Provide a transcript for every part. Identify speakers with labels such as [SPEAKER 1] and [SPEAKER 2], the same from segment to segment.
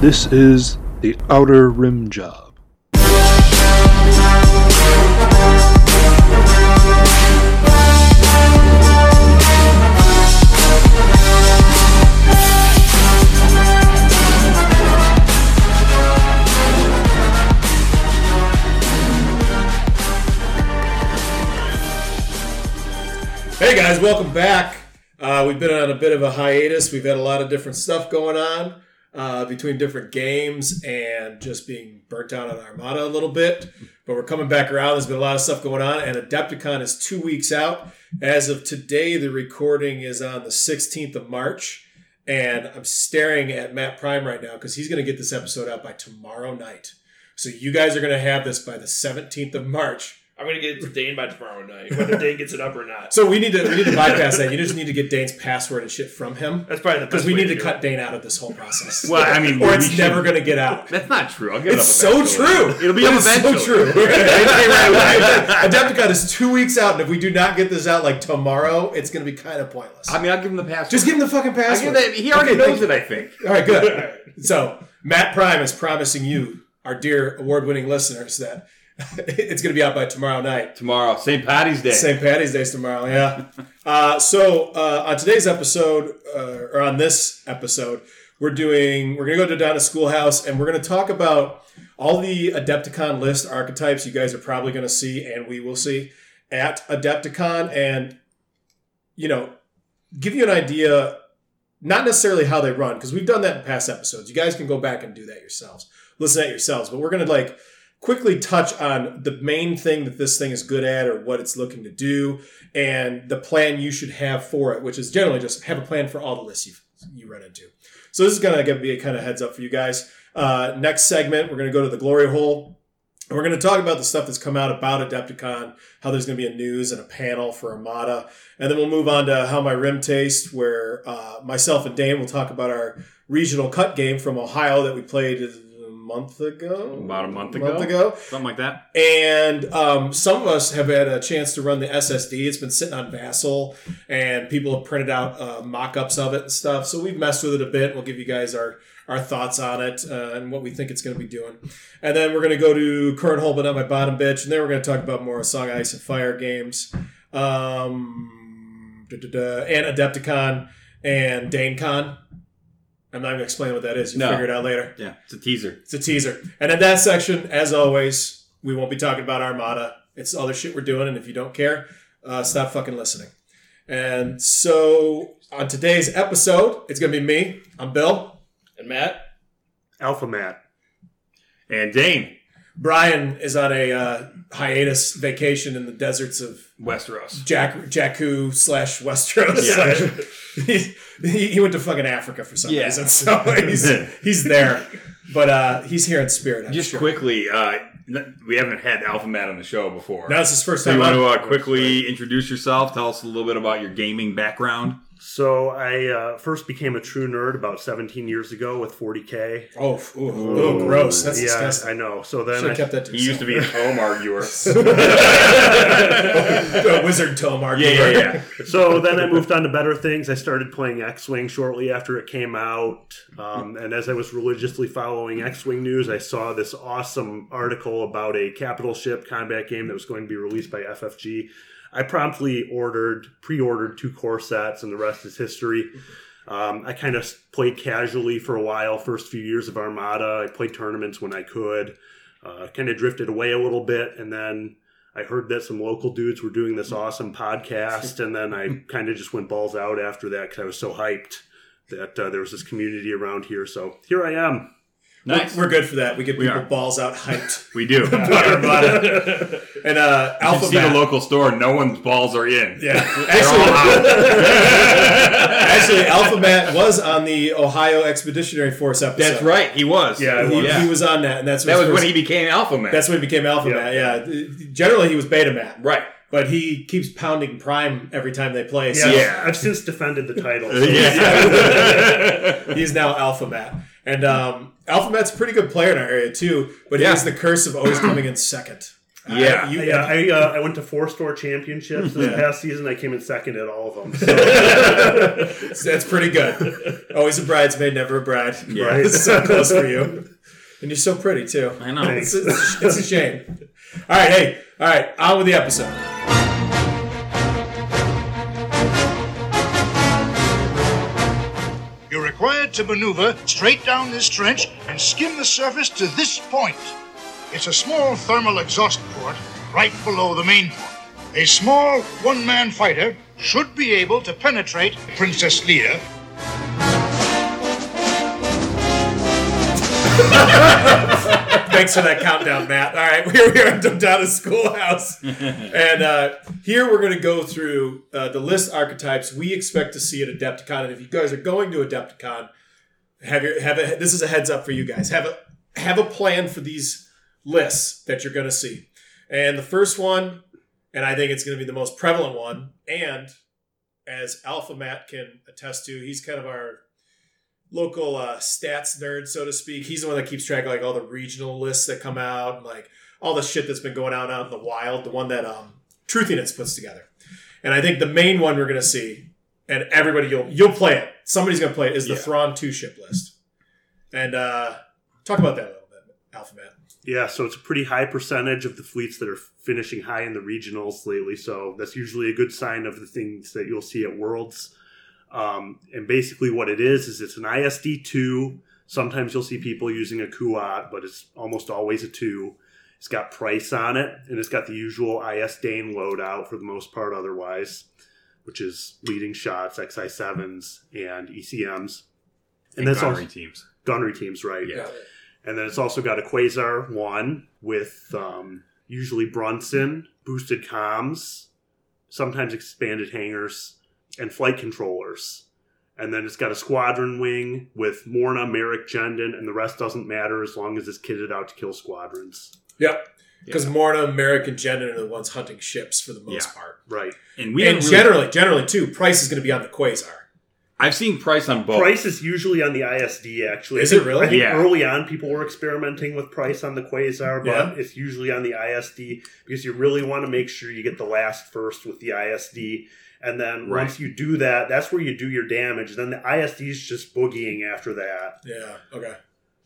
[SPEAKER 1] This is the Outer Rim Job.
[SPEAKER 2] Hey guys, welcome back. Uh, we've been on a bit of a hiatus. We've had a lot of different stuff going on uh, between different games and just being burnt out on Armada a little bit. But we're coming back around. There's been a lot of stuff going on, and Adepticon is two weeks out. As of today, the recording is on the 16th of March. And I'm staring at Matt Prime right now because he's going to get this episode out by tomorrow night. So you guys are going to have this by the 17th of March.
[SPEAKER 3] I'm gonna get it to Dane by tomorrow night, whether Dane gets it up or not.
[SPEAKER 2] So we need to we need to bypass that. You just need to get Dane's password and shit from him
[SPEAKER 3] That's probably the
[SPEAKER 2] because
[SPEAKER 3] best
[SPEAKER 2] we
[SPEAKER 3] way
[SPEAKER 2] need to
[SPEAKER 3] do
[SPEAKER 2] cut
[SPEAKER 3] it.
[SPEAKER 2] Dane out of this whole process.
[SPEAKER 4] Well, I mean,
[SPEAKER 2] or
[SPEAKER 4] we
[SPEAKER 2] it's
[SPEAKER 4] should-
[SPEAKER 2] never gonna get out.
[SPEAKER 4] That's not true. I'll get
[SPEAKER 2] It's
[SPEAKER 4] it up
[SPEAKER 2] so
[SPEAKER 4] eventually.
[SPEAKER 2] true.
[SPEAKER 4] It'll be
[SPEAKER 2] That
[SPEAKER 4] up
[SPEAKER 2] is so
[SPEAKER 4] eventually.
[SPEAKER 2] true.
[SPEAKER 4] Right away.
[SPEAKER 2] Adepticon is two weeks out, and if we do not get this out like tomorrow, it's gonna be kind of pointless.
[SPEAKER 4] I mean, I'll give him the password.
[SPEAKER 2] just give him the fucking
[SPEAKER 4] I'll give
[SPEAKER 2] password.
[SPEAKER 4] that. He already
[SPEAKER 2] Okay,
[SPEAKER 4] knows
[SPEAKER 2] thank
[SPEAKER 4] it. I think.
[SPEAKER 2] you. All right, good. so Matt Prime is promising you, our dear award-winning listeners, that it's gonna be out by tomorrow night.
[SPEAKER 4] Tomorrow, St. Patty's Day.
[SPEAKER 2] St. Patty's Day's tomorrow, yeah. uh, so uh, on today's episode, uh, or on this episode, we're doing we're gonna go to down to schoolhouse and we're gonna talk about all the Adepticon list archetypes you guys are probably gonna see and we will see at Adepticon and you know give you an idea not necessarily how they run because we've done that in past episodes you guys can go back and do that yourselves listen at yourselves but we're going to like quickly touch on the main thing that this thing is good at or what it's looking to do and the plan you should have for it which is generally just have a plan for all the lists you you run into so this is going to be a kind of heads up for you guys uh, next segment we're going to go to the glory hole and we're going to talk about the stuff that's come out about adepticon how there's going to be a news and a panel for armada and then we'll move on to how my rim taste, where uh, myself and Dane will talk about our regional cut game from Ohio that we played a month ago.
[SPEAKER 4] About a
[SPEAKER 2] Month
[SPEAKER 4] month ago.
[SPEAKER 2] ago.
[SPEAKER 4] Something like that.
[SPEAKER 2] And um, some of us have had a chance to run the SSD. It's been sitting on Vassal, and people have printed out uh, mock ups of it and stuff. So we've messed with it a bit. We'll give you guys our, our thoughts on it uh, and what we think it's going to be doing. And then we're going to go to Current Hole, but not my bottom bitch. And then we're going to talk about more Song Ice and Fire games, um, da, da, da, and Adepticon and DaneCon. I'm not going to explain what that is. You'll
[SPEAKER 4] No.
[SPEAKER 2] figure it out later.
[SPEAKER 4] Yeah, it's a teaser.
[SPEAKER 2] It's a teaser. And in that section, as always, we won't be talking about Armada. It's other shit we're doing, and if you don't care, uh, stop fucking listening. And so on today's episode, it's gonna be me. I'm Bill.
[SPEAKER 3] And Matt,
[SPEAKER 4] Alpha Matt. And Dane.
[SPEAKER 2] Brian is on a uh, hiatus vacation in the deserts of
[SPEAKER 4] Westeros.
[SPEAKER 2] Jack Jakku slash Westeros.
[SPEAKER 4] Yeah.
[SPEAKER 2] Slash, he, he went to fucking Africa for some
[SPEAKER 4] Yeah.
[SPEAKER 2] reason, so he's he's there. But uh, he's here in spirit. I'm
[SPEAKER 4] Just
[SPEAKER 2] sure.
[SPEAKER 4] quickly, uh, we haven't had Alpha Matt on the show before.
[SPEAKER 2] Now it's his first
[SPEAKER 4] So
[SPEAKER 2] time.
[SPEAKER 4] you want to
[SPEAKER 2] on.
[SPEAKER 4] uh, quickly introduce yourself? Tell us a little bit about your gaming background.
[SPEAKER 5] So I uh, first became a true nerd about 17 years ago with 40k.
[SPEAKER 2] Oh, f- ooh, ooh, gross. That's
[SPEAKER 5] yeah,
[SPEAKER 2] disgusting.
[SPEAKER 5] I know. So
[SPEAKER 2] I
[SPEAKER 5] then
[SPEAKER 2] should
[SPEAKER 5] I,
[SPEAKER 2] have kept that to
[SPEAKER 4] He used to be an home arguer.
[SPEAKER 2] a wizard Tomar.
[SPEAKER 4] Yeah, yeah, yeah.
[SPEAKER 5] so then I moved on to better things. I started playing X-wing shortly after it came out, um, and as I was religiously following X-wing news, I saw this awesome article about a capital ship combat game that was going to be released by FFG. I promptly ordered, pre-ordered two core sets, and the rest is history. Um, I kind of played casually for a while, first few years of Armada. I played tournaments when I could, uh, kind of drifted away a little bit, and then I heard that some local dudes were doing this awesome podcast, and then I kind of just went balls out after that because I was so hyped that uh, there was this community around here. So here I am.
[SPEAKER 4] Nice.
[SPEAKER 2] We're good for that. We get
[SPEAKER 4] We
[SPEAKER 2] people
[SPEAKER 4] are.
[SPEAKER 2] balls out hyped.
[SPEAKER 4] We do.
[SPEAKER 2] and uh,
[SPEAKER 4] If
[SPEAKER 2] Alpha
[SPEAKER 4] you see the
[SPEAKER 2] Bat.
[SPEAKER 4] local store, no one's balls are in.
[SPEAKER 2] Yeah.
[SPEAKER 4] They're all
[SPEAKER 2] Actually,
[SPEAKER 4] out.
[SPEAKER 2] actually, Alpha Bat was on the Ohio Expeditionary Force episode.
[SPEAKER 4] That's right. He was.
[SPEAKER 5] Yeah, I
[SPEAKER 2] He,
[SPEAKER 4] Yeah.
[SPEAKER 2] he was on that, and that's
[SPEAKER 4] that was
[SPEAKER 2] his
[SPEAKER 4] when
[SPEAKER 2] first-
[SPEAKER 4] he became Alpha Man.
[SPEAKER 2] That's when he became Alpha
[SPEAKER 5] Yeah.
[SPEAKER 2] Bat. Yeah. Generally, he was Beta Bat,
[SPEAKER 4] right.
[SPEAKER 2] but he keeps pounding Prime every time they play. So
[SPEAKER 5] Yeah,
[SPEAKER 4] Yeah.
[SPEAKER 5] I've since defended the title. so-
[SPEAKER 4] Yeah.
[SPEAKER 2] He's now Alpha Matt. And um, Alpha Matt's a pretty good player in our area, too, but he
[SPEAKER 4] Yeah.
[SPEAKER 2] has the curse of always coming in second.
[SPEAKER 4] Yeah.
[SPEAKER 2] You-
[SPEAKER 5] yeah, I, uh, I went to four store championships this past season. I came in second at all of them. So,
[SPEAKER 2] That's pretty good. Always a bridesmaid, never a bride.
[SPEAKER 4] Yeah.
[SPEAKER 5] right?
[SPEAKER 2] It's so close for you. And you're so pretty too.
[SPEAKER 4] I know.
[SPEAKER 2] It's, it's, it's a shame. All right, hey, all right, on with the episode.
[SPEAKER 6] You're required to maneuver straight down this trench and skim the surface to this point. It's a small thermal exhaust port right below the main port. A small one man fighter should be able to penetrate Princess Leia.
[SPEAKER 2] Thanks for that countdown, Matt. All right, here we are at Dodonna Schoolhouse. And uh, here we're going to go through uh, the list archetypes we expect to see at Adepticon. And if you guys are going to Adepticon, have your have a this is a heads up for you guys. Have a have a plan for these lists that you're going to see. And the first one, and I think it's going to be the most prevalent one, and as Alpha Matt can attest to, he's kind of our local uh, stats nerd, so to speak. He's the one that keeps track of like all the regional lists that come out, and, like all the shit that's been going on out in the wild. The one that um, Truthiness puts together, and I think the main one we're gonna see, and everybody you'll you'll play it. Somebody's gonna play it is the
[SPEAKER 4] Yeah.
[SPEAKER 2] Thrawn two ship list, and uh, talk about that a little bit, Alphabet.
[SPEAKER 5] yeah, so it's a pretty high percentage of the fleets that are finishing high in the regionals lately. So that's usually a good sign of the things that you'll see at Worlds. Um, and basically, what it is is it's an ISD two. Sometimes you'll see people using a Kuat, but it's almost always a two. It's got price on it, and it's got the usual IS Dane loadout for the most part. Otherwise, which is leading shots, XI sevens, and ECMs, and, that's
[SPEAKER 4] Gunnery
[SPEAKER 5] all
[SPEAKER 4] teams.
[SPEAKER 5] gunnery teams, right?
[SPEAKER 4] Yeah.
[SPEAKER 5] And then it's also got a Quasar 1 with um, usually Brunson, boosted comms, sometimes expanded hangars, and flight controllers. And then it's got a squadron wing with Morna, Merrick, Jendon, and the rest doesn't matter as long as it's kitted out to kill squadrons.
[SPEAKER 2] Yep. Because Morna, Merrick, and Jen are the ones hunting ships for the most
[SPEAKER 4] Yeah.
[SPEAKER 2] part.
[SPEAKER 5] Right.
[SPEAKER 4] And we
[SPEAKER 2] and
[SPEAKER 4] haven't really-
[SPEAKER 2] generally, generally too, price is going to be on the Quasar.
[SPEAKER 4] I've seen price on both.
[SPEAKER 5] Price is usually on the ISD, actually.
[SPEAKER 2] Is
[SPEAKER 5] I think-
[SPEAKER 2] it really?
[SPEAKER 5] I think
[SPEAKER 4] Yeah.
[SPEAKER 5] early on, people were experimenting with price on the Quasar, but
[SPEAKER 2] Yeah.
[SPEAKER 5] it's usually on the ISD because you really want to make sure you get the last first with the ISD. And then
[SPEAKER 4] Right.
[SPEAKER 5] once you do that, that's where you do your damage. Then the ISD is just boogieing after that.
[SPEAKER 2] Yeah. Okay.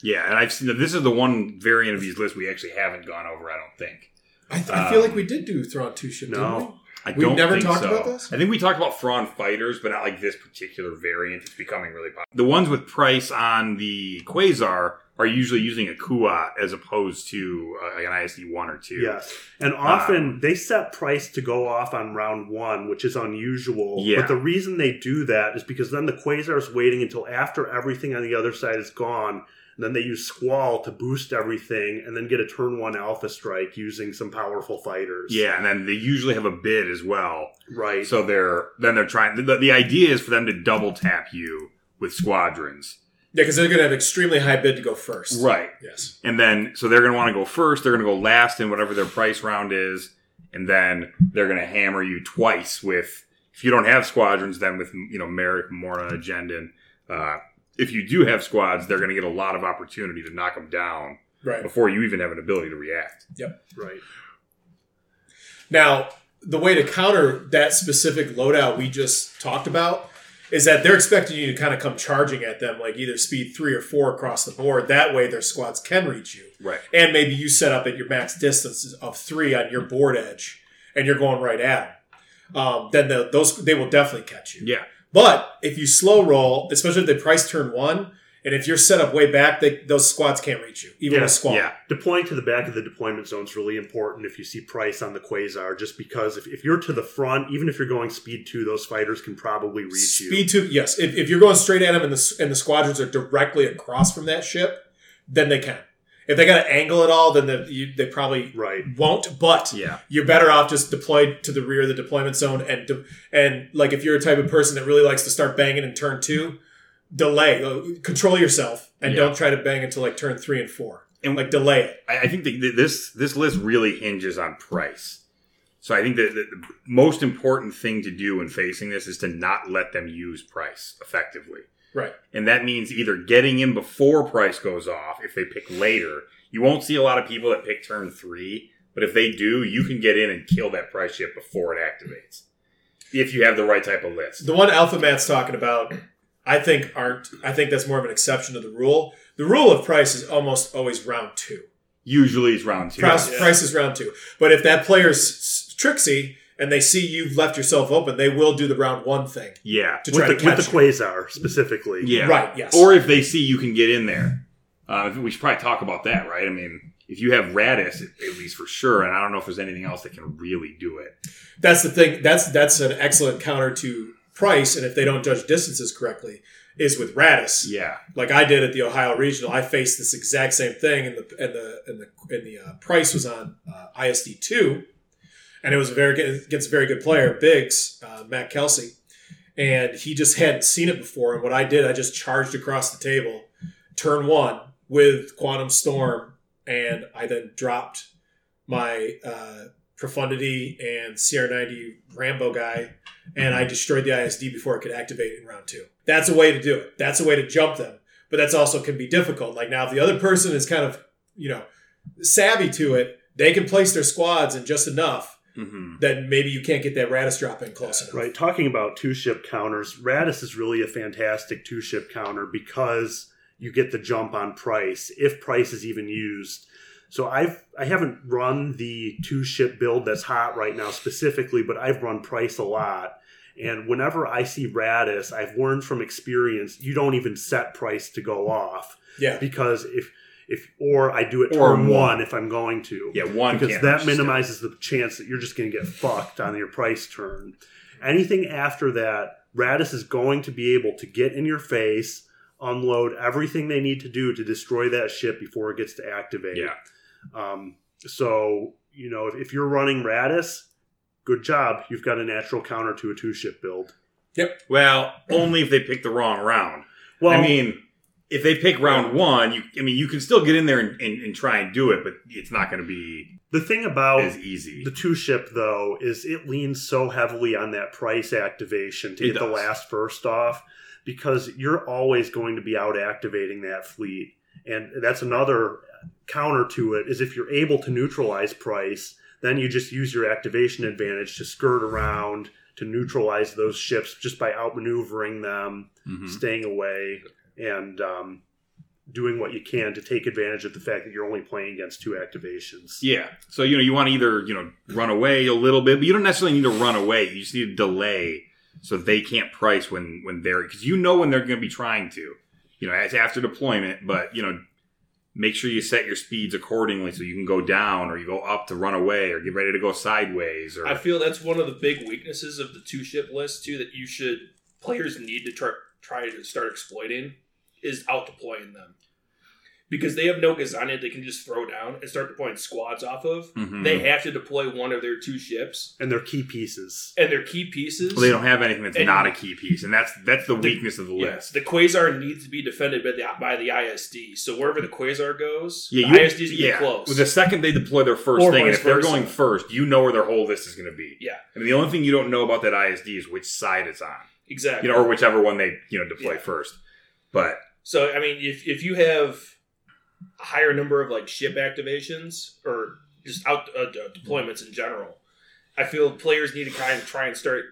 [SPEAKER 4] Yeah, and I've seen this is the one variant of these lists we actually haven't gone over. I don't think.
[SPEAKER 2] I, th- I feel
[SPEAKER 4] Um,
[SPEAKER 2] like we did do Thrawn two ship. Didn't we?
[SPEAKER 5] No.
[SPEAKER 4] I
[SPEAKER 2] We've
[SPEAKER 4] don't
[SPEAKER 2] never
[SPEAKER 4] think
[SPEAKER 2] talked
[SPEAKER 4] so.
[SPEAKER 2] about this?
[SPEAKER 4] I think we talked about Thrawn fighters, but not like this particular variant. It's becoming really popular. The ones with price on the Quasar are usually using a Kuat as opposed to uh, like an ISD one or two.
[SPEAKER 5] Yes. And often
[SPEAKER 2] Um,
[SPEAKER 5] they set price to go off on round one, which is unusual.
[SPEAKER 4] Yeah.
[SPEAKER 5] But the reason they do that is because then the quasar is waiting until after everything on the other side is gone. And then they use Squall to boost everything and then get a turn one alpha strike using some powerful fighters.
[SPEAKER 4] Yeah, and then they usually have a bid as well.
[SPEAKER 5] Right.
[SPEAKER 4] So they're then they're trying. The, the idea is for them to double tap you with squadrons,
[SPEAKER 2] Yeah, because they're going to have extremely high bid to go first.
[SPEAKER 4] right?
[SPEAKER 2] Yes.
[SPEAKER 4] And then, so they're going to want to go first. They're going to go last in whatever their price round is. And then they're going to hammer you twice with, if you don't have squadrons, then with, you know, Merrick, Morna, Jendon. Uh, if you do have squads, they're going to get a lot of opportunity to knock them down
[SPEAKER 2] Right.
[SPEAKER 4] before you even have an ability to react.
[SPEAKER 5] right.
[SPEAKER 2] Now, the way to counter that specific loadout we just talked about is that they're expecting you to kind of come charging at them, like either speed three or four across the board. That way, their squads can reach you.
[SPEAKER 4] Right.
[SPEAKER 2] And maybe you set up at your max distance of three on your board edge and you're going right at them. Um, then the, those they will definitely catch you.
[SPEAKER 4] Yeah.
[SPEAKER 2] But if you slow roll, especially if they price turn one, and if you're set up way back, they, those squads can't reach you, even
[SPEAKER 5] Yeah.
[SPEAKER 2] with squad.
[SPEAKER 4] Yeah.
[SPEAKER 5] Deploying to the back of the deployment zone is really important if you see price on the quasar, just because if, if you're to the front, even if you're going speed two, those fighters can probably reach you.
[SPEAKER 2] Speed two, yes. If, if you're going straight at them and the s- and the squadrons are directly across from that ship, then they can. If they got an angle at all, then the, you, they probably
[SPEAKER 5] Right.
[SPEAKER 2] won't. But
[SPEAKER 4] Yeah.
[SPEAKER 2] you're better off just deployed to the rear of the deployment zone and de- and like if you're a type of person that really likes to start banging in turn two, delay, Uh, control yourself, and
[SPEAKER 4] Yeah.
[SPEAKER 2] don't try to bang until like turn three and four.
[SPEAKER 4] And-
[SPEAKER 2] like delay it.
[SPEAKER 4] I, I think that th- this this list really hinges on price. So I think that the, the most important thing to do in facing this is to not let them use price effectively.
[SPEAKER 2] Right.
[SPEAKER 4] And that means either getting in before price goes off if they pick later. You won't see a lot of people that pick turn three, but But if they do, you can get in and kill that price ship before it activates. If you have the right type of list.
[SPEAKER 2] The one Alpha Matt's talking about, I think aren't. I think that's more of an exception to the rule. The rule of price is almost always round two.
[SPEAKER 4] Usually it's round two.
[SPEAKER 2] Price,
[SPEAKER 3] Yeah.
[SPEAKER 2] price is round two. But if that player's s- tricksy and they see you've left yourself open, they will do the round one thing.
[SPEAKER 4] Yeah.
[SPEAKER 2] To
[SPEAKER 5] with
[SPEAKER 2] try
[SPEAKER 5] the,
[SPEAKER 2] to
[SPEAKER 5] with the
[SPEAKER 2] catch you.
[SPEAKER 5] quasar specifically.
[SPEAKER 4] Yeah.
[SPEAKER 2] Right, yes.
[SPEAKER 4] Or if they see you can get in there. Uh, we should probably talk about that, right? I mean, if you have Radis, at at least for sure, and I don't know if there's anything else that can really do it.
[SPEAKER 2] That's the thing. That's that's an excellent counter to price. And if they don't judge distances correctly, is with Radis.
[SPEAKER 4] Yeah.
[SPEAKER 2] like I did at the Ohio Regional, I faced this exact same thing, and the and the and the and the uh, price was on uh, ISD two, and it was a very good, against a very good player, Biggs uh, Matt Kelsey, and he just hadn't seen it before. And what I did, I just charged across the table, turn one with Quantum Storm, and I then dropped my uh, Profundity and CR ninety Rambo guy and I destroyed the ISD before it could activate in round two. That's a way to do it. That's a way to jump them. But that's also can be difficult. Like now, if the other person is kind of you know savvy to it, they can place their squads in just enough
[SPEAKER 4] hmm
[SPEAKER 2] that maybe you can't get that Radis drop in close enough.
[SPEAKER 5] Right. Talking about two ship counters, Radis is really a fantastic two ship counter because you get the jump on price if price is even used. So I've I haven't run the two ship build that's hot right now specifically, but I've run price a lot. And whenever I see Radis, I've learned from experience you don't even set price to go off
[SPEAKER 2] Yeah.
[SPEAKER 5] because if if or I do it
[SPEAKER 4] Or one.
[SPEAKER 5] turn one if I'm going to
[SPEAKER 4] Yeah, one
[SPEAKER 5] because
[SPEAKER 4] can't
[SPEAKER 5] that
[SPEAKER 4] just-
[SPEAKER 5] minimizes the chance that you're just going to get fucked on your price turn. Anything after that, Radis is going to be able to get in your face, unload everything they need to do to destroy that ship before it gets to activate.
[SPEAKER 4] Yeah.
[SPEAKER 5] Um, so you know if, if you're running Radis, good job. You've got a natural counter to a two ship build.
[SPEAKER 4] Well, only if they pick the wrong round.
[SPEAKER 5] Well,
[SPEAKER 4] I mean, if they pick round one, you I mean you can still get in there and, and, and try and do it, but it's not gonna be
[SPEAKER 5] the thing about
[SPEAKER 4] as easy.
[SPEAKER 5] The two ship though is it leans so heavily on that price activation to
[SPEAKER 4] It
[SPEAKER 5] get the
[SPEAKER 4] does.
[SPEAKER 5] last first off because you're always going to be out activating that fleet. And that's another counter to it is if you're able to neutralize price, then you just use your activation advantage to skirt around to neutralize those ships just by outmaneuvering them,
[SPEAKER 4] Mhm.
[SPEAKER 5] staying away, and um, doing what you can to take advantage of the fact that you're only playing against two activations.
[SPEAKER 4] Yeah. So you know you want to either you know run away a little bit, but you don't necessarily need to run away. You just need to delay so they can't price when when they're because you know when they're going to be trying to. You know, it's after deployment, but you know, make sure you set your speeds accordingly so you can go down or you go up to run away or get ready to go sideways or
[SPEAKER 3] I feel that's one of the big weaknesses of the two ship list too. That you should players need to try try to start exploiting is out deploying them because they have no Gazania they can just throw down and start deploying squads off of.
[SPEAKER 4] Mhm.
[SPEAKER 3] They have to deploy one of their two ships
[SPEAKER 5] and they're key pieces.
[SPEAKER 3] and their key pieces.
[SPEAKER 4] Well, they don't have anything that's
[SPEAKER 3] And-
[SPEAKER 4] not a key piece, and that's that's the weakness of the
[SPEAKER 3] Yes,
[SPEAKER 4] list.
[SPEAKER 3] the quasar needs to be defended by the by the ISD. So wherever the quasar goes,
[SPEAKER 4] you-
[SPEAKER 3] the ISD is gonna
[SPEAKER 4] yeah.
[SPEAKER 3] be close.
[SPEAKER 4] The second they deploy their first
[SPEAKER 3] Or
[SPEAKER 4] thing, and
[SPEAKER 3] vice
[SPEAKER 4] if they're
[SPEAKER 3] versa.
[SPEAKER 4] going first, you know where their whole list is going to be.
[SPEAKER 3] Yeah.
[SPEAKER 4] I mean, the only thing you don't know about that ISD is which side it's on.
[SPEAKER 3] exactly.
[SPEAKER 4] you know, or whichever one they you know deploy
[SPEAKER 3] Yeah.
[SPEAKER 4] first. But
[SPEAKER 3] So I mean, if if you have a higher number of like ship activations or just out uh, de- deployments in general, I feel players need to kind of try and start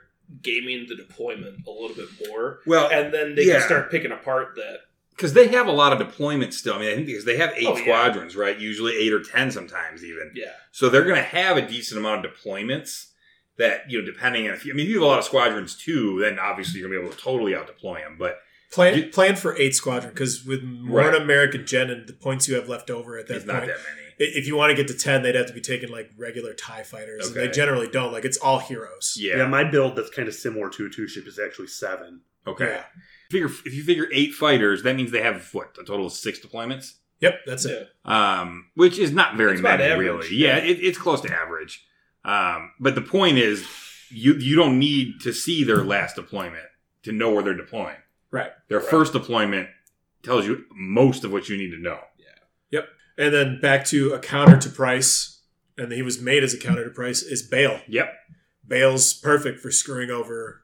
[SPEAKER 3] gaming the deployment a little bit more,
[SPEAKER 4] well,
[SPEAKER 3] and then they
[SPEAKER 4] Yeah.
[SPEAKER 3] can start picking apart that.
[SPEAKER 4] because they have a lot of deployment still. I mean, I think because they have eight
[SPEAKER 3] Oh, yeah.
[SPEAKER 4] squadrons, right? Usually eight or ten, sometimes even.
[SPEAKER 3] Yeah,
[SPEAKER 4] So they're going to have a decent amount of deployments. That you know, depending on if you, I mean, if you have a lot of squadrons too, then obviously you're going to be able to totally out deploy them. But
[SPEAKER 2] Plan
[SPEAKER 4] You-
[SPEAKER 2] plan for eight squadron because with more
[SPEAKER 4] Right.
[SPEAKER 2] American Gen and the points you have left over at that
[SPEAKER 4] there's
[SPEAKER 2] point.
[SPEAKER 4] not that many.
[SPEAKER 2] i- If you want to get to ten, they'd have to be taking like regular Tie fighters, and they
[SPEAKER 4] Okay.
[SPEAKER 2] generally don't. Like it's all heroes.
[SPEAKER 4] Yeah.
[SPEAKER 5] Yeah, my build that's kind of similar to a two ship is actually seven.
[SPEAKER 4] okay.
[SPEAKER 2] Yeah.
[SPEAKER 4] Figure if you figure eight fighters, that means they have what a total of six deployments.
[SPEAKER 2] Yep, that's it.
[SPEAKER 3] Yeah.
[SPEAKER 4] um, which is not very
[SPEAKER 3] It's about
[SPEAKER 4] many,
[SPEAKER 3] average,
[SPEAKER 4] really. Yeah,
[SPEAKER 3] yeah.
[SPEAKER 4] it, it's close to average. Um, but the point is, you you don't need to see their last deployment to know where they're deploying.
[SPEAKER 2] Right.
[SPEAKER 4] Their
[SPEAKER 3] Right.
[SPEAKER 4] first deployment tells you most of what you need to know.
[SPEAKER 2] And then back to a counter to price, and he was made as a counter to price is Bale.
[SPEAKER 4] Yep.
[SPEAKER 2] Bale's perfect for screwing over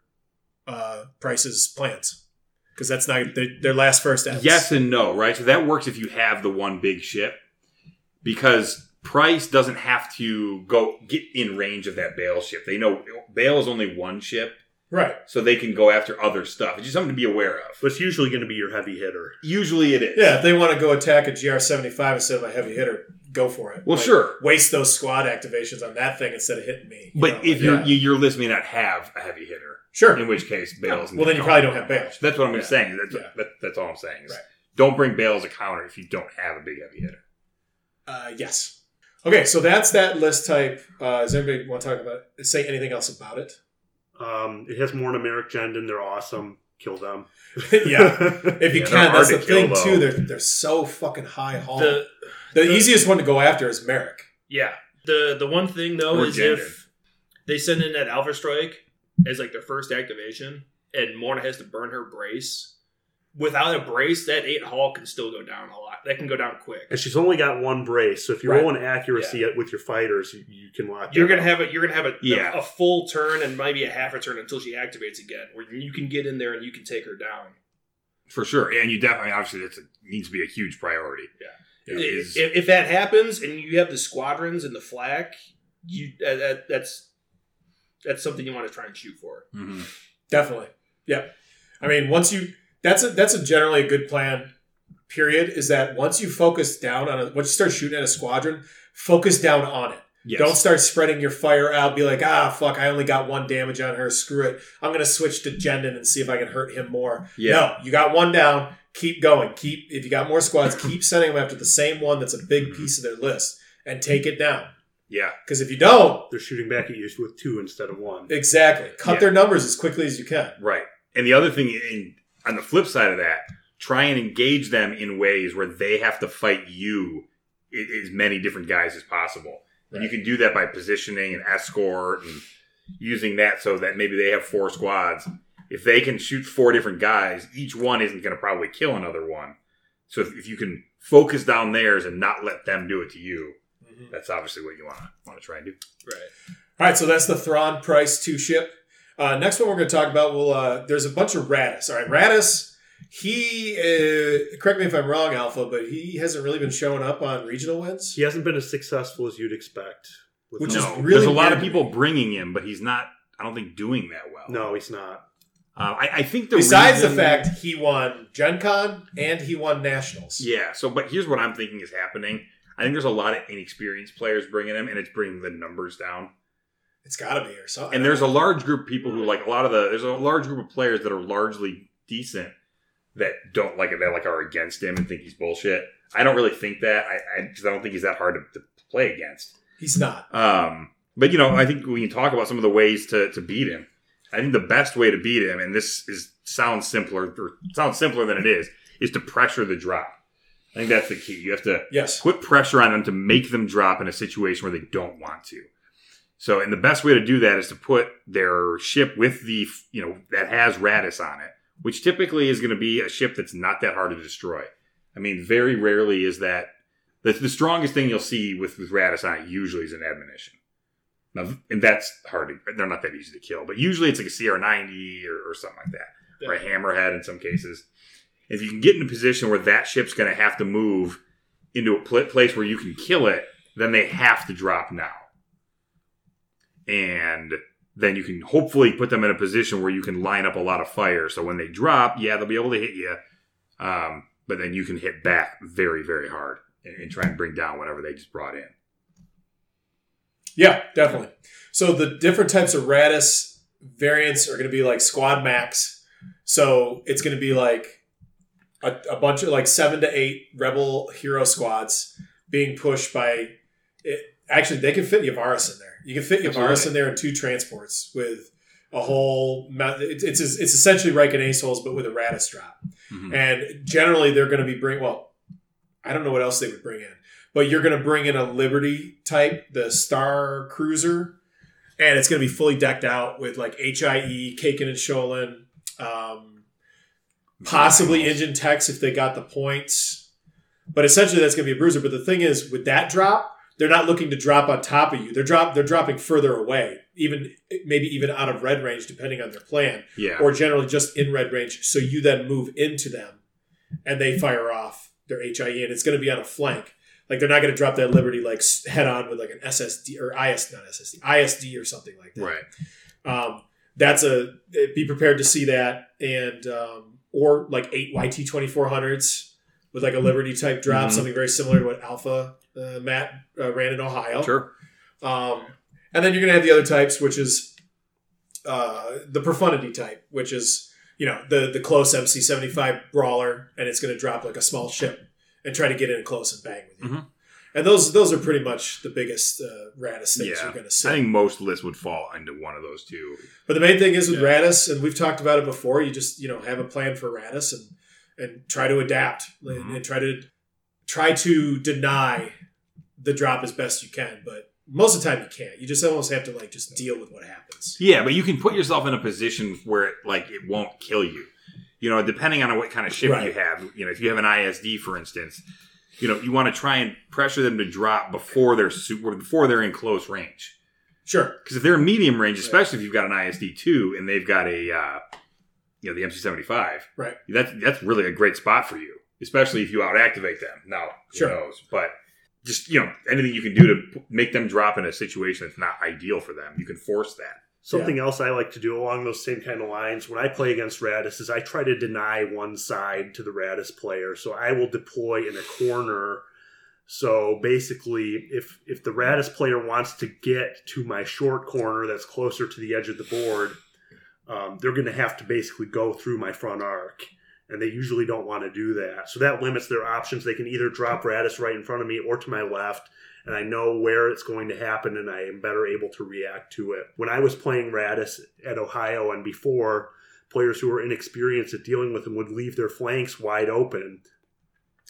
[SPEAKER 2] uh, Price's plans because that's not their, their last first. Ends.
[SPEAKER 4] Yes and no, right? So that works if you have the one big ship because Price doesn't have to go get in range of that bail ship. They know bail is only one ship,
[SPEAKER 2] Right.
[SPEAKER 4] so they can go after other stuff. It's just something to be aware of.
[SPEAKER 5] But it's usually going to be your heavy hitter.
[SPEAKER 4] Usually it is.
[SPEAKER 2] Yeah, if they want to go attack a GR75 instead of a heavy hitter, go for it.
[SPEAKER 4] Well,
[SPEAKER 2] Like,
[SPEAKER 4] sure.
[SPEAKER 2] Waste those squad activations on that thing instead of hitting me. you know,
[SPEAKER 4] But
[SPEAKER 2] like,
[SPEAKER 4] if you're
[SPEAKER 2] yeah.
[SPEAKER 4] you, your list may not have a heavy hitter,
[SPEAKER 2] Sure.
[SPEAKER 4] in which case Bale's.
[SPEAKER 2] Well, then you probably don't have Bale.
[SPEAKER 4] That's what I'm saying. That's,
[SPEAKER 2] Yeah.
[SPEAKER 4] that, that's all I'm saying. Is
[SPEAKER 2] Right.
[SPEAKER 4] Don't bring Bale as a counter if you don't have a big heavy hitter.
[SPEAKER 2] Uh, yes. Okay, so that's that list type. Uh, does anybody want to talk about it? Say anything else about it?
[SPEAKER 5] Um, it has more numeric gen, and they're awesome. Kill them.
[SPEAKER 2] yeah. If you
[SPEAKER 4] Yeah, they're
[SPEAKER 2] can, that's
[SPEAKER 4] hard to
[SPEAKER 2] the thing,
[SPEAKER 4] kill,
[SPEAKER 2] too.
[SPEAKER 4] though.
[SPEAKER 2] They're, they're so fucking high haul.
[SPEAKER 3] The
[SPEAKER 2] The, easiest one to go after is Merrick.
[SPEAKER 3] yeah. The the one thing though
[SPEAKER 4] Or
[SPEAKER 3] is
[SPEAKER 4] gendered.
[SPEAKER 3] if they send in that Alpha Strike as like their first activation, and Morna has to burn her brace. Without a brace, that eight haul can still go down a lot. That can go down quick.
[SPEAKER 5] and she's only got one brace, so if you
[SPEAKER 2] Right.
[SPEAKER 5] roll an accuracy at with your fighters, you, you can lock.
[SPEAKER 3] You're
[SPEAKER 5] that
[SPEAKER 3] gonna
[SPEAKER 5] up.
[SPEAKER 3] have a you're gonna have a,
[SPEAKER 4] Yeah.
[SPEAKER 3] a full turn and maybe a half a turn until she activates again, where you can get in there and you can take her down.
[SPEAKER 4] For sure. And you definitely, obviously, that's a, needs to be a huge priority.
[SPEAKER 3] I-
[SPEAKER 4] It is-
[SPEAKER 3] If, if that happens and you have the squadrons and the flak, you that, that that's that's something you want to try and shoot for.
[SPEAKER 4] Mhm.
[SPEAKER 2] Definitely. Yeah. I mean, once you that's a that's a generally a good plan. Period is that once you focus down on a once you start shooting at a squadron, focus down on it.
[SPEAKER 4] Yes.
[SPEAKER 2] Don't start spreading your fire out. Be like, ah, fuck, I only got one damage on her. Screw it. I'm gonna switch to Jendon and see if I can hurt him more.
[SPEAKER 4] yeah.
[SPEAKER 2] No, you got one down. Keep going. Keep if you got more squads, keep sending them after the same one that's a
[SPEAKER 4] Mm-hmm.
[SPEAKER 2] big piece of their list and take it down.
[SPEAKER 4] Yeah.
[SPEAKER 2] Because if you don't,
[SPEAKER 5] They're shooting back at you with two instead of one.
[SPEAKER 2] exactly, cut
[SPEAKER 4] Yeah.
[SPEAKER 2] their numbers as quickly as you can.
[SPEAKER 4] Right. And the other thing, and on the flip side of that, try and engage them in ways where they have to fight you i- as many different guys as possible. And you
[SPEAKER 2] Right.
[SPEAKER 4] can do that by positioning and escort and using that so that maybe they have four squads. If they can shoot four different guys, each one isn't going to probably kill another one. So if, if you can focus down theirs and not let them do it to you, that's obviously what you want to want to try and do.
[SPEAKER 3] Right.
[SPEAKER 2] All right, so that's the Thrawn Price two ship. Uh, next one we're going to talk about. Well, uh, there's a bunch of Radis. All right, Radis. He uh, correct me if I'm wrong, Alpha, but he hasn't really been showing up on regional wins.
[SPEAKER 5] He hasn't been as successful as you'd expect. With
[SPEAKER 2] Which
[SPEAKER 5] no.
[SPEAKER 2] is really
[SPEAKER 4] There's a lot of
[SPEAKER 2] weird.
[SPEAKER 4] people bringing him, but he's not. I don't think doing that well.
[SPEAKER 5] no, he's not.
[SPEAKER 4] Uh, I, I think the
[SPEAKER 2] Besides
[SPEAKER 4] reason-
[SPEAKER 2] the fact he won Gen Con and he won Nationals.
[SPEAKER 4] yeah. So, but here's what I'm thinking is happening. I think there's a lot of inexperienced players bringing him, and it's bringing the numbers down.
[SPEAKER 2] It's got to be or something.
[SPEAKER 4] And there's a large group of people who like a lot of the. There's a large group of players that are largely decent that don't like it. That like are against him and think he's bullshit. I don't really think that. I because I, don't think he's that hard to, to play against.
[SPEAKER 2] he's not.
[SPEAKER 4] Um, but you know, I think we can talk about some of the ways to, to beat him. I think the best way to beat him, and this is sounds simpler or sounds simpler than it is, is to pressure the drop. I think that's the key. You have to
[SPEAKER 2] Yes.
[SPEAKER 4] put pressure on them to make them drop in a situation where they don't want to. So, and the best way to do that is to put their ship with the, you know, that has Radis on it, which typically is going to be a ship that's not that hard to destroy. I mean, very rarely is that the, the strongest thing you'll see with, with Radis on it usually is an admonition. Now, and that's hard to, they're not that easy to kill, but usually it's like a CR90 or, or something like that or a hammerhead in some cases. If you can get in a position where that ship's going to have to move into a pl- place where you can kill it, then they have to drop now. And then you can hopefully put them in a position where you can line up a lot of fire. So when they drop, yeah, they'll be able to hit you. Um, but then you can hit back very, very hard and, and try and bring down whatever they just brought in.
[SPEAKER 2] Yeah, definitely. So the different types of Radis variants are going to be like squad max. So it's going to be like a, a bunch of like seven to eight rebel hero squads being pushed by. It, actually, they can fit Yavaris in there. You can fit Yavaris in there in two transports with a whole. ma- It's it's, it's essentially Reich and Ace holes, but with a Radis drop.
[SPEAKER 4] Mhm.
[SPEAKER 2] And generally, they're going to be bring. Well, I don't know what else they would bring in, but you're going to bring in a Liberty type, the Star Cruiser, and it's going to be fully decked out with like HIE, Kaken and Sholin, um, possibly engine techs if they got the points. But essentially, that's going to be a bruiser. But the thing is, with that drop, they're not looking to drop on top of you. They're drop. They're dropping further away, even maybe even out of red range, depending on their plan
[SPEAKER 4] Yeah.
[SPEAKER 2] or generally just in red range. So E you then move into them and they fire off their HIE, and it's going to be on a flank. Like they're not going to drop that Liberty like s- head on with like an SSD or IS not SSD ISD or something like that.
[SPEAKER 4] Right.
[SPEAKER 2] Um, that's a eh, be prepared to see that and um, or like eight YT twenty four hundreds with like a Liberty type drop,
[SPEAKER 4] Mhm.
[SPEAKER 2] something very similar to what Alpha uh, Matt uh, ran in Ohio.
[SPEAKER 4] Sure.
[SPEAKER 2] Um, and then you're going to have the other types, which is uh, the profundity type, which is you know the the close MC75 brawler, and it's going to drop like a small ship and try to get in close and bang with you.
[SPEAKER 4] Mhm.
[SPEAKER 2] And those those are pretty much the biggest uh, Radis things
[SPEAKER 4] Yeah.
[SPEAKER 2] you're going to
[SPEAKER 4] I
[SPEAKER 2] see.
[SPEAKER 4] think most lists would fall into one of those two.
[SPEAKER 2] But the main thing is with
[SPEAKER 3] Yeah.
[SPEAKER 2] Radis, and we've talked about it before. You just you know have a plan for Radis and and try to adapt and-
[SPEAKER 3] Mm-hmm.
[SPEAKER 4] Mhm.
[SPEAKER 2] and try to try to deny the drop as best you can. But most of the time you can't. You just almost have to like just deal with what happens.
[SPEAKER 4] Yeah, but you can put yourself in a position where it, like it won't kill you. You know, depending on what kind of ship
[SPEAKER 2] Right.
[SPEAKER 4] you have. You know, if you have an ISD, for instance, you know you want to try and pressure them to drop before they're super, before they're in close range.
[SPEAKER 2] Sure.
[SPEAKER 4] Because if they're in medium range, especially if you've got an ISD two and they've got a uh, you know the MC seventy five,
[SPEAKER 2] Right.
[SPEAKER 4] That's that's really a great spot for you, especially if you out activate them. Now, who
[SPEAKER 2] Sure.
[SPEAKER 4] knows? But just you know, anything you can do to p- make them drop in a situation that's not ideal for them, you can force that.
[SPEAKER 5] Something else I like to do along those same kind of lines when I play against Radis is I try to deny one side to the Radis player. So I will deploy in a corner. So basically, if if the Radis player wants to get to my short corner that's closer to the edge of the board, um, they're going to have to basically go through my front arc. And they usually don't want to do that. So that limits their options. They can either drop Radis right in front of me or to my left and I know where it's going to happen and I am better able to react to it. When I was playing Radis at Ohio and before, players who were inexperienced at dealing with them would leave their flanks wide open.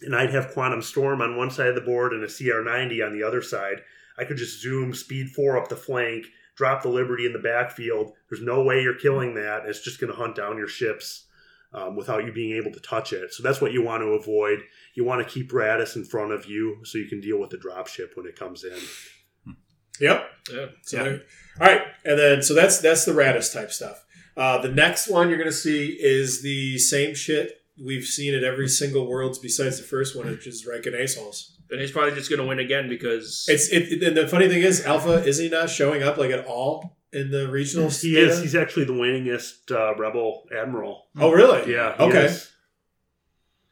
[SPEAKER 5] And I'd have Quantum Storm on one side of the board and a CR90 on the other side. I could just zoom speed four up the flank, drop the Liberty in the backfield. There's no way you're killing that. It's just going to hunt down your ships um, without you being able to touch it. So that's what you want to avoid you want to keep Radis in front of you so you can deal with the dropship when it comes in.
[SPEAKER 2] Yep.
[SPEAKER 3] Yeah.
[SPEAKER 2] So there- all right, and then so that's that's the Radis type stuff. Uh, the next one you're going to see is the same shit we've seen at every single Worlds besides the first one, which is Reich and Aceholes.
[SPEAKER 3] And he's probably just going to win again because
[SPEAKER 2] It's it, and the funny thing is Alpha is he not showing up like at all in the regionals?
[SPEAKER 5] He
[SPEAKER 2] data?
[SPEAKER 5] is. He's actually the winningest uh, Rebel Admiral.
[SPEAKER 2] oh really?
[SPEAKER 5] Yeah. he
[SPEAKER 2] Okay.
[SPEAKER 5] is.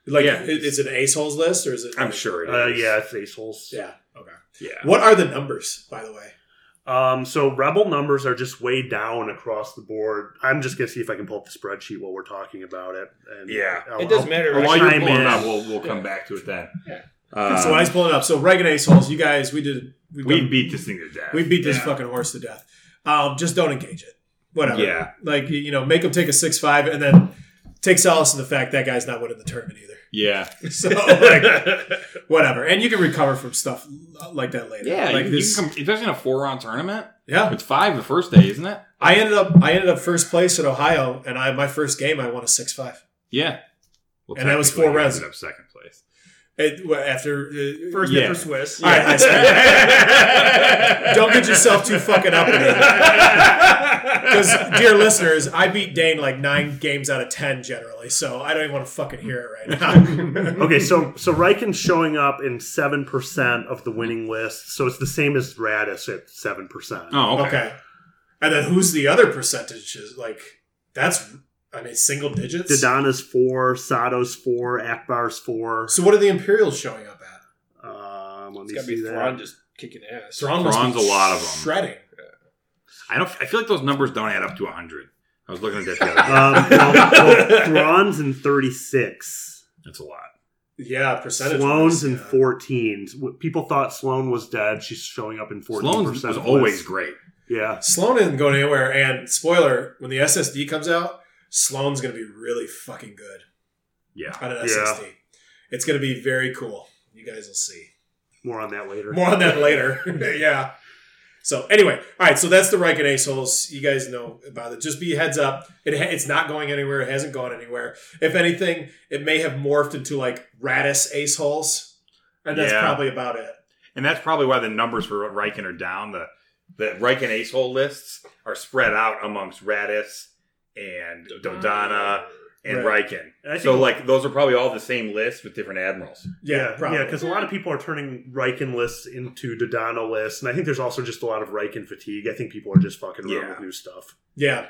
[SPEAKER 2] Like
[SPEAKER 4] Yeah.
[SPEAKER 2] it- it's an Aceholes list or is it?
[SPEAKER 4] I'm sure it is.
[SPEAKER 5] Uh, yeah, it's Aceholes.
[SPEAKER 2] Yeah. Okay.
[SPEAKER 4] yeah.
[SPEAKER 2] What are the numbers, by the way?
[SPEAKER 5] Um, so Rebel numbers are just way down across the board. I'm just going to see if I can pull up the spreadsheet while we're talking about it. And
[SPEAKER 4] Yeah.
[SPEAKER 5] I'll-
[SPEAKER 3] it doesn't
[SPEAKER 5] I'll-
[SPEAKER 3] matter.
[SPEAKER 4] Well, while you're
[SPEAKER 5] Chime
[SPEAKER 4] pulling
[SPEAKER 5] in.
[SPEAKER 4] it up, we'll, we'll come back to it then.
[SPEAKER 3] Yeah.
[SPEAKER 4] Uh,
[SPEAKER 2] so when I was pulling up, so Reich and Aceholes, you guys, we did we've
[SPEAKER 4] we
[SPEAKER 2] done-
[SPEAKER 4] beat this thing to death.
[SPEAKER 2] we beat this
[SPEAKER 3] Yeah.
[SPEAKER 2] fucking horse to death. Um, just don't engage it. Whatever.
[SPEAKER 4] Yeah.
[SPEAKER 2] Like you know, make him take a six five, and then take solace in the fact that guy's not winning the tournament either.
[SPEAKER 4] Yeah.
[SPEAKER 2] So like, whatever, and you can recover from stuff like that later.
[SPEAKER 4] Yeah.
[SPEAKER 2] Like
[SPEAKER 4] you,
[SPEAKER 2] this.
[SPEAKER 4] you can, especially in a four round tournament.
[SPEAKER 2] yeah.
[SPEAKER 4] It's five the first day, isn't it?
[SPEAKER 2] I ended up I ended up first place at Ohio, and I my first game I won a six five.
[SPEAKER 4] Yeah. Well,
[SPEAKER 2] And that was four
[SPEAKER 4] technically, we
[SPEAKER 2] rounds.
[SPEAKER 4] ended up second place.
[SPEAKER 2] After uh,
[SPEAKER 3] first
[SPEAKER 4] Yeah.
[SPEAKER 3] yeah. for Swiss.
[SPEAKER 2] All right, I said- don't get yourself too fucking up with it. Because, dear listeners, I beat Dane like nine games out of ten generally, so I don't even want to fucking hear it right now.
[SPEAKER 5] okay, so so Riken's showing up in seven percent of the winning list, so it's the same as Radis at seven percent.
[SPEAKER 4] Oh, okay.
[SPEAKER 2] okay. And then who's the other percentages? Like, that's, I mean, single digits?
[SPEAKER 5] Dodana's four, Sato's four, Akbar's four.
[SPEAKER 2] so what are the Imperials showing up at?
[SPEAKER 5] Um, let
[SPEAKER 3] It's
[SPEAKER 5] me
[SPEAKER 3] got to
[SPEAKER 5] see
[SPEAKER 3] be Thrawn
[SPEAKER 5] that.
[SPEAKER 3] just kicking ass.
[SPEAKER 2] Thrawn must
[SPEAKER 4] Thrawn's
[SPEAKER 2] be
[SPEAKER 4] a lot of 'em.
[SPEAKER 2] Shredding.
[SPEAKER 4] I don't. I feel like those numbers don't add up to hundred. I was looking at that the other day.
[SPEAKER 5] Um, well, well, Thrawn's in thirty six.
[SPEAKER 4] That's a lot.
[SPEAKER 2] Yeah, percentage.
[SPEAKER 5] Sloan's
[SPEAKER 2] wise,
[SPEAKER 5] in
[SPEAKER 2] yeah.
[SPEAKER 5] fourteen. W- People thought Sloan was dead. She's showing up in fourteen
[SPEAKER 4] Sloan's
[SPEAKER 5] percent.
[SPEAKER 4] was always great.
[SPEAKER 5] yeah.
[SPEAKER 2] Sloan isn't going anywhere. And spoiler, when the SSD comes out, Sloan's going to be really fucking good
[SPEAKER 4] Yeah.
[SPEAKER 2] on an
[SPEAKER 5] Yeah.
[SPEAKER 2] SSD. It's going to be very cool. You guys will see.
[SPEAKER 5] More on that later.
[SPEAKER 2] More on that later. yeah. So anyway, all right. So that's the Reich and Aceholes. You guys know about it. Just be heads up. It ha- it's not going anywhere. It hasn't gone anywhere. If anything, it may have morphed into like Radis Aceholes, and that's
[SPEAKER 4] Yeah.
[SPEAKER 2] probably about it.
[SPEAKER 4] And that's probably why the numbers for Riken are down. The the Riken acehole lists are spread out amongst Radis and Dodana and
[SPEAKER 2] Right.
[SPEAKER 4] Riken.
[SPEAKER 5] And I
[SPEAKER 4] So
[SPEAKER 5] think-
[SPEAKER 4] like those are probably all the same list with different admirals.
[SPEAKER 2] Yeah, probably.
[SPEAKER 5] yeah, because a lot of people are turning Riken lists into Dodonna lists, and I think there's also just a lot of Riken fatigue. I think people are just fucking around
[SPEAKER 4] Yeah.
[SPEAKER 5] with new stuff.
[SPEAKER 2] Yeah.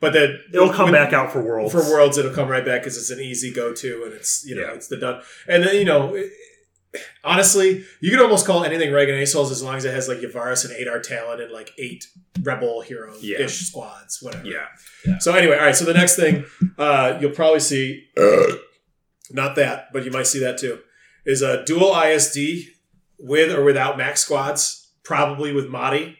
[SPEAKER 2] But that
[SPEAKER 5] It'll come
[SPEAKER 2] when-
[SPEAKER 5] back out for worlds.
[SPEAKER 2] for worlds it'll come right back because it's an easy go-to and it's you know
[SPEAKER 4] Yeah.
[SPEAKER 2] it's the done and then you know it- honestly you could almost call anything Reagan Ace Souls as long as it has like Yavaris and Adar Talon and like eight rebel hero ish
[SPEAKER 4] Yeah.
[SPEAKER 2] squads whatever
[SPEAKER 4] Yeah.
[SPEAKER 2] so anyway all right so the next thing uh, you'll probably see not that but you might see that too is a dual ISD with or without max squads probably with Madi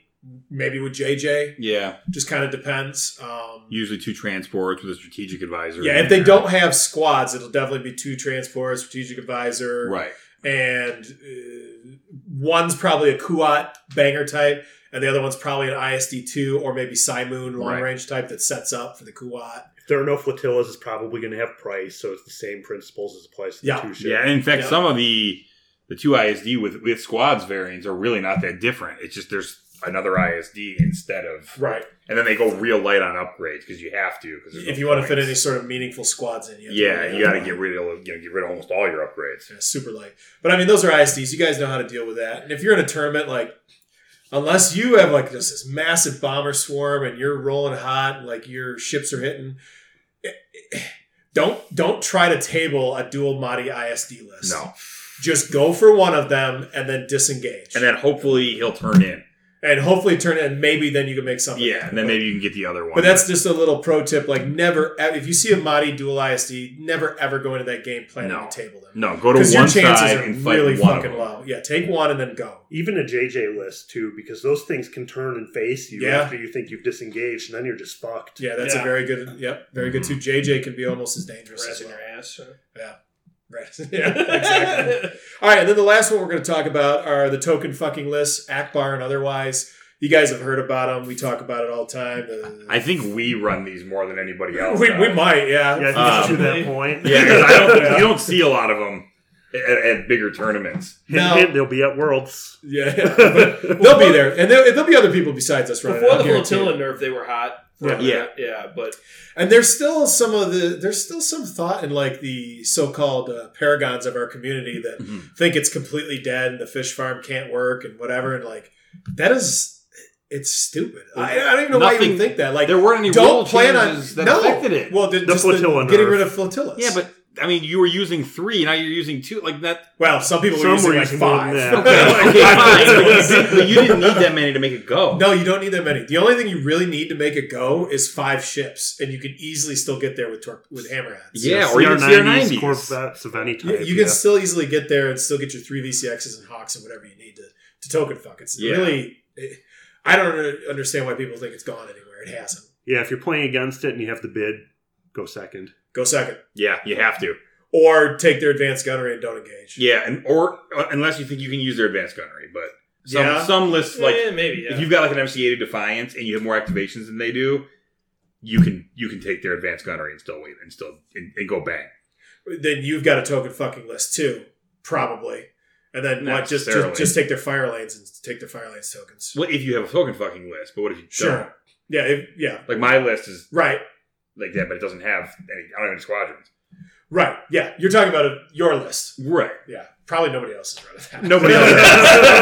[SPEAKER 2] maybe with JJ
[SPEAKER 4] Yeah.
[SPEAKER 2] just kind of depends um,
[SPEAKER 4] Usually two transports with a strategic advisor.
[SPEAKER 2] yeah,
[SPEAKER 4] in
[SPEAKER 2] if they
[SPEAKER 4] there.
[SPEAKER 2] don't have squads, it'll definitely be two transports, strategic advisor,
[SPEAKER 4] Right.
[SPEAKER 2] and uh, one's probably a Kuat banger type, and the other one's probably an ISD two or maybe Simoon long
[SPEAKER 4] Right.
[SPEAKER 2] range type that sets up for the Kuat.
[SPEAKER 5] if there are no flotillas, it's probably going to have price, so it's the same principles as applies to the
[SPEAKER 2] Yeah.
[SPEAKER 5] two ships.
[SPEAKER 4] Yeah. And in fact,
[SPEAKER 2] Yeah.
[SPEAKER 4] some of the the two ISD with with squads variants are really not that different. It's just there's another ISD instead of,
[SPEAKER 2] Right.
[SPEAKER 4] and then they go real light on upgrades because you have to. 'cause there's no
[SPEAKER 2] If you want to fit
[SPEAKER 4] points.
[SPEAKER 2] any sort of meaningful squads in, you
[SPEAKER 4] yeah, you got to get rid of you know get rid of almost all your upgrades.
[SPEAKER 2] Yeah, uh, super light. But I mean, those are ISDs. You guys know how to deal with that. And if you're in a tournament, like, unless you have like just this massive bomber swarm and you're rolling hot, and, like your ships are hitting, eh, eh, don't don't try to table a dual Mahdi ISD list.
[SPEAKER 4] No,
[SPEAKER 2] just go for one of them and then disengage,
[SPEAKER 4] and then hopefully he'll turn in.
[SPEAKER 2] and hopefully turn it. And maybe then you can make something.
[SPEAKER 4] Yeah, and then
[SPEAKER 2] But-
[SPEAKER 4] maybe you can get the other one.
[SPEAKER 2] But that's just a little pro tip. Like, never ev- if you see a Mahdi dual ISD, never ever go into that game planning
[SPEAKER 4] No.
[SPEAKER 2] to table them.
[SPEAKER 4] no. Go to
[SPEAKER 2] Because your
[SPEAKER 4] one
[SPEAKER 2] chances
[SPEAKER 4] side
[SPEAKER 2] are
[SPEAKER 4] and fight
[SPEAKER 2] really
[SPEAKER 4] one of
[SPEAKER 2] fucking
[SPEAKER 4] them.
[SPEAKER 2] low. Yeah, take one and then go.
[SPEAKER 5] Even a JJ list too, because those things can turn and face you
[SPEAKER 2] Yeah.
[SPEAKER 5] after you think you've disengaged, and then you're just fucked.
[SPEAKER 2] Yeah, that's a
[SPEAKER 3] Yeah.
[SPEAKER 2] very good. Yep, very good too. JJ can be almost as dangerous
[SPEAKER 3] Rats
[SPEAKER 2] as
[SPEAKER 3] in
[SPEAKER 2] well.
[SPEAKER 3] their ass.
[SPEAKER 2] Right. yeah, exactly. All right, and then the last one we're going to talk about are the token fucking lists, Akbar and otherwise. You guys have heard about them. We talk about it all the time. The-
[SPEAKER 4] I think we run these more than anybody else.
[SPEAKER 2] we,
[SPEAKER 4] does.
[SPEAKER 2] we might, yeah.
[SPEAKER 5] Yeah, I think
[SPEAKER 4] Um,
[SPEAKER 5] to that point.
[SPEAKER 4] Yeah, 'cause I don't.
[SPEAKER 2] Yeah.
[SPEAKER 4] You don't see a lot of them at, at bigger tournaments.
[SPEAKER 5] Hint,
[SPEAKER 2] No.
[SPEAKER 5] hint, they'll be at worlds.
[SPEAKER 2] yeah. But they'll be there, and there, there'll be other people besides us running.
[SPEAKER 3] Before the
[SPEAKER 2] I'll guarantee it.
[SPEAKER 3] flotilla nerf, they were hot.
[SPEAKER 2] Right.
[SPEAKER 4] Yeah.
[SPEAKER 3] yeah, but
[SPEAKER 2] And there's still some of the there's still some thought in like the so-called uh, paragons of our community that
[SPEAKER 4] Mhm.
[SPEAKER 2] think it's completely dead and the fish farm can't work and whatever and like that is it's stupid. I, I don't even know why you
[SPEAKER 4] Nothing-
[SPEAKER 2] would think that. Like
[SPEAKER 4] there weren't any
[SPEAKER 2] don't
[SPEAKER 4] rule
[SPEAKER 2] plan on
[SPEAKER 4] changes that
[SPEAKER 2] no.
[SPEAKER 4] affected it.
[SPEAKER 2] Well, the,
[SPEAKER 5] The
[SPEAKER 2] just the
[SPEAKER 5] flotilla
[SPEAKER 2] getting
[SPEAKER 5] nerf.
[SPEAKER 2] rid of flotillas.
[SPEAKER 4] yeah, but I mean, you were using three, now you're using two. Like that.
[SPEAKER 2] well, some people
[SPEAKER 5] Some
[SPEAKER 2] were using
[SPEAKER 5] were
[SPEAKER 2] like
[SPEAKER 5] using more than
[SPEAKER 2] five.
[SPEAKER 5] that.
[SPEAKER 4] Okay, fine, but you- but you didn't need that many to make it go.
[SPEAKER 2] No, you don't need that many. The only thing you really need to make it go is five ships, and you can easily still get there with tor- with hammerheads.
[SPEAKER 4] Yeah, or even
[SPEAKER 5] CR90s,
[SPEAKER 4] CR90s.
[SPEAKER 5] Corvettes of any
[SPEAKER 2] You,
[SPEAKER 5] type.
[SPEAKER 2] you can
[SPEAKER 5] yeah.
[SPEAKER 2] still easily get there and still get your three VCXs and Hawks and whatever you need to, to token fuck. It's
[SPEAKER 4] Yeah.
[SPEAKER 2] really, I don't under- understand why people think it's gone anywhere. It hasn't.
[SPEAKER 5] Yeah, if you're playing against it and you have the bid, go second.
[SPEAKER 2] Go second.
[SPEAKER 4] Yeah, you have to.
[SPEAKER 2] Or take their advanced gunnery and don't engage.
[SPEAKER 4] Yeah, and or uh, unless you think you can use their advanced gunnery, but some
[SPEAKER 2] Yeah.
[SPEAKER 4] some lists like
[SPEAKER 3] eh, maybe yeah.
[SPEAKER 4] if you've got like an MC8 of Defiance and you have more activations than they do, you can you can take their advanced gunnery and still win and still and, and go bang.
[SPEAKER 2] Then you've got a token fucking list too, probably. And then
[SPEAKER 4] Not
[SPEAKER 2] what, just,
[SPEAKER 4] necessarily.
[SPEAKER 2] just just take their fire lanes and take their fire lanes tokens.
[SPEAKER 4] Well, if you have a token fucking list, but what if you
[SPEAKER 2] Sure.
[SPEAKER 4] don't?
[SPEAKER 2] Yeah, if, yeah.
[SPEAKER 4] Like my list is
[SPEAKER 2] Right.
[SPEAKER 4] like that, but it doesn't have any. I don't have any squadrons.
[SPEAKER 2] Right. Yeah. You're talking about a, your list.
[SPEAKER 4] Right.
[SPEAKER 2] Yeah. Probably nobody else is running that.
[SPEAKER 4] Nobody else.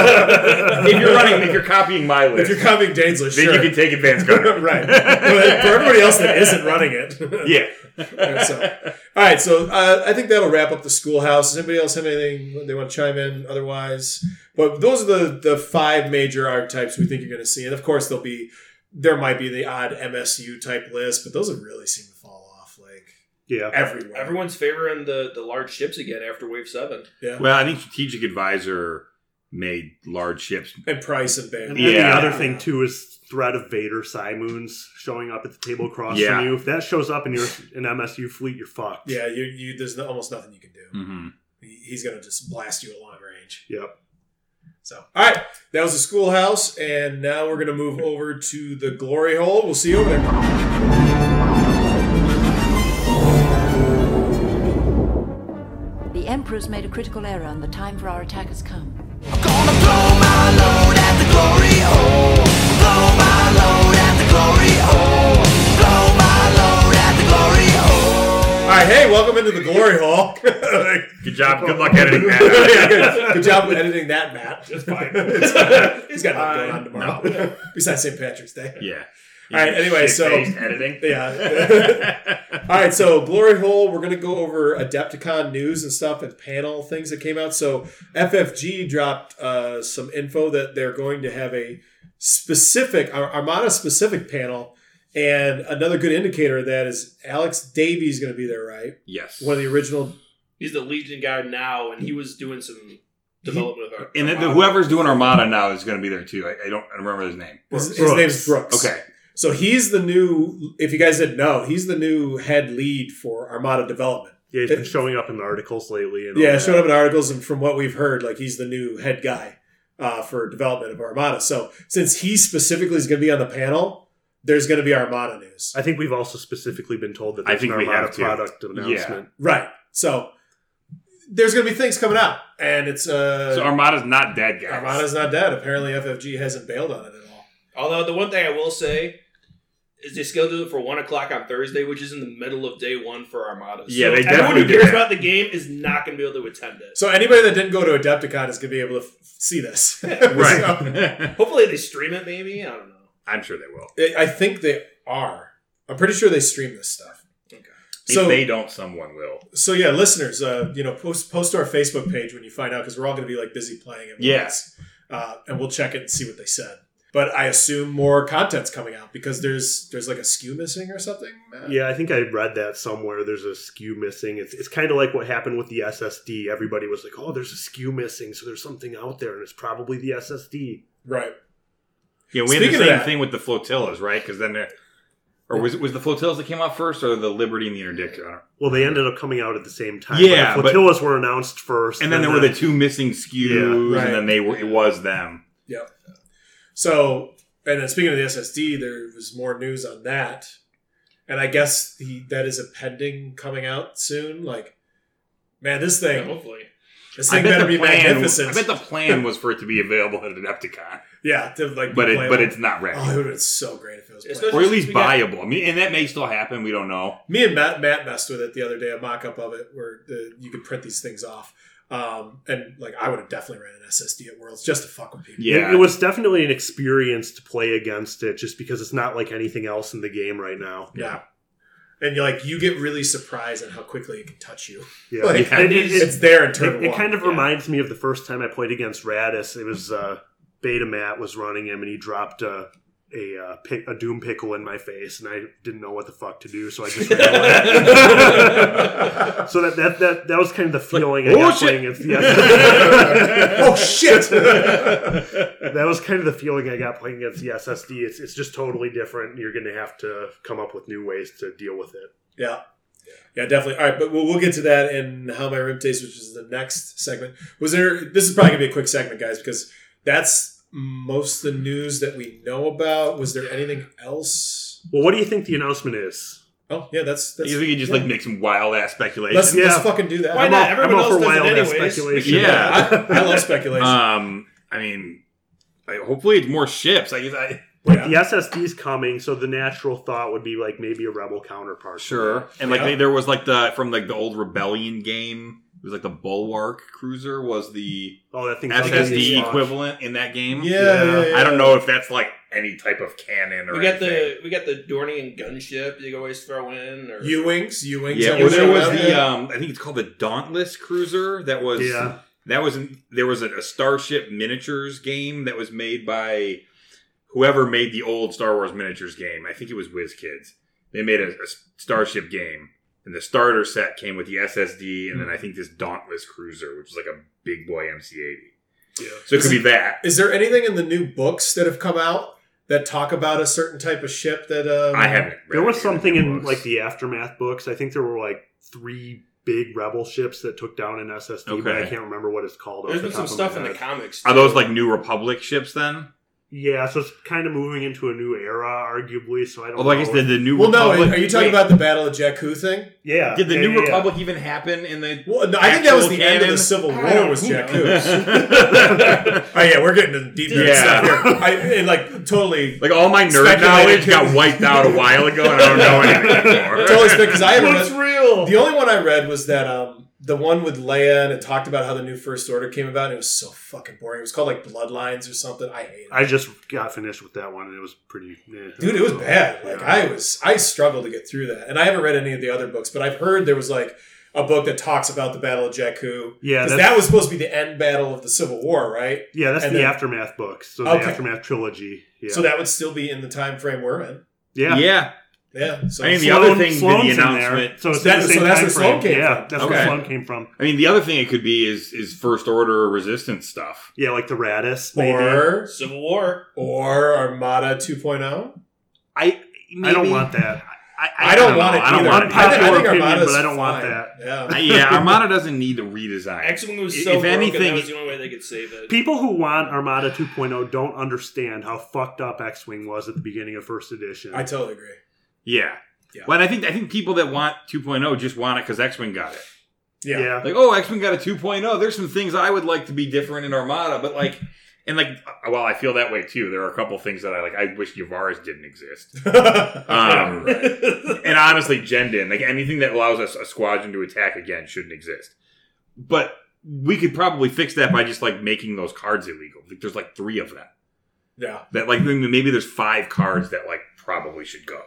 [SPEAKER 4] if you're running, if you're copying my
[SPEAKER 2] If
[SPEAKER 4] list,
[SPEAKER 2] you're copying Dane's list,
[SPEAKER 4] then
[SPEAKER 2] sure.
[SPEAKER 4] you can take advanced gunnery.
[SPEAKER 2] right. But for everybody else that isn't running it.
[SPEAKER 4] Yeah.
[SPEAKER 2] So- All right. So uh, I think that'll wrap up the schoolhouse. Does anybody else have anything they want to chime in otherwise? But those are the, the five major archetypes we think you're going to see. And of course, there'll be, there might be the odd MSU type list, but those have really seemed to fall off like
[SPEAKER 5] Yeah.
[SPEAKER 2] everywhere.
[SPEAKER 3] everyone's favoring the the large ships again after wave seven.
[SPEAKER 2] Yeah.
[SPEAKER 4] Well, I think strategic advisor made large ships.
[SPEAKER 2] and Price and Bear.
[SPEAKER 5] And then
[SPEAKER 4] Yeah.
[SPEAKER 5] the other thing too is threat of Vader Simoons showing up at the table across
[SPEAKER 4] Yeah.
[SPEAKER 5] from you. If that shows up in your an MSU fleet, you're fucked.
[SPEAKER 2] Yeah. You, you, there's no, almost nothing you can do.
[SPEAKER 4] Mm-hmm.
[SPEAKER 2] He- He's going to just blast you at long range.
[SPEAKER 5] Yep.
[SPEAKER 2] So, all right, that was the schoolhouse, and now we're gonna move over to the glory hole. We'll see you over there.
[SPEAKER 7] The Emperor's made a critical error, and the time for our attack has come.
[SPEAKER 8] Gonna blow my load at the glory hole. Blow my load at the glory hole. Blow my load at the glory hole.
[SPEAKER 2] All right, right, hey, welcome into the glory hall.
[SPEAKER 4] Good job. Good luck editing that.
[SPEAKER 2] Yeah, good. Good job with editing that, Matt.
[SPEAKER 3] It's fine. Uh,
[SPEAKER 2] It's fine. He's got nothing going on
[SPEAKER 4] Fine.
[SPEAKER 2] tomorrow. Besides St. Patrick's Day.
[SPEAKER 4] Yeah.
[SPEAKER 2] All right, anyway, so-
[SPEAKER 4] Shit-faced editing.
[SPEAKER 2] Yeah. All right, so Glory Hole, we're going to go over Adepticon news and stuff and panel things that came out. So FFG dropped uh, some info that they're going to have a specific, Ar- Armada specific panel. And another good indicator of that is Alex Davies going to be there, right?
[SPEAKER 4] yes.
[SPEAKER 2] One of the original.
[SPEAKER 3] He's the Legion guy now, and he was doing some development of our.
[SPEAKER 4] And then the, whoever's doing Armada now is going to be there too. I, I don't I don't remember his name.
[SPEAKER 2] His, his
[SPEAKER 5] Brooks.
[SPEAKER 2] name's Brooks.
[SPEAKER 4] Okay.
[SPEAKER 2] So he's the new, if you guys didn't know, he's the new head lead for Armada development.
[SPEAKER 5] Yeah, he's been showing up in the articles lately. And all
[SPEAKER 2] Yeah, it
[SPEAKER 5] that.
[SPEAKER 2] showed up in articles, and from what we've heard, like he's the new head guy uh, for development of Armada. So since he specifically is going to be on the panel, there's going to be Armada news,
[SPEAKER 5] I think we've also specifically been told that
[SPEAKER 4] I
[SPEAKER 5] there's
[SPEAKER 4] think
[SPEAKER 5] an
[SPEAKER 4] we
[SPEAKER 5] Armada
[SPEAKER 4] have to.
[SPEAKER 5] product announcement.
[SPEAKER 2] right? So there's going to be things coming out, and it's uh,
[SPEAKER 4] So Armada's not dead, guys.
[SPEAKER 2] Armada's not dead. Apparently, FFG hasn't bailed on it at all.
[SPEAKER 3] Although the one thing I will say is they scheduled it for one o'clock on Thursday, which is in the middle of day one for Armada.
[SPEAKER 4] Yeah, they
[SPEAKER 3] everyone
[SPEAKER 4] definitely
[SPEAKER 3] who
[SPEAKER 4] did
[SPEAKER 3] cares
[SPEAKER 4] that.
[SPEAKER 3] about the game is not going to be able to attend it.
[SPEAKER 2] So anybody that didn't go to Adepticon is going to be able to f- see this, So,
[SPEAKER 4] Right.
[SPEAKER 3] Hopefully they stream it. Maybe I don't know.
[SPEAKER 4] I'm sure they will.
[SPEAKER 2] I I think they are. I'm pretty sure they stream this stuff.
[SPEAKER 3] Okay.
[SPEAKER 4] if they don't, someone will.
[SPEAKER 2] so yeah, listeners, uh, you know, post post to our Facebook page when you find out because we're all going to be like busy playing it.
[SPEAKER 4] Yeah.
[SPEAKER 2] Yes, uh, and we'll check it and see what they said. But I assume more content's coming out because there's there's like a skew missing or something. Matt?
[SPEAKER 5] Yeah, I think I read that somewhere. There's a skew missing. It's, it's kind of like what happened with the SSD. Everybody was like, oh, there's a skew missing, so there's something out there, and it's probably the SSD.
[SPEAKER 2] right.
[SPEAKER 4] Yeah, we had the
[SPEAKER 2] Speaking of
[SPEAKER 4] same
[SPEAKER 2] that-
[SPEAKER 4] thing with the flotillas, right? Because then, there- or was was the flotillas that came out first, or the Liberty and the Interdict? I don't.
[SPEAKER 5] Well, they ended up coming out at the same time.
[SPEAKER 4] Yeah, but-
[SPEAKER 5] but the flotillas were announced first,
[SPEAKER 4] And then there were the two missing skews,
[SPEAKER 2] Yeah, right.
[SPEAKER 4] and then they were it was them.
[SPEAKER 2] So and then speaking of the SSD, there was more news on that, and I guess the, that is a pending coming out soon. Like, man, this
[SPEAKER 3] Yeah,
[SPEAKER 2] thing
[SPEAKER 3] hopefully.
[SPEAKER 2] this
[SPEAKER 4] I
[SPEAKER 2] thing
[SPEAKER 4] bet
[SPEAKER 2] better be
[SPEAKER 4] the plan.
[SPEAKER 2] magnificent.
[SPEAKER 4] I bet the plan was for it to be available at Adepticon,
[SPEAKER 2] yeah, to like, be
[SPEAKER 4] but it
[SPEAKER 2] playable.
[SPEAKER 4] but it's not ready,
[SPEAKER 2] oh, it would have been so great if it was.
[SPEAKER 3] Especially
[SPEAKER 2] playable.
[SPEAKER 4] or at least
[SPEAKER 3] We got-
[SPEAKER 4] buyable. I mean, and that may still happen. We don't know.
[SPEAKER 2] Me and Matt, Matt messed with it the other day, a mock up of it where the, you could print these things off. Um, and like I would have definitely ran an SSD at Worlds just to fuck with people.
[SPEAKER 4] Yeah,
[SPEAKER 5] It, it was definitely an experience to play against it, just because it's not like anything else in the game right now.
[SPEAKER 2] Yeah. And you're like you get really surprised at how quickly it can touch you.
[SPEAKER 5] Yeah,
[SPEAKER 2] Like,
[SPEAKER 5] And it- it-
[SPEAKER 2] It's there in turn
[SPEAKER 5] It, it
[SPEAKER 2] one.
[SPEAKER 5] kind of
[SPEAKER 3] yeah.
[SPEAKER 5] reminds me of the first time I played against Radis. It was uh, Beta Matt was running him, and he dropped a a, uh, pick, a Doom pickle in my face, and I didn't know what the fuck to do, so I just ran away. so that, that that that was kind of the feeling
[SPEAKER 3] oh,
[SPEAKER 5] I got playing against. The
[SPEAKER 2] oh shit!
[SPEAKER 5] that was kind of the feeling I got playing against the SSD. It's it's just totally different. and You're going to have to come up with new ways to deal with it.
[SPEAKER 2] yeah. Yeah, definitely. All right, but we'll, we'll get to that in how my room tastes, which is the next segment. Was there? This is probably gonna be a quick segment, guys, because that's most the news that we know about. Was there anything else?
[SPEAKER 5] Well, what do you think the announcement is?
[SPEAKER 2] Oh yeah, that's that's.
[SPEAKER 4] you think you just like make some wild ass speculation.
[SPEAKER 2] Let's,
[SPEAKER 5] Yeah.
[SPEAKER 2] let's fucking do that.
[SPEAKER 3] Why
[SPEAKER 5] I'm
[SPEAKER 3] not?
[SPEAKER 5] all-
[SPEAKER 3] Everyone
[SPEAKER 5] I'm all
[SPEAKER 3] else
[SPEAKER 5] for
[SPEAKER 3] does it
[SPEAKER 5] wild ass
[SPEAKER 3] anyways.
[SPEAKER 5] speculation.
[SPEAKER 4] Yeah.
[SPEAKER 2] I love speculation.
[SPEAKER 4] um, I mean, I, hopefully it's more ships. I guess I
[SPEAKER 5] Like
[SPEAKER 2] Yeah.
[SPEAKER 5] the SSD's coming, so the natural thought would be like maybe a rebel counterpart.
[SPEAKER 4] Sure. And like
[SPEAKER 2] Yeah.
[SPEAKER 4] they, there was like the from like the old Rebellion game. It was like the Bulwark cruiser was the
[SPEAKER 5] Oh, that thing's like a
[SPEAKER 4] SSD
[SPEAKER 5] launch.
[SPEAKER 4] equivalent in that game.
[SPEAKER 2] yeah, yeah, yeah.
[SPEAKER 4] I don't know if that's like any type of cannon or
[SPEAKER 3] We got
[SPEAKER 4] anything.
[SPEAKER 3] the we got the Dornian gunship you can always throw in. Or
[SPEAKER 2] U wings, U wings.
[SPEAKER 4] yeah, or there was the um, I think it's called the Dauntless cruiser. That was
[SPEAKER 5] Yeah,
[SPEAKER 4] that was an, there was a, a Starship miniatures game that was made by whoever made the old Star Wars miniatures game. I think it was Whiz Kids. They made a, a Starship game, and the starter set came with the SSD, and then I think this Dauntless cruiser, which was like a big boy MC80.
[SPEAKER 2] Yeah.
[SPEAKER 4] So it could be that.
[SPEAKER 2] Is there anything in the new books that have come out that talk about a certain type of ship that? Um,
[SPEAKER 4] I haven't. Read
[SPEAKER 5] there was
[SPEAKER 4] any
[SPEAKER 5] something
[SPEAKER 4] of the
[SPEAKER 5] in
[SPEAKER 4] books.
[SPEAKER 5] like the aftermath books. I think there were like three big rebel ships that took down an SSD, but I
[SPEAKER 4] Okay.
[SPEAKER 5] can't remember what it's called. off
[SPEAKER 3] there's been some
[SPEAKER 5] top of my
[SPEAKER 3] stuff in the
[SPEAKER 5] head.
[SPEAKER 3] comics.
[SPEAKER 4] Are those
[SPEAKER 3] too.
[SPEAKER 4] like New Republic ships then?
[SPEAKER 5] Yeah, so it's kind of moving into a new era, arguably. So I don't.
[SPEAKER 4] Although I
[SPEAKER 5] know
[SPEAKER 4] guess did the New
[SPEAKER 2] Well, no.
[SPEAKER 4] Republic?
[SPEAKER 2] Are you talking
[SPEAKER 4] wait,
[SPEAKER 2] about the Battle of Jakku thing?
[SPEAKER 5] yeah,
[SPEAKER 4] Did the
[SPEAKER 5] yeah,
[SPEAKER 4] New
[SPEAKER 5] yeah, yeah.
[SPEAKER 4] Republic even happen in the?
[SPEAKER 2] Well, no, I think that was the
[SPEAKER 4] Actual
[SPEAKER 2] end of the
[SPEAKER 4] canon?
[SPEAKER 2] Civil
[SPEAKER 4] I don't-
[SPEAKER 2] War was
[SPEAKER 4] who
[SPEAKER 2] Jakku. oh yeah, we're getting into deep nerd
[SPEAKER 4] Yeah.
[SPEAKER 2] stuff here. I, and like totally,
[SPEAKER 4] Like all my nerd
[SPEAKER 2] Speculated
[SPEAKER 4] knowledge
[SPEAKER 2] canon.
[SPEAKER 4] got wiped out a while ago, and I don't know anything anymore.
[SPEAKER 2] totally because I haven't.
[SPEAKER 3] What's
[SPEAKER 2] read-
[SPEAKER 3] real?
[SPEAKER 2] The only one I read was that um, the one with Leia, and it talked about how the new First Order came about. And it was so fucking boring. It was called like Bloodlines or something. I hated it.
[SPEAKER 5] I just got finished with that one, and it was pretty. eh,
[SPEAKER 2] Dude, it was bad. Like
[SPEAKER 5] Yeah.
[SPEAKER 2] I was, I struggled to get through that, and I haven't read any of the other books, but I've heard there was like a book that talks about the Battle of Jakku.
[SPEAKER 5] Yeah,
[SPEAKER 2] because
[SPEAKER 5] that's-
[SPEAKER 2] that was supposed to be the end battle of the Civil War, right?
[SPEAKER 5] Yeah, that's
[SPEAKER 2] And
[SPEAKER 5] the
[SPEAKER 2] then-
[SPEAKER 5] aftermath books. So
[SPEAKER 2] Okay.
[SPEAKER 5] the aftermath trilogy. Yeah.
[SPEAKER 2] So that would still be in the time frame we're in.
[SPEAKER 5] yeah.
[SPEAKER 4] yeah.
[SPEAKER 2] Yeah. So
[SPEAKER 4] I mean, the
[SPEAKER 5] Sloan-
[SPEAKER 4] other thing did
[SPEAKER 5] Sloan's
[SPEAKER 4] the
[SPEAKER 5] in there,
[SPEAKER 4] announcement.
[SPEAKER 5] So it's
[SPEAKER 2] That-
[SPEAKER 5] in the
[SPEAKER 2] so
[SPEAKER 5] same
[SPEAKER 2] that's
[SPEAKER 5] time
[SPEAKER 2] where Sloan
[SPEAKER 5] frame.
[SPEAKER 2] came
[SPEAKER 5] yeah,
[SPEAKER 2] from.
[SPEAKER 5] that's
[SPEAKER 4] Okay.
[SPEAKER 5] where Sloan came from.
[SPEAKER 4] I mean, the other thing it could be is is first order or resistance stuff.
[SPEAKER 5] Yeah, like the Radis. maybe.
[SPEAKER 2] or
[SPEAKER 3] Civil War.
[SPEAKER 2] or Armada oh. 2.0.
[SPEAKER 4] I
[SPEAKER 5] I don't want that.
[SPEAKER 4] I,
[SPEAKER 2] I don't want it.
[SPEAKER 4] I don't
[SPEAKER 2] either.
[SPEAKER 4] want it.
[SPEAKER 2] I think, I
[SPEAKER 5] Unpopular
[SPEAKER 2] think
[SPEAKER 5] opinion,
[SPEAKER 2] Armada's
[SPEAKER 5] but I don't want
[SPEAKER 2] fine.
[SPEAKER 5] that.
[SPEAKER 2] Yeah.
[SPEAKER 4] I- yeah, Armada doesn't need a redesign.
[SPEAKER 3] X Wing was
[SPEAKER 4] If
[SPEAKER 3] so broken.
[SPEAKER 4] anything-
[SPEAKER 3] that was the only way they could save it.
[SPEAKER 5] People who want Armada 2.0 don't understand how fucked up X Wing was at the beginning of first edition.
[SPEAKER 2] I totally agree.
[SPEAKER 4] Yeah.
[SPEAKER 2] Yeah.
[SPEAKER 4] Well, and I think I think people that want 2.0 just want it because X Wing got it.
[SPEAKER 2] Yeah.
[SPEAKER 5] yeah.
[SPEAKER 4] Like, oh, X Men got a 2.0. There's some things I would like to be different in Armada, but like, and like, well, I feel that way too. There are a couple things that I like. I wish Yavaris didn't exist. Um, and honestly, Jen didn't. Like, anything that allows us a squadron to attack again shouldn't exist. But we could probably fix that by just like making those cards illegal. Like, there's like three of them.
[SPEAKER 2] yeah.
[SPEAKER 4] That like maybe there's five cards that like probably should go.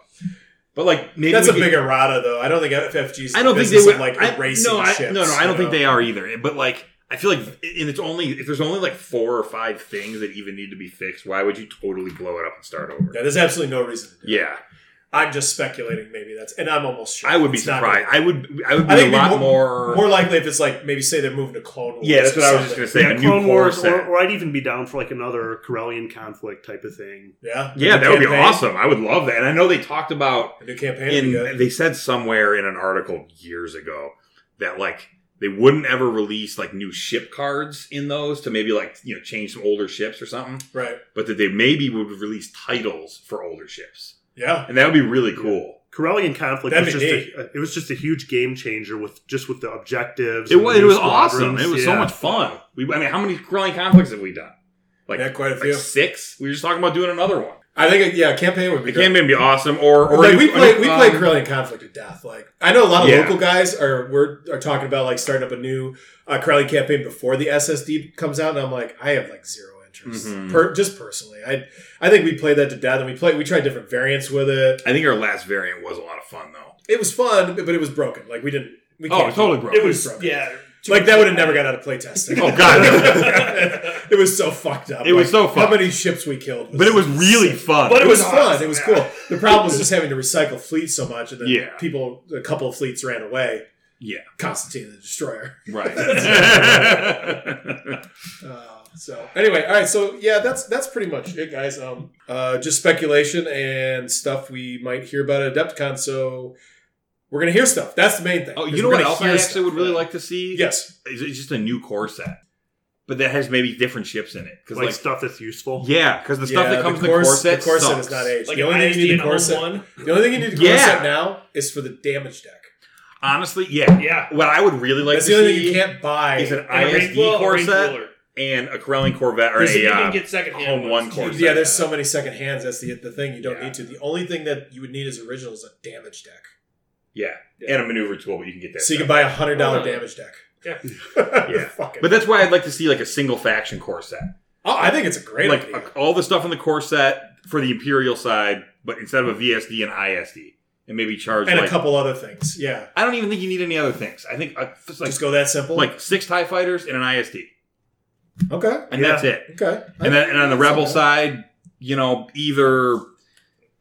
[SPEAKER 4] But like maybe
[SPEAKER 2] That's
[SPEAKER 4] we
[SPEAKER 2] a
[SPEAKER 4] could-
[SPEAKER 2] big errata, though. I don't think FFG's.
[SPEAKER 4] I don't think they
[SPEAKER 2] business
[SPEAKER 4] would
[SPEAKER 2] of, like
[SPEAKER 4] I-
[SPEAKER 2] erasing
[SPEAKER 4] no, I-
[SPEAKER 2] ships,
[SPEAKER 4] no, no, I
[SPEAKER 2] you
[SPEAKER 4] don't think
[SPEAKER 2] know?
[SPEAKER 4] they are either. But like, I feel like, and it's only if there's only like four or five things that even need to be fixed. Why would you totally blow it up and start over?
[SPEAKER 2] Yeah, there's absolutely no reason to do it.
[SPEAKER 4] Yeah,
[SPEAKER 2] I'm just speculating. Maybe that's, and I'm almost sure
[SPEAKER 4] I would be
[SPEAKER 2] it's not
[SPEAKER 4] surprised.
[SPEAKER 2] gonna-
[SPEAKER 4] I would, I would be
[SPEAKER 2] I think
[SPEAKER 4] a
[SPEAKER 2] it'd be
[SPEAKER 4] lot
[SPEAKER 2] more,
[SPEAKER 4] more.
[SPEAKER 2] more likely if it's like maybe say they're moving to Clone Wars.
[SPEAKER 4] yeah, that's
[SPEAKER 2] or
[SPEAKER 4] what I was just gonna
[SPEAKER 2] something.
[SPEAKER 4] say.
[SPEAKER 5] yeah,
[SPEAKER 4] a new
[SPEAKER 5] Clone
[SPEAKER 4] horror
[SPEAKER 5] Wars,
[SPEAKER 4] set.
[SPEAKER 5] or, or I'd even be down for like another Corellian conflict type of thing.
[SPEAKER 2] Yeah,
[SPEAKER 4] yeah,
[SPEAKER 2] A new
[SPEAKER 4] that would be
[SPEAKER 2] campaign.
[SPEAKER 4] awesome. I would love that. And I know they talked about
[SPEAKER 2] A new campaign. would be
[SPEAKER 4] in
[SPEAKER 2] good.
[SPEAKER 4] they said somewhere in an article years ago that like they wouldn't ever release like new ship cards in those to maybe like you know change some older ships or something.
[SPEAKER 2] right.
[SPEAKER 4] but that they maybe would release titles for older ships,
[SPEAKER 2] Yeah,
[SPEAKER 4] and that would be really cool.
[SPEAKER 5] Corellian conflict
[SPEAKER 2] That'd
[SPEAKER 5] was just
[SPEAKER 2] be
[SPEAKER 5] a, it was just a huge game changer with just with the objectives.
[SPEAKER 4] It
[SPEAKER 5] and
[SPEAKER 4] was
[SPEAKER 5] the
[SPEAKER 4] it
[SPEAKER 5] new
[SPEAKER 4] was awesome.
[SPEAKER 5] squadrons.
[SPEAKER 4] It was
[SPEAKER 5] Yeah.
[SPEAKER 4] so much fun. We, I mean, how many Corellian conflicts have we done? Like,
[SPEAKER 2] yeah, quite a
[SPEAKER 4] like
[SPEAKER 2] few.
[SPEAKER 4] six. We were just talking about doing another one.
[SPEAKER 2] I think yeah, a campaign would be
[SPEAKER 4] It
[SPEAKER 2] good.
[SPEAKER 4] can maybe be awesome, or or
[SPEAKER 2] like
[SPEAKER 4] you-
[SPEAKER 2] we play we
[SPEAKER 4] um,
[SPEAKER 2] play Corellian conflict to death. Like I know a lot of
[SPEAKER 4] Yeah.
[SPEAKER 2] local guys are we're are talking about like starting up a new uh, Corellian campaign before the SSD comes out, and I'm like I have like zero interest,
[SPEAKER 4] Mhm.
[SPEAKER 2] per, just personally. I I think we played that to death, and we played we tried different variants with it.
[SPEAKER 4] I think our last variant was a lot of fun though.
[SPEAKER 2] It was fun, but it was broken. Like we didn't. We
[SPEAKER 4] Oh,
[SPEAKER 2] can't
[SPEAKER 4] it totally broke.
[SPEAKER 3] it was
[SPEAKER 2] broken.
[SPEAKER 3] yeah.
[SPEAKER 2] Like that would have never got out of playtesting.
[SPEAKER 4] Oh, God.
[SPEAKER 2] it was so fucked up.
[SPEAKER 4] It was so
[SPEAKER 2] How
[SPEAKER 4] fucked.
[SPEAKER 2] many ships we killed?
[SPEAKER 4] but it was really
[SPEAKER 2] sick.
[SPEAKER 4] fun.
[SPEAKER 3] But
[SPEAKER 2] It, was, fun.
[SPEAKER 3] awesome,
[SPEAKER 2] It was
[SPEAKER 3] yeah.
[SPEAKER 2] cool. The problem was just having to recycle fleets so much, and then
[SPEAKER 4] Yeah.
[SPEAKER 2] people, a couple of fleets ran away.
[SPEAKER 4] yeah,
[SPEAKER 2] Constantine the Destroyer.
[SPEAKER 4] right.
[SPEAKER 2] Uh, so anyway, all right. So yeah, that's that's pretty much it, guys. Um, uh, just speculation and stuff we might hear about at Adepticon. So we're gonna hear stuff. That's the main thing.
[SPEAKER 4] oh, you
[SPEAKER 2] Is
[SPEAKER 4] know
[SPEAKER 2] we're
[SPEAKER 4] what
[SPEAKER 2] gonna
[SPEAKER 4] else I
[SPEAKER 2] hear
[SPEAKER 4] actually
[SPEAKER 2] stuff.
[SPEAKER 4] would really like to see?
[SPEAKER 2] Yes.
[SPEAKER 4] is it's just a new core set, but that has maybe different ships in it. Because
[SPEAKER 5] like,
[SPEAKER 4] like
[SPEAKER 5] stuff that's useful.
[SPEAKER 4] Yeah, because the stuff
[SPEAKER 2] Yeah,
[SPEAKER 4] that comes in
[SPEAKER 2] course-
[SPEAKER 4] the corset,
[SPEAKER 2] the corset
[SPEAKER 4] sucks.
[SPEAKER 2] is not aged.
[SPEAKER 3] Like
[SPEAKER 2] the only thing you need the corset.
[SPEAKER 3] one.
[SPEAKER 2] The only thing you need to
[SPEAKER 4] Yeah.
[SPEAKER 2] corset now is for the damage deck.
[SPEAKER 4] Honestly, yeah.
[SPEAKER 3] Yeah.
[SPEAKER 4] What I would really like
[SPEAKER 2] That's
[SPEAKER 4] to
[SPEAKER 2] the only
[SPEAKER 4] see
[SPEAKER 2] thing you can't buy.
[SPEAKER 4] is an
[SPEAKER 3] And a
[SPEAKER 4] ISD
[SPEAKER 3] rainbow- a rainbow
[SPEAKER 4] corset
[SPEAKER 3] alert.
[SPEAKER 4] and a Corellian Corvette or
[SPEAKER 3] Because if
[SPEAKER 4] a
[SPEAKER 3] you
[SPEAKER 4] uh,
[SPEAKER 3] can get secondhand
[SPEAKER 4] home
[SPEAKER 3] ones,
[SPEAKER 4] one
[SPEAKER 3] you-
[SPEAKER 4] corset.
[SPEAKER 2] yeah, there's so many second hands. That's the the thing you don't
[SPEAKER 4] Yeah.
[SPEAKER 2] need to. The only thing that you would need as original is a damage deck.
[SPEAKER 4] yeah. and a maneuver tool, but you can get that.
[SPEAKER 2] So you
[SPEAKER 4] stuff.
[SPEAKER 2] can buy a hundred dollar
[SPEAKER 3] Oh.
[SPEAKER 2] damage deck.
[SPEAKER 3] Yeah.
[SPEAKER 4] Yeah.
[SPEAKER 2] Fucking-
[SPEAKER 4] but that's why I'd like to see like a single faction corset,
[SPEAKER 2] oh, I think it's a great
[SPEAKER 4] like
[SPEAKER 2] idea.
[SPEAKER 4] a- all the stuff in the corset for the Imperial side, but instead of a VSD and ISD, and maybe charge
[SPEAKER 2] and
[SPEAKER 4] like
[SPEAKER 2] a couple other things. Yeah,
[SPEAKER 4] I don't even think you need any other things. I think uh, it's like
[SPEAKER 2] just go that simple.
[SPEAKER 4] like six Tie Fighters and an ISD,
[SPEAKER 2] okay,
[SPEAKER 4] and
[SPEAKER 5] Yeah.
[SPEAKER 4] that's it.
[SPEAKER 2] okay.
[SPEAKER 4] and then and on the
[SPEAKER 2] That's
[SPEAKER 4] rebel
[SPEAKER 2] okay.
[SPEAKER 4] side, you know, either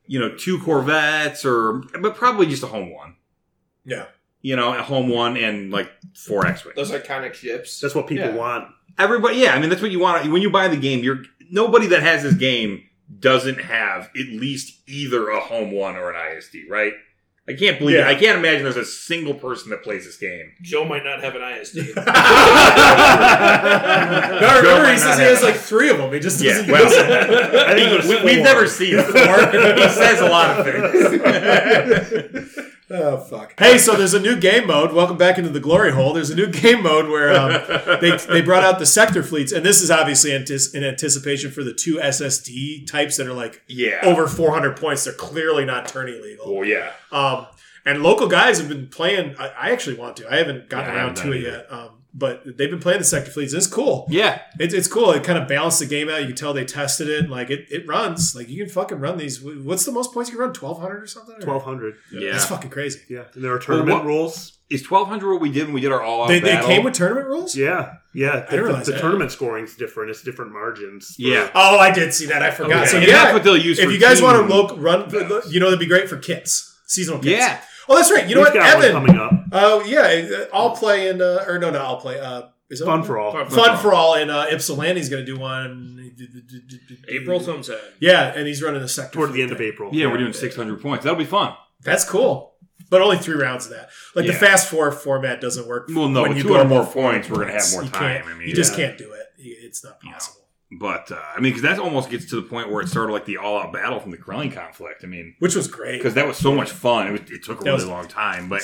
[SPEAKER 4] you know two corvettes or but probably just a home one.
[SPEAKER 2] Yeah.
[SPEAKER 4] You know, a home one and like four X wings.
[SPEAKER 3] Those iconic ships.
[SPEAKER 5] That's what people
[SPEAKER 3] Yeah.
[SPEAKER 5] want.
[SPEAKER 4] Everybody, yeah, I mean that's what you want when you buy the game. You're nobody that has this game doesn't have at least either a home one or an ISD, right? I can't believe
[SPEAKER 2] Yeah.
[SPEAKER 4] it. I can't imagine there's a single person that plays this game.
[SPEAKER 3] Joe might not have an ISD.
[SPEAKER 2] No,
[SPEAKER 4] Joe
[SPEAKER 2] remember
[SPEAKER 4] might
[SPEAKER 2] he says
[SPEAKER 4] not
[SPEAKER 2] he
[SPEAKER 4] have
[SPEAKER 2] has
[SPEAKER 4] it.
[SPEAKER 2] like three of them. He just
[SPEAKER 4] Yeah,
[SPEAKER 2] doesn't use them.
[SPEAKER 4] well,
[SPEAKER 5] I think it was
[SPEAKER 4] we, we've
[SPEAKER 5] four.
[SPEAKER 4] never seen it before. he says a lot of things.
[SPEAKER 2] Oh fuck! Hey, so there's a new game mode. Welcome back into the glory hole. There's a new game mode where um, they they brought out the sector fleets, and this is obviously antis- in anticipation for the two SSD types that are like
[SPEAKER 4] yeah.
[SPEAKER 2] over 400 points. They're clearly not tourney legal.
[SPEAKER 4] Well, yeah.
[SPEAKER 2] Um, and local guys have been playing. I, I actually want to. I haven't gotten
[SPEAKER 4] Yeah, I
[SPEAKER 2] around
[SPEAKER 4] haven't
[SPEAKER 2] to
[SPEAKER 4] done
[SPEAKER 2] it
[SPEAKER 4] either.
[SPEAKER 2] yet. Um, but they've been playing the sector fleets. It's cool.
[SPEAKER 4] Yeah.
[SPEAKER 2] It's, it's cool. It kind of balanced the game out. You can tell they tested it. Like it, it runs. Like you can fucking run these. What's the most points you can run? 1200 or something? Or-
[SPEAKER 5] Twelve hundred.
[SPEAKER 4] Yeah.
[SPEAKER 2] That's fucking crazy.
[SPEAKER 5] Yeah, and there are tournament
[SPEAKER 4] what-
[SPEAKER 5] rules.
[SPEAKER 4] Is 1200 what we did when we did our all out
[SPEAKER 2] They, they
[SPEAKER 4] battle?
[SPEAKER 2] came with tournament rules?
[SPEAKER 5] Yeah, yeah. The,
[SPEAKER 2] realize
[SPEAKER 5] the
[SPEAKER 2] that.
[SPEAKER 5] tournament scoring's different. It's different margins. for-
[SPEAKER 4] Yeah.
[SPEAKER 2] Oh, I did see that. I forgot.
[SPEAKER 4] Okay.
[SPEAKER 2] So
[SPEAKER 4] And
[SPEAKER 2] yeah,
[SPEAKER 4] that's what they'll use
[SPEAKER 2] If
[SPEAKER 4] for
[SPEAKER 2] you guys want
[SPEAKER 4] team
[SPEAKER 2] to look, run, you know, that'd be great for kits, seasonal kits.
[SPEAKER 4] Yeah.
[SPEAKER 2] Oh, that's right. You know
[SPEAKER 5] We've
[SPEAKER 2] what,
[SPEAKER 5] got one
[SPEAKER 2] Evan?
[SPEAKER 5] coming up.
[SPEAKER 2] Oh, yeah. I'll play in, uh, or no, no, I'll play. Uh, is it
[SPEAKER 5] Fun for all.
[SPEAKER 2] Fun for all, and uh, Ypsilanti's going to do one.
[SPEAKER 3] April sometime.
[SPEAKER 2] Yeah, and he's running a sector
[SPEAKER 5] Toward the
[SPEAKER 2] fleet
[SPEAKER 5] end of
[SPEAKER 2] thing.
[SPEAKER 5] April.
[SPEAKER 4] Yeah, we're doing 600 points. That'll be fun.
[SPEAKER 2] That's cool, but only three rounds of that. Like the
[SPEAKER 4] Yeah.
[SPEAKER 2] fast four format doesn't work.
[SPEAKER 4] Well, no,
[SPEAKER 2] when
[SPEAKER 4] with
[SPEAKER 2] you
[SPEAKER 4] two
[SPEAKER 2] go
[SPEAKER 4] or
[SPEAKER 2] to
[SPEAKER 4] more
[SPEAKER 2] four
[SPEAKER 4] points, we're going to have
[SPEAKER 2] formats.
[SPEAKER 4] more
[SPEAKER 2] You
[SPEAKER 4] time.
[SPEAKER 2] can't-
[SPEAKER 4] I mean,
[SPEAKER 2] you just
[SPEAKER 4] yeah.
[SPEAKER 2] can't do it. It's not possible.
[SPEAKER 4] But, uh, I mean, because that almost gets to the point where it's sort of like the all out battle from the Krelling conflict. I mean,
[SPEAKER 2] Which was great.
[SPEAKER 4] because that was so much fun. It, was, it took a
[SPEAKER 2] That
[SPEAKER 4] really
[SPEAKER 2] was-
[SPEAKER 4] long time. But,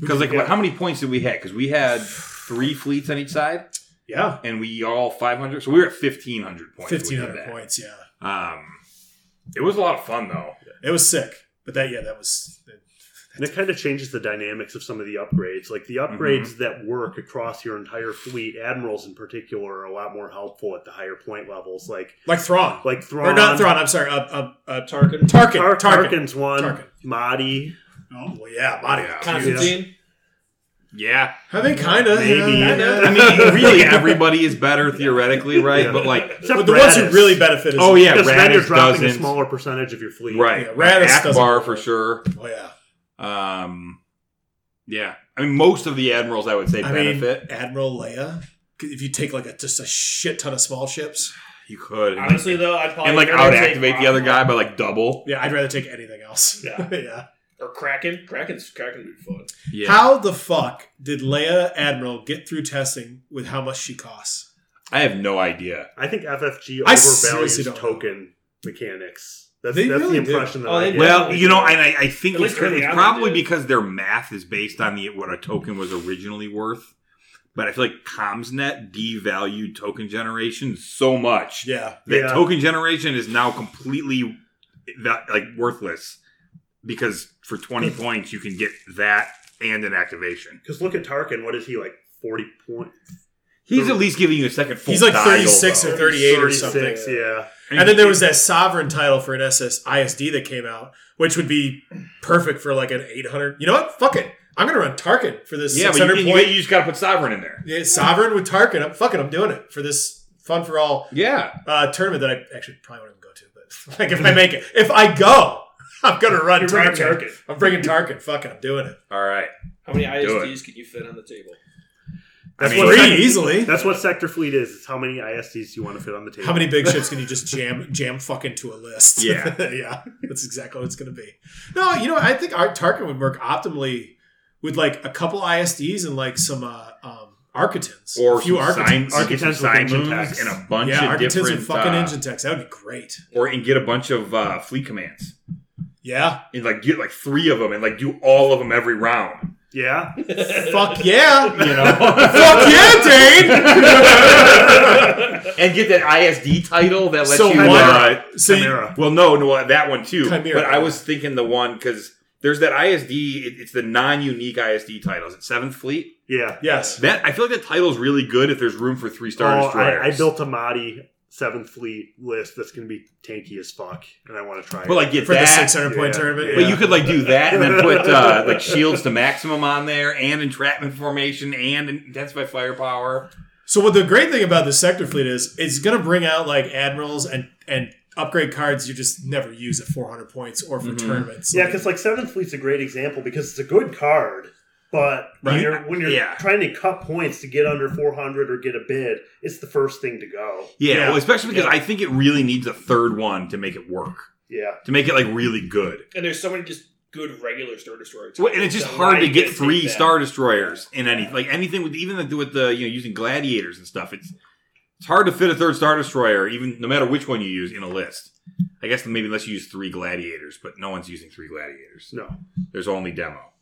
[SPEAKER 4] because, like, about how many points did we have? Because we had three fleets on each side,
[SPEAKER 2] Yeah,
[SPEAKER 4] and we all 500. So we were at 1,500 points. when we
[SPEAKER 2] fifteen
[SPEAKER 4] did
[SPEAKER 2] hundred
[SPEAKER 4] that.
[SPEAKER 2] points. Yeah.
[SPEAKER 4] Um, it was a lot of fun, though.
[SPEAKER 2] It was sick, but that yeah, that was
[SPEAKER 5] And it kind of changes the dynamics of some of the upgrades. Like
[SPEAKER 2] Mm-hmm.
[SPEAKER 5] the upgrades that work across your entire fleet, admirals in particular, are a lot more helpful at the higher point levels. Like
[SPEAKER 2] like Thrawn,
[SPEAKER 5] like Thrawn,
[SPEAKER 2] or not Thrawn. I'm sorry, uh, uh, uh,
[SPEAKER 3] Tarkin.
[SPEAKER 2] Tarkin,
[SPEAKER 5] Tar-
[SPEAKER 2] Tarkin.
[SPEAKER 5] Tarkin's one,
[SPEAKER 2] Tarkin.
[SPEAKER 5] Mahdi.
[SPEAKER 2] Oh well, yeah, body.
[SPEAKER 3] Constantine.
[SPEAKER 4] Yeah.
[SPEAKER 2] I think kind of
[SPEAKER 5] Maybe.
[SPEAKER 4] I mean, really, everybody is better theoretically, right?
[SPEAKER 5] Yeah.
[SPEAKER 4] But like,
[SPEAKER 5] Except
[SPEAKER 2] but the ones who
[SPEAKER 5] Raditz.
[SPEAKER 2] really benefit is
[SPEAKER 4] oh yeah,
[SPEAKER 5] because then you're
[SPEAKER 4] Raditz
[SPEAKER 5] dropping a
[SPEAKER 4] doesn't,
[SPEAKER 5] smaller percentage of your fleet.
[SPEAKER 4] right?
[SPEAKER 2] Yeah, Raditz doesn't-
[SPEAKER 4] Akbar for sure.
[SPEAKER 2] Oh yeah,
[SPEAKER 4] Um, yeah, I mean, most of the admirals I would say
[SPEAKER 2] I
[SPEAKER 4] benefit.
[SPEAKER 2] mean Admiral Leia. If you take like a, just a shit ton of small ships,
[SPEAKER 4] you could and, like,
[SPEAKER 3] Honestly, though, I'd probably
[SPEAKER 4] and like
[SPEAKER 3] I'd
[SPEAKER 4] out
[SPEAKER 3] Oh, say
[SPEAKER 4] activate the other
[SPEAKER 3] Crocodile
[SPEAKER 4] guy by like double.
[SPEAKER 2] yeah, I'd rather take anything else.
[SPEAKER 3] Yeah.
[SPEAKER 2] yeah.
[SPEAKER 3] or Kraken. Kraken's Kraken would be fun.
[SPEAKER 4] Yeah,
[SPEAKER 2] How the fuck did Leia Admiral get through testing with how much she costs?
[SPEAKER 4] I have no idea.
[SPEAKER 5] I think FFG
[SPEAKER 2] I seriously
[SPEAKER 5] overvalues
[SPEAKER 2] don't know.
[SPEAKER 5] token mechanics. That's,
[SPEAKER 2] They
[SPEAKER 5] that's
[SPEAKER 2] really
[SPEAKER 5] the
[SPEAKER 2] do.
[SPEAKER 5] impression that
[SPEAKER 3] Oh,
[SPEAKER 5] I
[SPEAKER 3] they
[SPEAKER 5] get.
[SPEAKER 3] do. Well,
[SPEAKER 4] Well, you know, and I, I think
[SPEAKER 3] At
[SPEAKER 4] it's,
[SPEAKER 3] least early
[SPEAKER 4] it's
[SPEAKER 3] on they
[SPEAKER 4] probably
[SPEAKER 3] did.
[SPEAKER 4] because their math is based on the what a token was originally worth. But I feel like Comsnet devalued token generation so much
[SPEAKER 2] Yeah,
[SPEAKER 4] that
[SPEAKER 5] Yeah.
[SPEAKER 4] token generation is now completely va- like worthless because for 20 points you can get that and an activation.
[SPEAKER 5] Because look at Tarkin. What is he like? Forty point.
[SPEAKER 4] He's at least giving you a second full
[SPEAKER 2] he's like
[SPEAKER 4] dial,
[SPEAKER 2] thirty six
[SPEAKER 4] though.
[SPEAKER 2] or thirty eight or
[SPEAKER 5] 36,
[SPEAKER 2] something.
[SPEAKER 5] Yeah.
[SPEAKER 2] And then there was that sovereign title for an SS ISD that came out, which would be perfect for like an 800. You know what? Fuck it. I'm gonna run Tarkin for this
[SPEAKER 4] yeah, but you,
[SPEAKER 2] 600
[SPEAKER 4] can- you-
[SPEAKER 2] point.
[SPEAKER 4] you just got to put sovereign in there.
[SPEAKER 2] Yeah, sovereign with Tarkin. I'm fucking. I'm doing it for this fun for all
[SPEAKER 4] Yeah,
[SPEAKER 2] uh, tournament that I actually probably wouldn't go to, but like if I make it, if I go, I'm gonna run
[SPEAKER 3] You're
[SPEAKER 2] Tarkin.
[SPEAKER 3] bringing Tarkin.
[SPEAKER 2] I'm bringing Tarkin. Fucking, I'm doing it.
[SPEAKER 4] all right.
[SPEAKER 3] How many
[SPEAKER 4] Do it.
[SPEAKER 3] ISDs can you fit on the table?
[SPEAKER 5] That's
[SPEAKER 4] mean,
[SPEAKER 5] what
[SPEAKER 2] Free
[SPEAKER 5] Sector-
[SPEAKER 2] easily.
[SPEAKER 5] That's what Sector Fleet is. It's how many ISDs you want to fit on the table.
[SPEAKER 2] How many big ships can you just jam jam fucking to a list?
[SPEAKER 4] Yeah.
[SPEAKER 2] yeah. That's exactly what it's gonna be. No, you know, I think our Tarkin would work optimally with like a couple ISDs and like some uh um Architans.
[SPEAKER 4] Or
[SPEAKER 2] a few
[SPEAKER 4] some sign,
[SPEAKER 2] Architans.
[SPEAKER 4] you get some
[SPEAKER 5] Architects with
[SPEAKER 4] sign
[SPEAKER 5] engine
[SPEAKER 4] moves
[SPEAKER 5] techs.
[SPEAKER 4] and a bunch
[SPEAKER 2] yeah,
[SPEAKER 4] of
[SPEAKER 2] Architans
[SPEAKER 4] different
[SPEAKER 2] and fucking
[SPEAKER 4] uh,
[SPEAKER 2] engine techs. That would be great.
[SPEAKER 4] or and get a bunch of uh, fleet commands
[SPEAKER 2] Yeah.
[SPEAKER 4] and like get like three of them and like do all of them every round.
[SPEAKER 5] Yeah.
[SPEAKER 2] Fuck yeah.
[SPEAKER 4] You know,
[SPEAKER 2] Fuck yeah, Dane!
[SPEAKER 4] and get that ISD title that lets
[SPEAKER 2] So
[SPEAKER 4] you.
[SPEAKER 2] one-
[SPEAKER 4] uh,
[SPEAKER 2] So you-
[SPEAKER 5] Chimera.
[SPEAKER 4] Well, no, no, that one too.
[SPEAKER 2] Chimera.
[SPEAKER 4] But I was thinking the one because there's that ISD. It, it's the non-unique ISD titles. It's Seventh Fleet.
[SPEAKER 5] Yeah.
[SPEAKER 2] yes.
[SPEAKER 4] That I feel like that title's really good if there's room for three star
[SPEAKER 5] Oh,
[SPEAKER 4] destroyers.
[SPEAKER 5] I, I built a Mahdi Seventh Fleet list that's going to be tanky as fuck, and I want to try it.
[SPEAKER 4] but like get
[SPEAKER 2] For
[SPEAKER 4] that.
[SPEAKER 2] the 600 point
[SPEAKER 5] yeah,
[SPEAKER 2] tournament.
[SPEAKER 4] But
[SPEAKER 2] yeah.
[SPEAKER 4] you could like do that and then put uh, like shields to maximum on there and entrapment formation and intensify firepower.
[SPEAKER 2] So what the great thing about the sector fleet is, it's going to bring out like admirals and and upgrade cards you just never use at 400 points or for
[SPEAKER 4] Mm-hmm.
[SPEAKER 2] tournaments.
[SPEAKER 5] yeah, because like Seventh Fleet's a great example because it's a good card, but
[SPEAKER 4] Right.
[SPEAKER 5] when you're when you're
[SPEAKER 4] Yeah.
[SPEAKER 5] trying to cut points to get under 400 or get a bid, it's the first thing to go.
[SPEAKER 4] Yeah,
[SPEAKER 2] Yeah.
[SPEAKER 4] Well, especially because I think it really needs a third one to make it work,
[SPEAKER 5] Yeah.
[SPEAKER 4] to make it like really good.
[SPEAKER 3] And there's so many just good regular Star Destroyer.
[SPEAKER 4] Well, and it's just hard to get three
[SPEAKER 3] stars.
[SPEAKER 4] Star Destroyers in any like anything with even like with the you know using gladiators and stuff. It's it's hard to fit a third Star Destroyer, even no matter which one you use in a list. I guess maybe unless you use three gladiators, but no one's using three gladiators.
[SPEAKER 5] No.
[SPEAKER 4] There's only demo.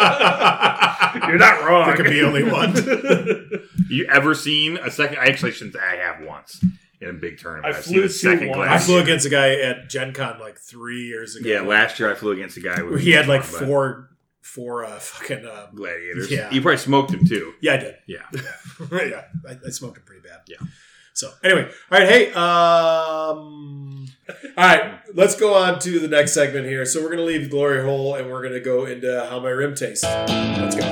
[SPEAKER 5] You're not wrong.
[SPEAKER 2] There could be only one.
[SPEAKER 4] You ever seen a second? I actually shouldn't. say I have once in a big tournament.
[SPEAKER 3] I
[SPEAKER 4] I've
[SPEAKER 3] flew
[SPEAKER 4] seen
[SPEAKER 3] to
[SPEAKER 4] a second
[SPEAKER 3] one.
[SPEAKER 2] I
[SPEAKER 4] gladiator.
[SPEAKER 2] flew against a guy at Gen Con like three years ago.
[SPEAKER 4] yeah, last year I flew against a guy. who
[SPEAKER 2] where
[SPEAKER 4] was
[SPEAKER 2] he had like
[SPEAKER 4] talking about
[SPEAKER 2] four, four uh, fucking. Uh,
[SPEAKER 4] gladiators.
[SPEAKER 2] Yeah.
[SPEAKER 4] you probably smoked him too.
[SPEAKER 2] yeah, I did.
[SPEAKER 4] Yeah.
[SPEAKER 2] yeah, I, I smoked it pretty bad.
[SPEAKER 4] Yeah.
[SPEAKER 2] So anyway, all right. Hey, um, all right. Let's go on to the next segment here. So we're gonna leave glory hole and we're gonna go into how my rim tastes. Let's go.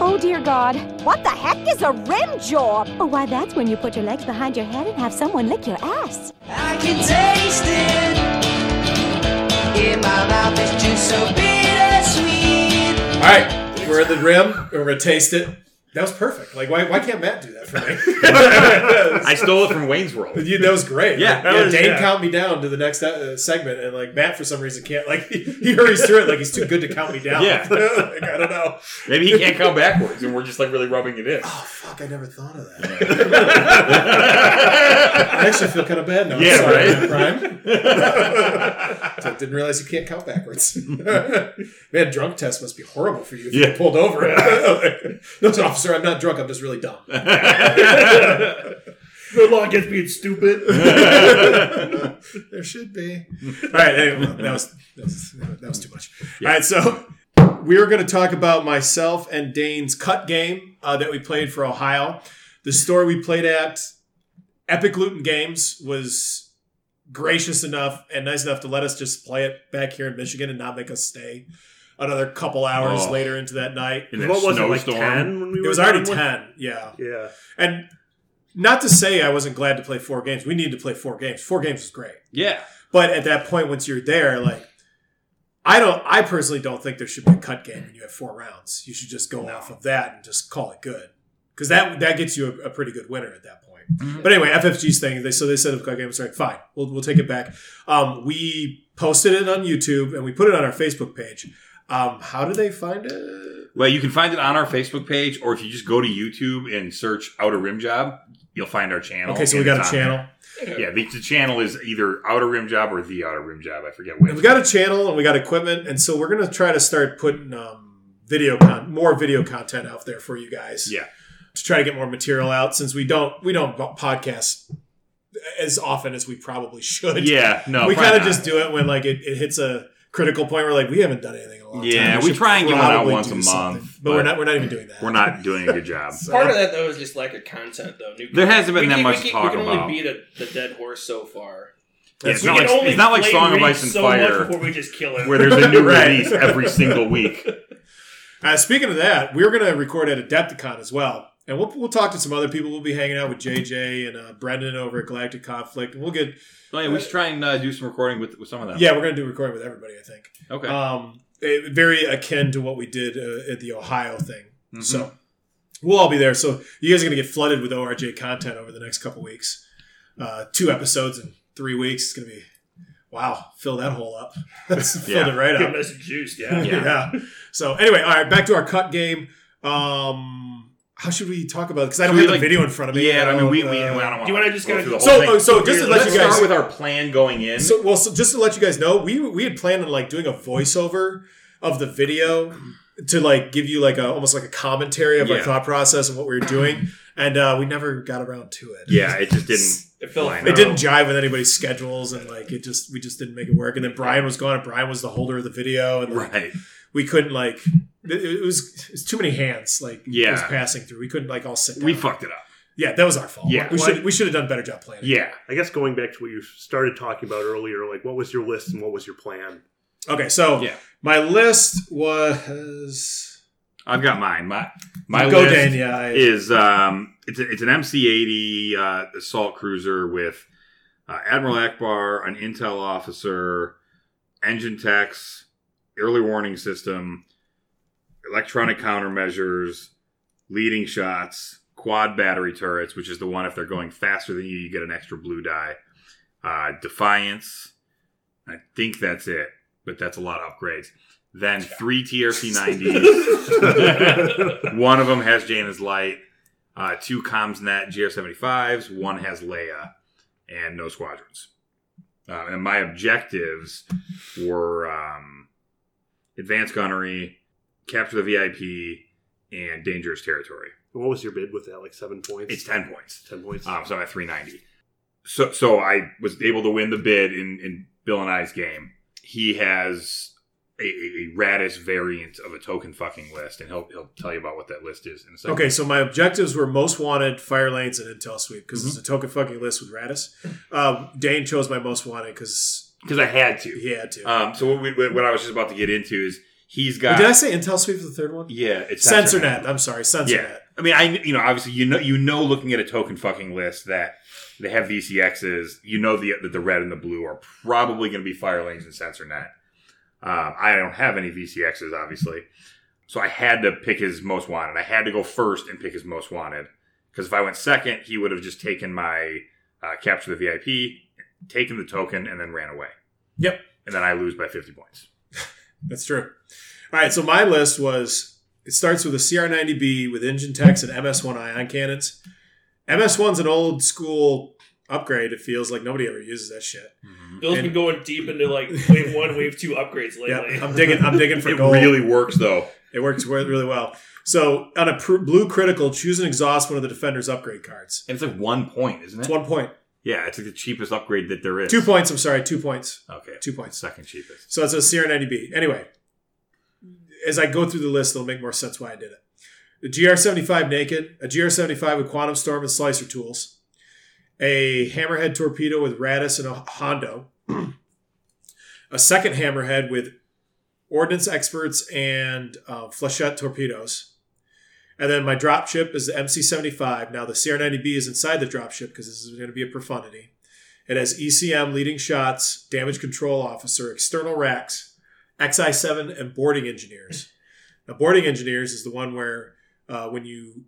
[SPEAKER 9] Oh dear God.
[SPEAKER 10] What the heck is a rim job?
[SPEAKER 9] Oh, why, that's when you put your legs behind your head and have someone lick your ass.
[SPEAKER 8] I can taste it. In my mouth, it's just so bittersweet.
[SPEAKER 2] All right, we're in the rim and we're gonna taste it. That was perfect. Like, why, why can't Matt do that for me?
[SPEAKER 4] I stole it from Wayne's World.
[SPEAKER 2] You- that was great.
[SPEAKER 4] Yeah,
[SPEAKER 2] Like,
[SPEAKER 4] that
[SPEAKER 2] yeah
[SPEAKER 4] was-
[SPEAKER 2] Dane
[SPEAKER 4] yeah.
[SPEAKER 2] count me down to the next uh, segment, and like Matt for some reason can't. Like he, he hurries through it, like he's too good to count me down.
[SPEAKER 4] Yeah.
[SPEAKER 2] Like, I don't know.
[SPEAKER 4] Maybe he can't count backwards, and we're just like really rubbing it in.
[SPEAKER 2] Oh fuck! I never thought of that.
[SPEAKER 4] yeah,
[SPEAKER 2] I actually feel kind of bad now.
[SPEAKER 4] Yeah,
[SPEAKER 2] I'm sorry,
[SPEAKER 4] right?
[SPEAKER 2] Prime. I didn't realize you can't count backwards. Man, drunk test must be horrible for you if you
[SPEAKER 4] Yeah.
[SPEAKER 2] get pulled over. no, it's, officer, I'm not drunk. I'm just really dumb.
[SPEAKER 3] Good luck against being stupid.
[SPEAKER 2] there should be. All right, anyway, that, was, that was that was too much. All right, so we are going to talk about myself and Dane's cut game uh, that we played for Ohio. The store we played at, Epic Luton Games, was gracious enough and nice enough to let us just play it back here in Michigan and not make us stay another couple hours
[SPEAKER 4] Oh.
[SPEAKER 2] later into that night.
[SPEAKER 4] In that
[SPEAKER 5] What was it, like
[SPEAKER 4] snowstorm.
[SPEAKER 5] 10 when we
[SPEAKER 2] It
[SPEAKER 5] were
[SPEAKER 2] was already
[SPEAKER 5] done with-
[SPEAKER 2] ten, yeah.
[SPEAKER 5] Yeah.
[SPEAKER 2] And not to say I wasn't glad to play four games. We needed to play four games. Four games was great.
[SPEAKER 4] Yeah,
[SPEAKER 2] But at that point, once you're there, like I don't, I personally don't think there should be a cut game when you have four rounds. You should just go off of that and just call it good because that that gets you a, a pretty good winner at that point. But anyway, FFG's thing. They so they said a cut game. It's like fine, we'll we'll take it back. Um, we posted it on YouTube and we put it on our Facebook page. Um, how do they find it?
[SPEAKER 4] Well, you can find it on our Facebook page, or if you just go to YouTube and search Outer Rim Job, you'll find our channel.
[SPEAKER 2] Okay, so we
[SPEAKER 4] and
[SPEAKER 2] got
[SPEAKER 4] it's
[SPEAKER 2] a
[SPEAKER 4] on
[SPEAKER 2] channel.
[SPEAKER 4] there. Yeah, the, the channel is either Outer Rim Job or The Outer Rim Job. I forget
[SPEAKER 2] And
[SPEAKER 4] which.
[SPEAKER 2] we got a channel and we got equipment, and so we're gonna try to start putting um, video con- more video content out there for you guys.
[SPEAKER 4] Yeah.
[SPEAKER 2] to try to get more material out since we don't we don't bo- podcast as often as we probably should.
[SPEAKER 4] Yeah, no,
[SPEAKER 2] we
[SPEAKER 4] probably
[SPEAKER 2] kind of
[SPEAKER 4] not.
[SPEAKER 2] just do it when like it, it hits a critical point where like we haven't done anything in a long time.
[SPEAKER 4] Yeah, we
[SPEAKER 2] should
[SPEAKER 4] try and get one out
[SPEAKER 2] probably
[SPEAKER 4] once
[SPEAKER 2] do
[SPEAKER 4] a month,
[SPEAKER 2] something. but, we're
[SPEAKER 4] but
[SPEAKER 2] not we're not even doing that.
[SPEAKER 4] We're not doing a good job.
[SPEAKER 3] Part of that though is just lack of content, though. New-
[SPEAKER 4] There hasn't been
[SPEAKER 3] we
[SPEAKER 4] that
[SPEAKER 3] can- we
[SPEAKER 4] much
[SPEAKER 3] can-
[SPEAKER 4] to talk
[SPEAKER 3] We can
[SPEAKER 4] about.
[SPEAKER 3] only beat a, the dead horse so far.
[SPEAKER 4] Yeah, it's
[SPEAKER 3] We
[SPEAKER 4] not
[SPEAKER 3] can
[SPEAKER 4] like
[SPEAKER 3] only
[SPEAKER 4] it's not like
[SPEAKER 3] play
[SPEAKER 4] Song of
[SPEAKER 3] Reed
[SPEAKER 4] Ice and
[SPEAKER 3] so much
[SPEAKER 4] Fire,
[SPEAKER 3] before we just kill him.
[SPEAKER 4] where there's a new
[SPEAKER 2] Right.
[SPEAKER 4] release every single week.
[SPEAKER 2] Uh, speaking of that, we're going to record at Adepticon as well. And we'll, we'll talk to some other people. We'll be hanging out with JJ and uh, Brendan over at Galactic Conflict. And we'll get,
[SPEAKER 4] Oh yeah, we should try and uh, do some recording with, with some of them.
[SPEAKER 2] yeah, we're going to do a recording with everybody, I think.
[SPEAKER 4] Okay.
[SPEAKER 2] Um, eh, very akin to what we did uh, at the Ohio thing.
[SPEAKER 4] Mhm.
[SPEAKER 2] So we'll all be there. So you guys are going to get flooded with ORJ content over the next couple weeks. Uh, two episodes in three weeks. It's going to be, wow, fill that hole up. That's filled it right up.
[SPEAKER 3] Give us juice, yeah.
[SPEAKER 2] yeah. So anyway, all right, back to our cut game. Um, how should we talk about? Because I don't
[SPEAKER 4] Should we,
[SPEAKER 2] have the
[SPEAKER 4] like-
[SPEAKER 2] video in front of me.
[SPEAKER 4] yeah, I mean, we, we,
[SPEAKER 2] Uh,
[SPEAKER 4] I don't want
[SPEAKER 3] do you wanna just
[SPEAKER 4] go
[SPEAKER 3] go-
[SPEAKER 4] through the whole
[SPEAKER 2] so
[SPEAKER 4] thing.
[SPEAKER 2] oh, so just to let
[SPEAKER 4] Let's
[SPEAKER 2] you guys.
[SPEAKER 4] start with our plan going in.
[SPEAKER 2] so well, so just to let you guys know, we we had planned on like doing a voiceover of the video to like give you like a almost like a commentary of our
[SPEAKER 4] Yeah.
[SPEAKER 2] thought process and what we were doing, and uh, we never got around to it.
[SPEAKER 4] yeah, it just didn't.
[SPEAKER 3] It felt
[SPEAKER 4] Line
[SPEAKER 2] It
[SPEAKER 4] No.
[SPEAKER 2] didn't jive with anybody's schedules, and like it just we just didn't make it work. And then Brian was gone, and Brian was the holder of the video, and like,
[SPEAKER 4] Right.
[SPEAKER 2] we couldn't like it, it was it's too many hands like
[SPEAKER 4] Yeah.
[SPEAKER 2] it was passing through. We couldn't like all sit. Down.
[SPEAKER 4] We fucked it up.
[SPEAKER 2] yeah, that was our fault.
[SPEAKER 4] Yeah.
[SPEAKER 2] we should we should have done a better job planning.
[SPEAKER 4] Yeah.
[SPEAKER 5] I guess going back to what you started talking about earlier, like what was your list and what was your plan?
[SPEAKER 2] Okay, so
[SPEAKER 4] Yeah.
[SPEAKER 2] my list was
[SPEAKER 4] I've got mine. My my
[SPEAKER 2] go
[SPEAKER 4] list
[SPEAKER 2] Dan. Yeah, I-
[SPEAKER 4] is um it's a, it's an MC80 uh, assault cruiser with uh, Admiral Akbar, an intel officer, engine techs, early warning system, electronic countermeasures, leading shots, quad battery turrets, which is the one if they're going faster than you, you get an extra blue die. Uh, Defiance, I think that's it, but that's a lot of upgrades. Then three TRC 90s. one of them has Janus Light, uh, two ComsNet GR 75s, one has Leia, and no squadrons. Uh, and my objectives were um, advanced gunnery, capture the VIP, and dangerous territory.
[SPEAKER 5] What was your bid with that? Like seven points?
[SPEAKER 4] It's 10 points.
[SPEAKER 5] 10 points.
[SPEAKER 4] Um, so I'm at 390. So so I was able to win the bid in, in Bill and I's game. He has a, a, a Radis variant of a token fucking list, and he'll he'll tell you about what that list is in a second.
[SPEAKER 2] Okay, so my objectives were most wanted, fire lanes, and intel sweep because it's
[SPEAKER 4] Mm-hmm.
[SPEAKER 2] a token fucking list with Radis. Um, Dane chose my most wanted because
[SPEAKER 4] because I had to.
[SPEAKER 2] he had to.
[SPEAKER 4] Um, so what, we, what I was just about to get into is he's got.
[SPEAKER 2] Did I say intel sweep is the third one?
[SPEAKER 4] yeah, it's
[SPEAKER 2] CensorNet. I'm sorry, CensorNet.
[SPEAKER 4] Yeah, I mean, I you know obviously you know you know looking at a token fucking list that they have VCXs. You know the that the red and the blue are probably going to be fire lanes and sensor net. Um, I don't have any VCXs obviously, so I had to pick his most wanted. I had to go first and pick his most wanted because if I went second, he would have just taken my uh, capture the VIP, taken the token, and then ran away.
[SPEAKER 2] Yep.
[SPEAKER 4] And then I lose by fifty points.
[SPEAKER 2] That's true. All right, so my list was it starts with a CR90B with engine techs and MS1 ion cannons. MS1's an old school upgrade. It feels like nobody ever uses that shit.
[SPEAKER 3] Bill's
[SPEAKER 2] And-
[SPEAKER 3] been going deep into like wave one, wave two upgrades
[SPEAKER 2] Yeah,
[SPEAKER 3] lately.
[SPEAKER 2] I'm digging. I'm digging for
[SPEAKER 4] It
[SPEAKER 2] gold.
[SPEAKER 4] really works though.
[SPEAKER 2] It works re- really well. So on a pr- blue critical, choose and exhaust one of the defender's upgrade cards.
[SPEAKER 4] And it's like one point, isn't
[SPEAKER 2] It's
[SPEAKER 4] it?
[SPEAKER 2] one point,
[SPEAKER 4] Yeah, it's like the cheapest upgrade that there is.
[SPEAKER 2] two points. I'm sorry, two points,
[SPEAKER 4] Okay.
[SPEAKER 2] two points.
[SPEAKER 4] Second cheapest.
[SPEAKER 2] So it's a CR90B. Anyway, as I go through the list, it'll make more sense why I did it. The GR75 naked, a GR75 with Quantum Storm and Slicer tools, a Hammerhead torpedo with Radis and a Hondo, a second Hammerhead with Ordnance Experts and uh, Flechette torpedoes. And then my dropship is the MC75. Now the CR90B is inside the dropship because this is going to be a profundity. It has ECM, leading shots, damage control officer, external racks, XI7, and boarding engineers. Now, boarding engineers is the one where uh, when you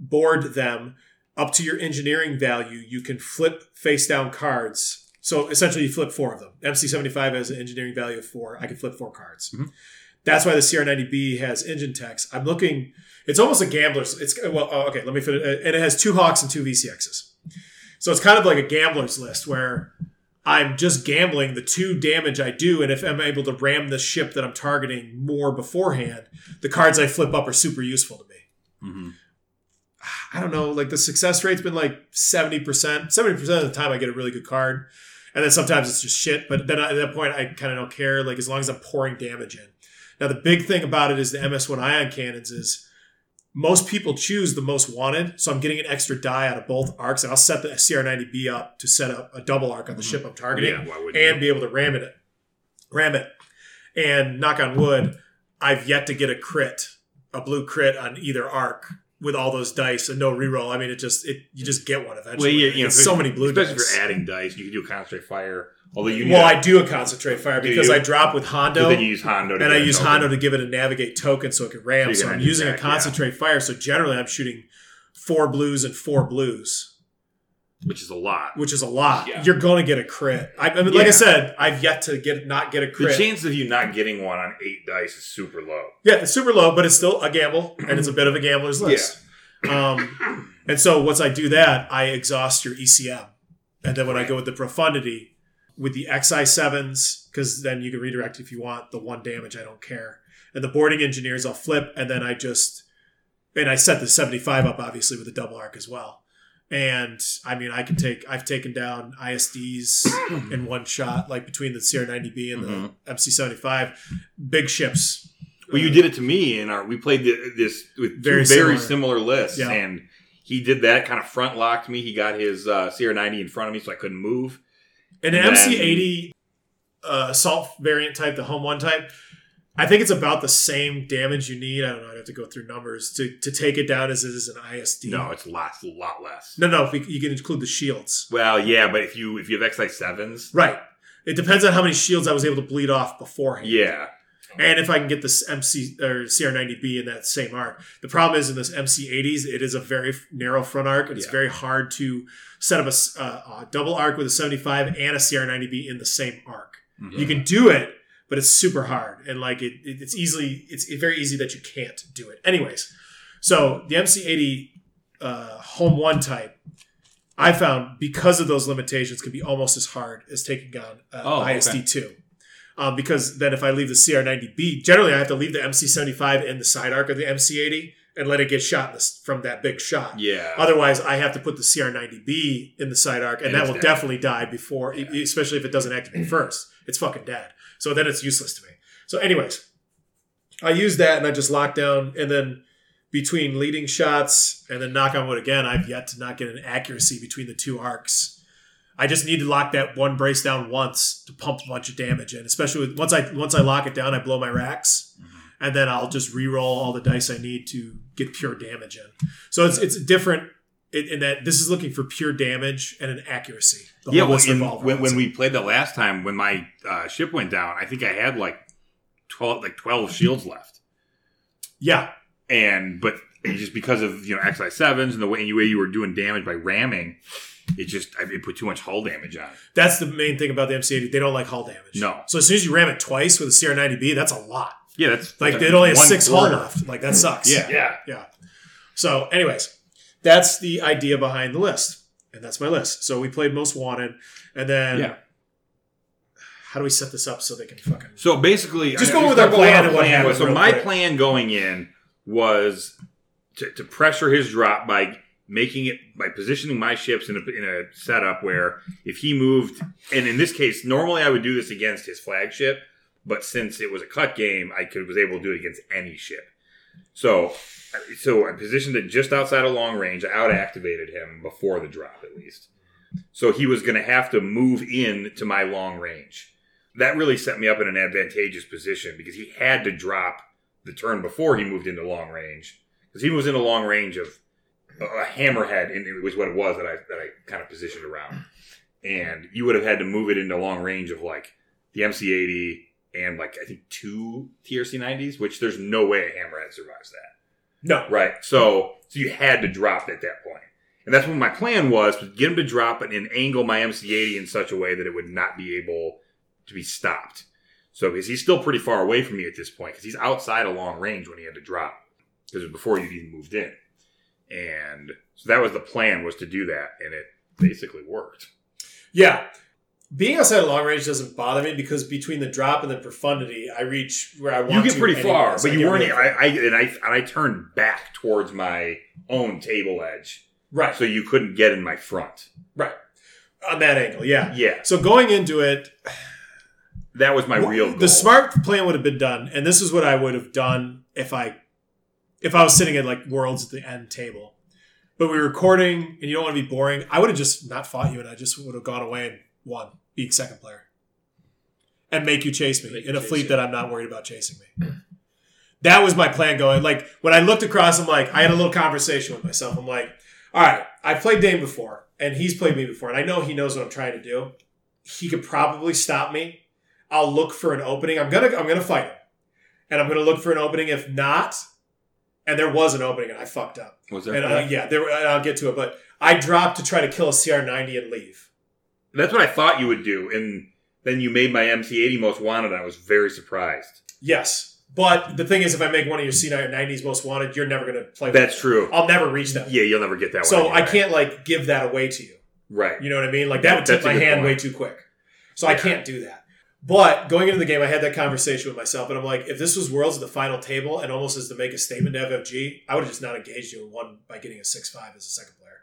[SPEAKER 2] board them up to your engineering value, you can flip face down cards. So essentially, you flip four of them. MC75 has an engineering value of four. I can flip four cards. That's why the CR90B has engine techs. I'm looking. It's almost a gambler's. It's well, oh, okay. Let me finish. And it has two Hawks and two VCXs. So it's kind of like a gambler's list where I'm just gambling the two damage I do, and if I'm able to ram the ship that I'm targeting more beforehand, the cards I flip up are super useful to me. I don't know, like the success rate's been like 70%. 70% of the time I get a really good card. And then sometimes it's just shit, but then at that point I kind of don't care, like as long as I'm pouring damage in. Now the big thing about it is the MS1 ion cannons is most people choose the most wanted, so I'm getting an extra die out of both arcs, and I'll set the CR90B up to set up a double arc on the ship I'm targeting
[SPEAKER 4] Mm-hmm. Yeah, why wouldn't
[SPEAKER 2] and be able to ram it, ram it, and knock on wood, I've yet to get a crit, a blue crit on either arc with all those dice and no reroll. I mean, it just it you just get one
[SPEAKER 4] Well,
[SPEAKER 2] eventually.
[SPEAKER 4] yeah, you know,
[SPEAKER 2] It's so many blue
[SPEAKER 4] especially
[SPEAKER 2] dice.
[SPEAKER 4] if you're adding dice, you can do concentrate fire. Although you need
[SPEAKER 2] well,
[SPEAKER 4] to-
[SPEAKER 2] I do a concentrate fire
[SPEAKER 4] Do
[SPEAKER 2] because
[SPEAKER 4] you?
[SPEAKER 2] I drop with Hondo.
[SPEAKER 4] but then you use Hondo, to
[SPEAKER 2] and I
[SPEAKER 4] get
[SPEAKER 2] use
[SPEAKER 4] an open.
[SPEAKER 2] Hondo to give it a navigate token so it can ram.
[SPEAKER 4] So you
[SPEAKER 2] So,
[SPEAKER 4] can
[SPEAKER 2] I'm
[SPEAKER 4] add your
[SPEAKER 2] using
[SPEAKER 4] attack,
[SPEAKER 2] a
[SPEAKER 4] yeah.
[SPEAKER 2] concentrate fire. So generally, I'm shooting four blues and four blues,
[SPEAKER 4] which is a lot.
[SPEAKER 2] which is a lot.
[SPEAKER 3] Yeah.
[SPEAKER 2] You're going to get a crit. I, I mean, like I
[SPEAKER 4] Yeah.
[SPEAKER 2] said, I've yet to get not get a
[SPEAKER 4] The
[SPEAKER 2] crit.
[SPEAKER 4] chance of you not getting one on eight dice is super low.
[SPEAKER 2] Yeah, it's super low, but it's still a gamble, and it's a bit of a gambler's list. Um, and so once I do that, I exhaust your ECM, and then when I go with the profundity, with the XI sevens, because then you can redirect if you want the one damage. I don't care. And the boarding engineers, I'll flip, and then I just and I set the seventy five up obviously with a double arc as well. And I mean, I can take I've taken down ISDs in one shot, like between the CR ninety B and
[SPEAKER 4] Mhm.
[SPEAKER 2] the MC seventy five, big ships.
[SPEAKER 4] Well, you did it to me in our. We played the, this with two
[SPEAKER 2] Very
[SPEAKER 4] very
[SPEAKER 2] similar.
[SPEAKER 4] similar, lists,
[SPEAKER 2] Yeah.
[SPEAKER 4] and he did that kind of front locked me. He got his uh, Sierra ninety in front of me, so I couldn't move.
[SPEAKER 2] And an
[SPEAKER 4] Then-
[SPEAKER 2] MC80 uh, assault variant type, the home one type, I think it's about the same damage you need. I don't know. I'd have to go through numbers to, to take it down as it is an ISD.
[SPEAKER 4] No, it's lots, a lot less.
[SPEAKER 2] no, no. if You you can include the shields,
[SPEAKER 4] Well, yeah, but if you if you have XI sevens,
[SPEAKER 2] right? It depends on how many shields I was able to bleed off beforehand.
[SPEAKER 4] yeah,
[SPEAKER 2] and if I can get this MC or CR90B in that same arc. The problem is in this MC80s, it is a very f- narrow front arc, and it's very hard to set up a, s- uh, a double arc with a 75 and a CR90B in the same arc.
[SPEAKER 11] Mm-hmm.
[SPEAKER 2] You can do it, but it's super hard, and like it, it- it's easily, it's very easy that you can't do it. Anyways, so the MC80 uh, home one type. I found because of those limitations can be almost as hard as taking on uh,
[SPEAKER 11] Oh, okay.
[SPEAKER 2] ISD two um, because then if I leave the CR90B, generally I have to leave the MC75 in the side arc of the MC80 and let it get shot in this, from that big shot.
[SPEAKER 4] Yeah.
[SPEAKER 2] Otherwise, I have to put the CR90B in the side arc, and,
[SPEAKER 4] And
[SPEAKER 2] that
[SPEAKER 4] it's
[SPEAKER 2] will
[SPEAKER 4] dead.
[SPEAKER 2] definitely die before, e- especially if it doesn't activate first. It's fucking dead. So then it's useless to me. So, anyways, I used that and I just locked down, and then between leading shots and then knock on wood again, I've yet to not get an accuracy between the two arcs. I just need to lock that one brace down once to pump a bunch of damage in. Especially with, once I once I lock it down, I blow my racks,
[SPEAKER 4] Mm-hmm.
[SPEAKER 2] and then I'll just re-roll all the dice I need to get pure damage in. So it's it's different in, in that this is looking for pure damage and an accuracy. The
[SPEAKER 4] yeah,
[SPEAKER 2] whole
[SPEAKER 4] well,
[SPEAKER 2] list
[SPEAKER 4] in-
[SPEAKER 2] involved
[SPEAKER 4] when, when
[SPEAKER 2] rounds.
[SPEAKER 4] we played that last time, when my uh, ship went down, I think I had like twelve, like twelve shields left,
[SPEAKER 2] yeah
[SPEAKER 4] and but it just because of you know XI sevens and the way and the way you were doing damage by ramming, it just I- it put too much hull damage on. it.
[SPEAKER 2] that's the main thing about the MC80. They don't like hull damage.
[SPEAKER 4] No,
[SPEAKER 2] So as soon as you ram it twice with a CR90B, that's a lot.
[SPEAKER 4] yeah, that's
[SPEAKER 2] Like
[SPEAKER 4] that's
[SPEAKER 2] it only has
[SPEAKER 4] one
[SPEAKER 2] six hull
[SPEAKER 4] quarter.
[SPEAKER 2] left. Like that sucks.
[SPEAKER 4] Yeah.
[SPEAKER 3] Yeah.
[SPEAKER 2] Yeah. So, anyways, that's the idea behind the list. And that's my list. So we played Most Wanted. And then
[SPEAKER 4] Yeah.
[SPEAKER 2] how do we set this up so they can fucking
[SPEAKER 4] So basically,
[SPEAKER 2] Just
[SPEAKER 4] I-
[SPEAKER 2] go with our
[SPEAKER 4] go
[SPEAKER 2] plan
[SPEAKER 4] our
[SPEAKER 2] and what happened
[SPEAKER 4] was- So
[SPEAKER 2] real
[SPEAKER 4] my
[SPEAKER 2] quick.
[SPEAKER 4] plan going in was to, to pressure his drop by making it by positioning my ships in a, in a setup where if he moved, and in this case, normally I would do this against his flagship, but since it was a cut game, I could was able to do it against any ship. So, so I positioned it just outside of long range. I out activated him before the drop, at least. So he was going to have to move in to my long range. That really set me up in an advantageous position because he had to drop the turn before he moved into long range because he was in a long range of a a hammerhead, and it was what it was that I that I kind of positioned around. And you would have had to move it into long range of like the MC80 and like I think two TRC90s, which there's no way a hammerhead survives that.
[SPEAKER 2] No.
[SPEAKER 4] Right. So so you had to drop it at that point. And that's what my plan was, was get him to drop it and angle my MC80 in such a way that it would not be able to be stopped. So because he's still pretty far away from me at this point, because he's outside of long range when he had to drop. Because it was before you'd even moved in. And so that was the plan was to do that, and it basically worked.
[SPEAKER 2] Yeah. Being outside of long range doesn't bother me because between the drop and the profundity, I reach where I want
[SPEAKER 4] You get
[SPEAKER 2] to
[SPEAKER 4] pretty far,
[SPEAKER 2] anyways.
[SPEAKER 4] but
[SPEAKER 2] I
[SPEAKER 4] you
[SPEAKER 2] get
[SPEAKER 4] weren't. e-,
[SPEAKER 2] really-
[SPEAKER 4] I, I and I and I turned back towards my own table edge,
[SPEAKER 2] Right.
[SPEAKER 4] so you couldn't get in my front.
[SPEAKER 2] Right. On that angle, yeah.
[SPEAKER 4] Yeah,
[SPEAKER 2] So going into it,
[SPEAKER 4] that was my
[SPEAKER 2] Well,
[SPEAKER 4] real goal.
[SPEAKER 2] The smart plan would have been done, and this is what I would have done if I if I was sitting at like worlds at the end table. But we were recording, and you don't want to be boring. I would have just not fought you, and I just would have gone away and won, being second player, and make you chase me
[SPEAKER 3] Make you
[SPEAKER 2] in a
[SPEAKER 3] chase
[SPEAKER 2] fleet
[SPEAKER 3] you.
[SPEAKER 2] that I'm not worried about chasing me. That was my plan going. Like when I looked across, I'm like, I had a little conversation with myself. I'm like, all right, I've played Dame before, and he's played me before, and I know he knows what I'm trying to do. He could probably stop me, I'll look for an opening. I'm gonna I'm gonna fight him, and I'm gonna look for an opening. If not, and there was an opening, and I fucked up.
[SPEAKER 4] was there?
[SPEAKER 2] And uh, yeah, there and I'll get to it. But I dropped to try to kill a CR90 and leave.
[SPEAKER 4] That's what I thought you would do, and then you made my MC80 most wanted. and I was very surprised.
[SPEAKER 2] Yes, but the thing is, if I make one of your CR90s most wanted, you're never gonna play. with
[SPEAKER 4] That's
[SPEAKER 2] me.
[SPEAKER 4] true.
[SPEAKER 2] I'll never reach them.
[SPEAKER 4] Yeah, you'll never get that
[SPEAKER 2] so
[SPEAKER 4] one.
[SPEAKER 2] I
[SPEAKER 4] anyway.
[SPEAKER 2] can't like give that away to you.
[SPEAKER 4] Right.
[SPEAKER 2] You know what I mean? Like that would tip
[SPEAKER 4] That's a
[SPEAKER 2] my
[SPEAKER 4] good
[SPEAKER 2] hand
[SPEAKER 4] point.
[SPEAKER 2] way too quick. So I
[SPEAKER 4] Yeah.
[SPEAKER 2] can't do that. But going into the game, I had that conversation with myself, and I'm like, if this was Worlds at the final table, and almost as to make a statement to FFG, I would have just not engaged you and won by getting a six five as a second player,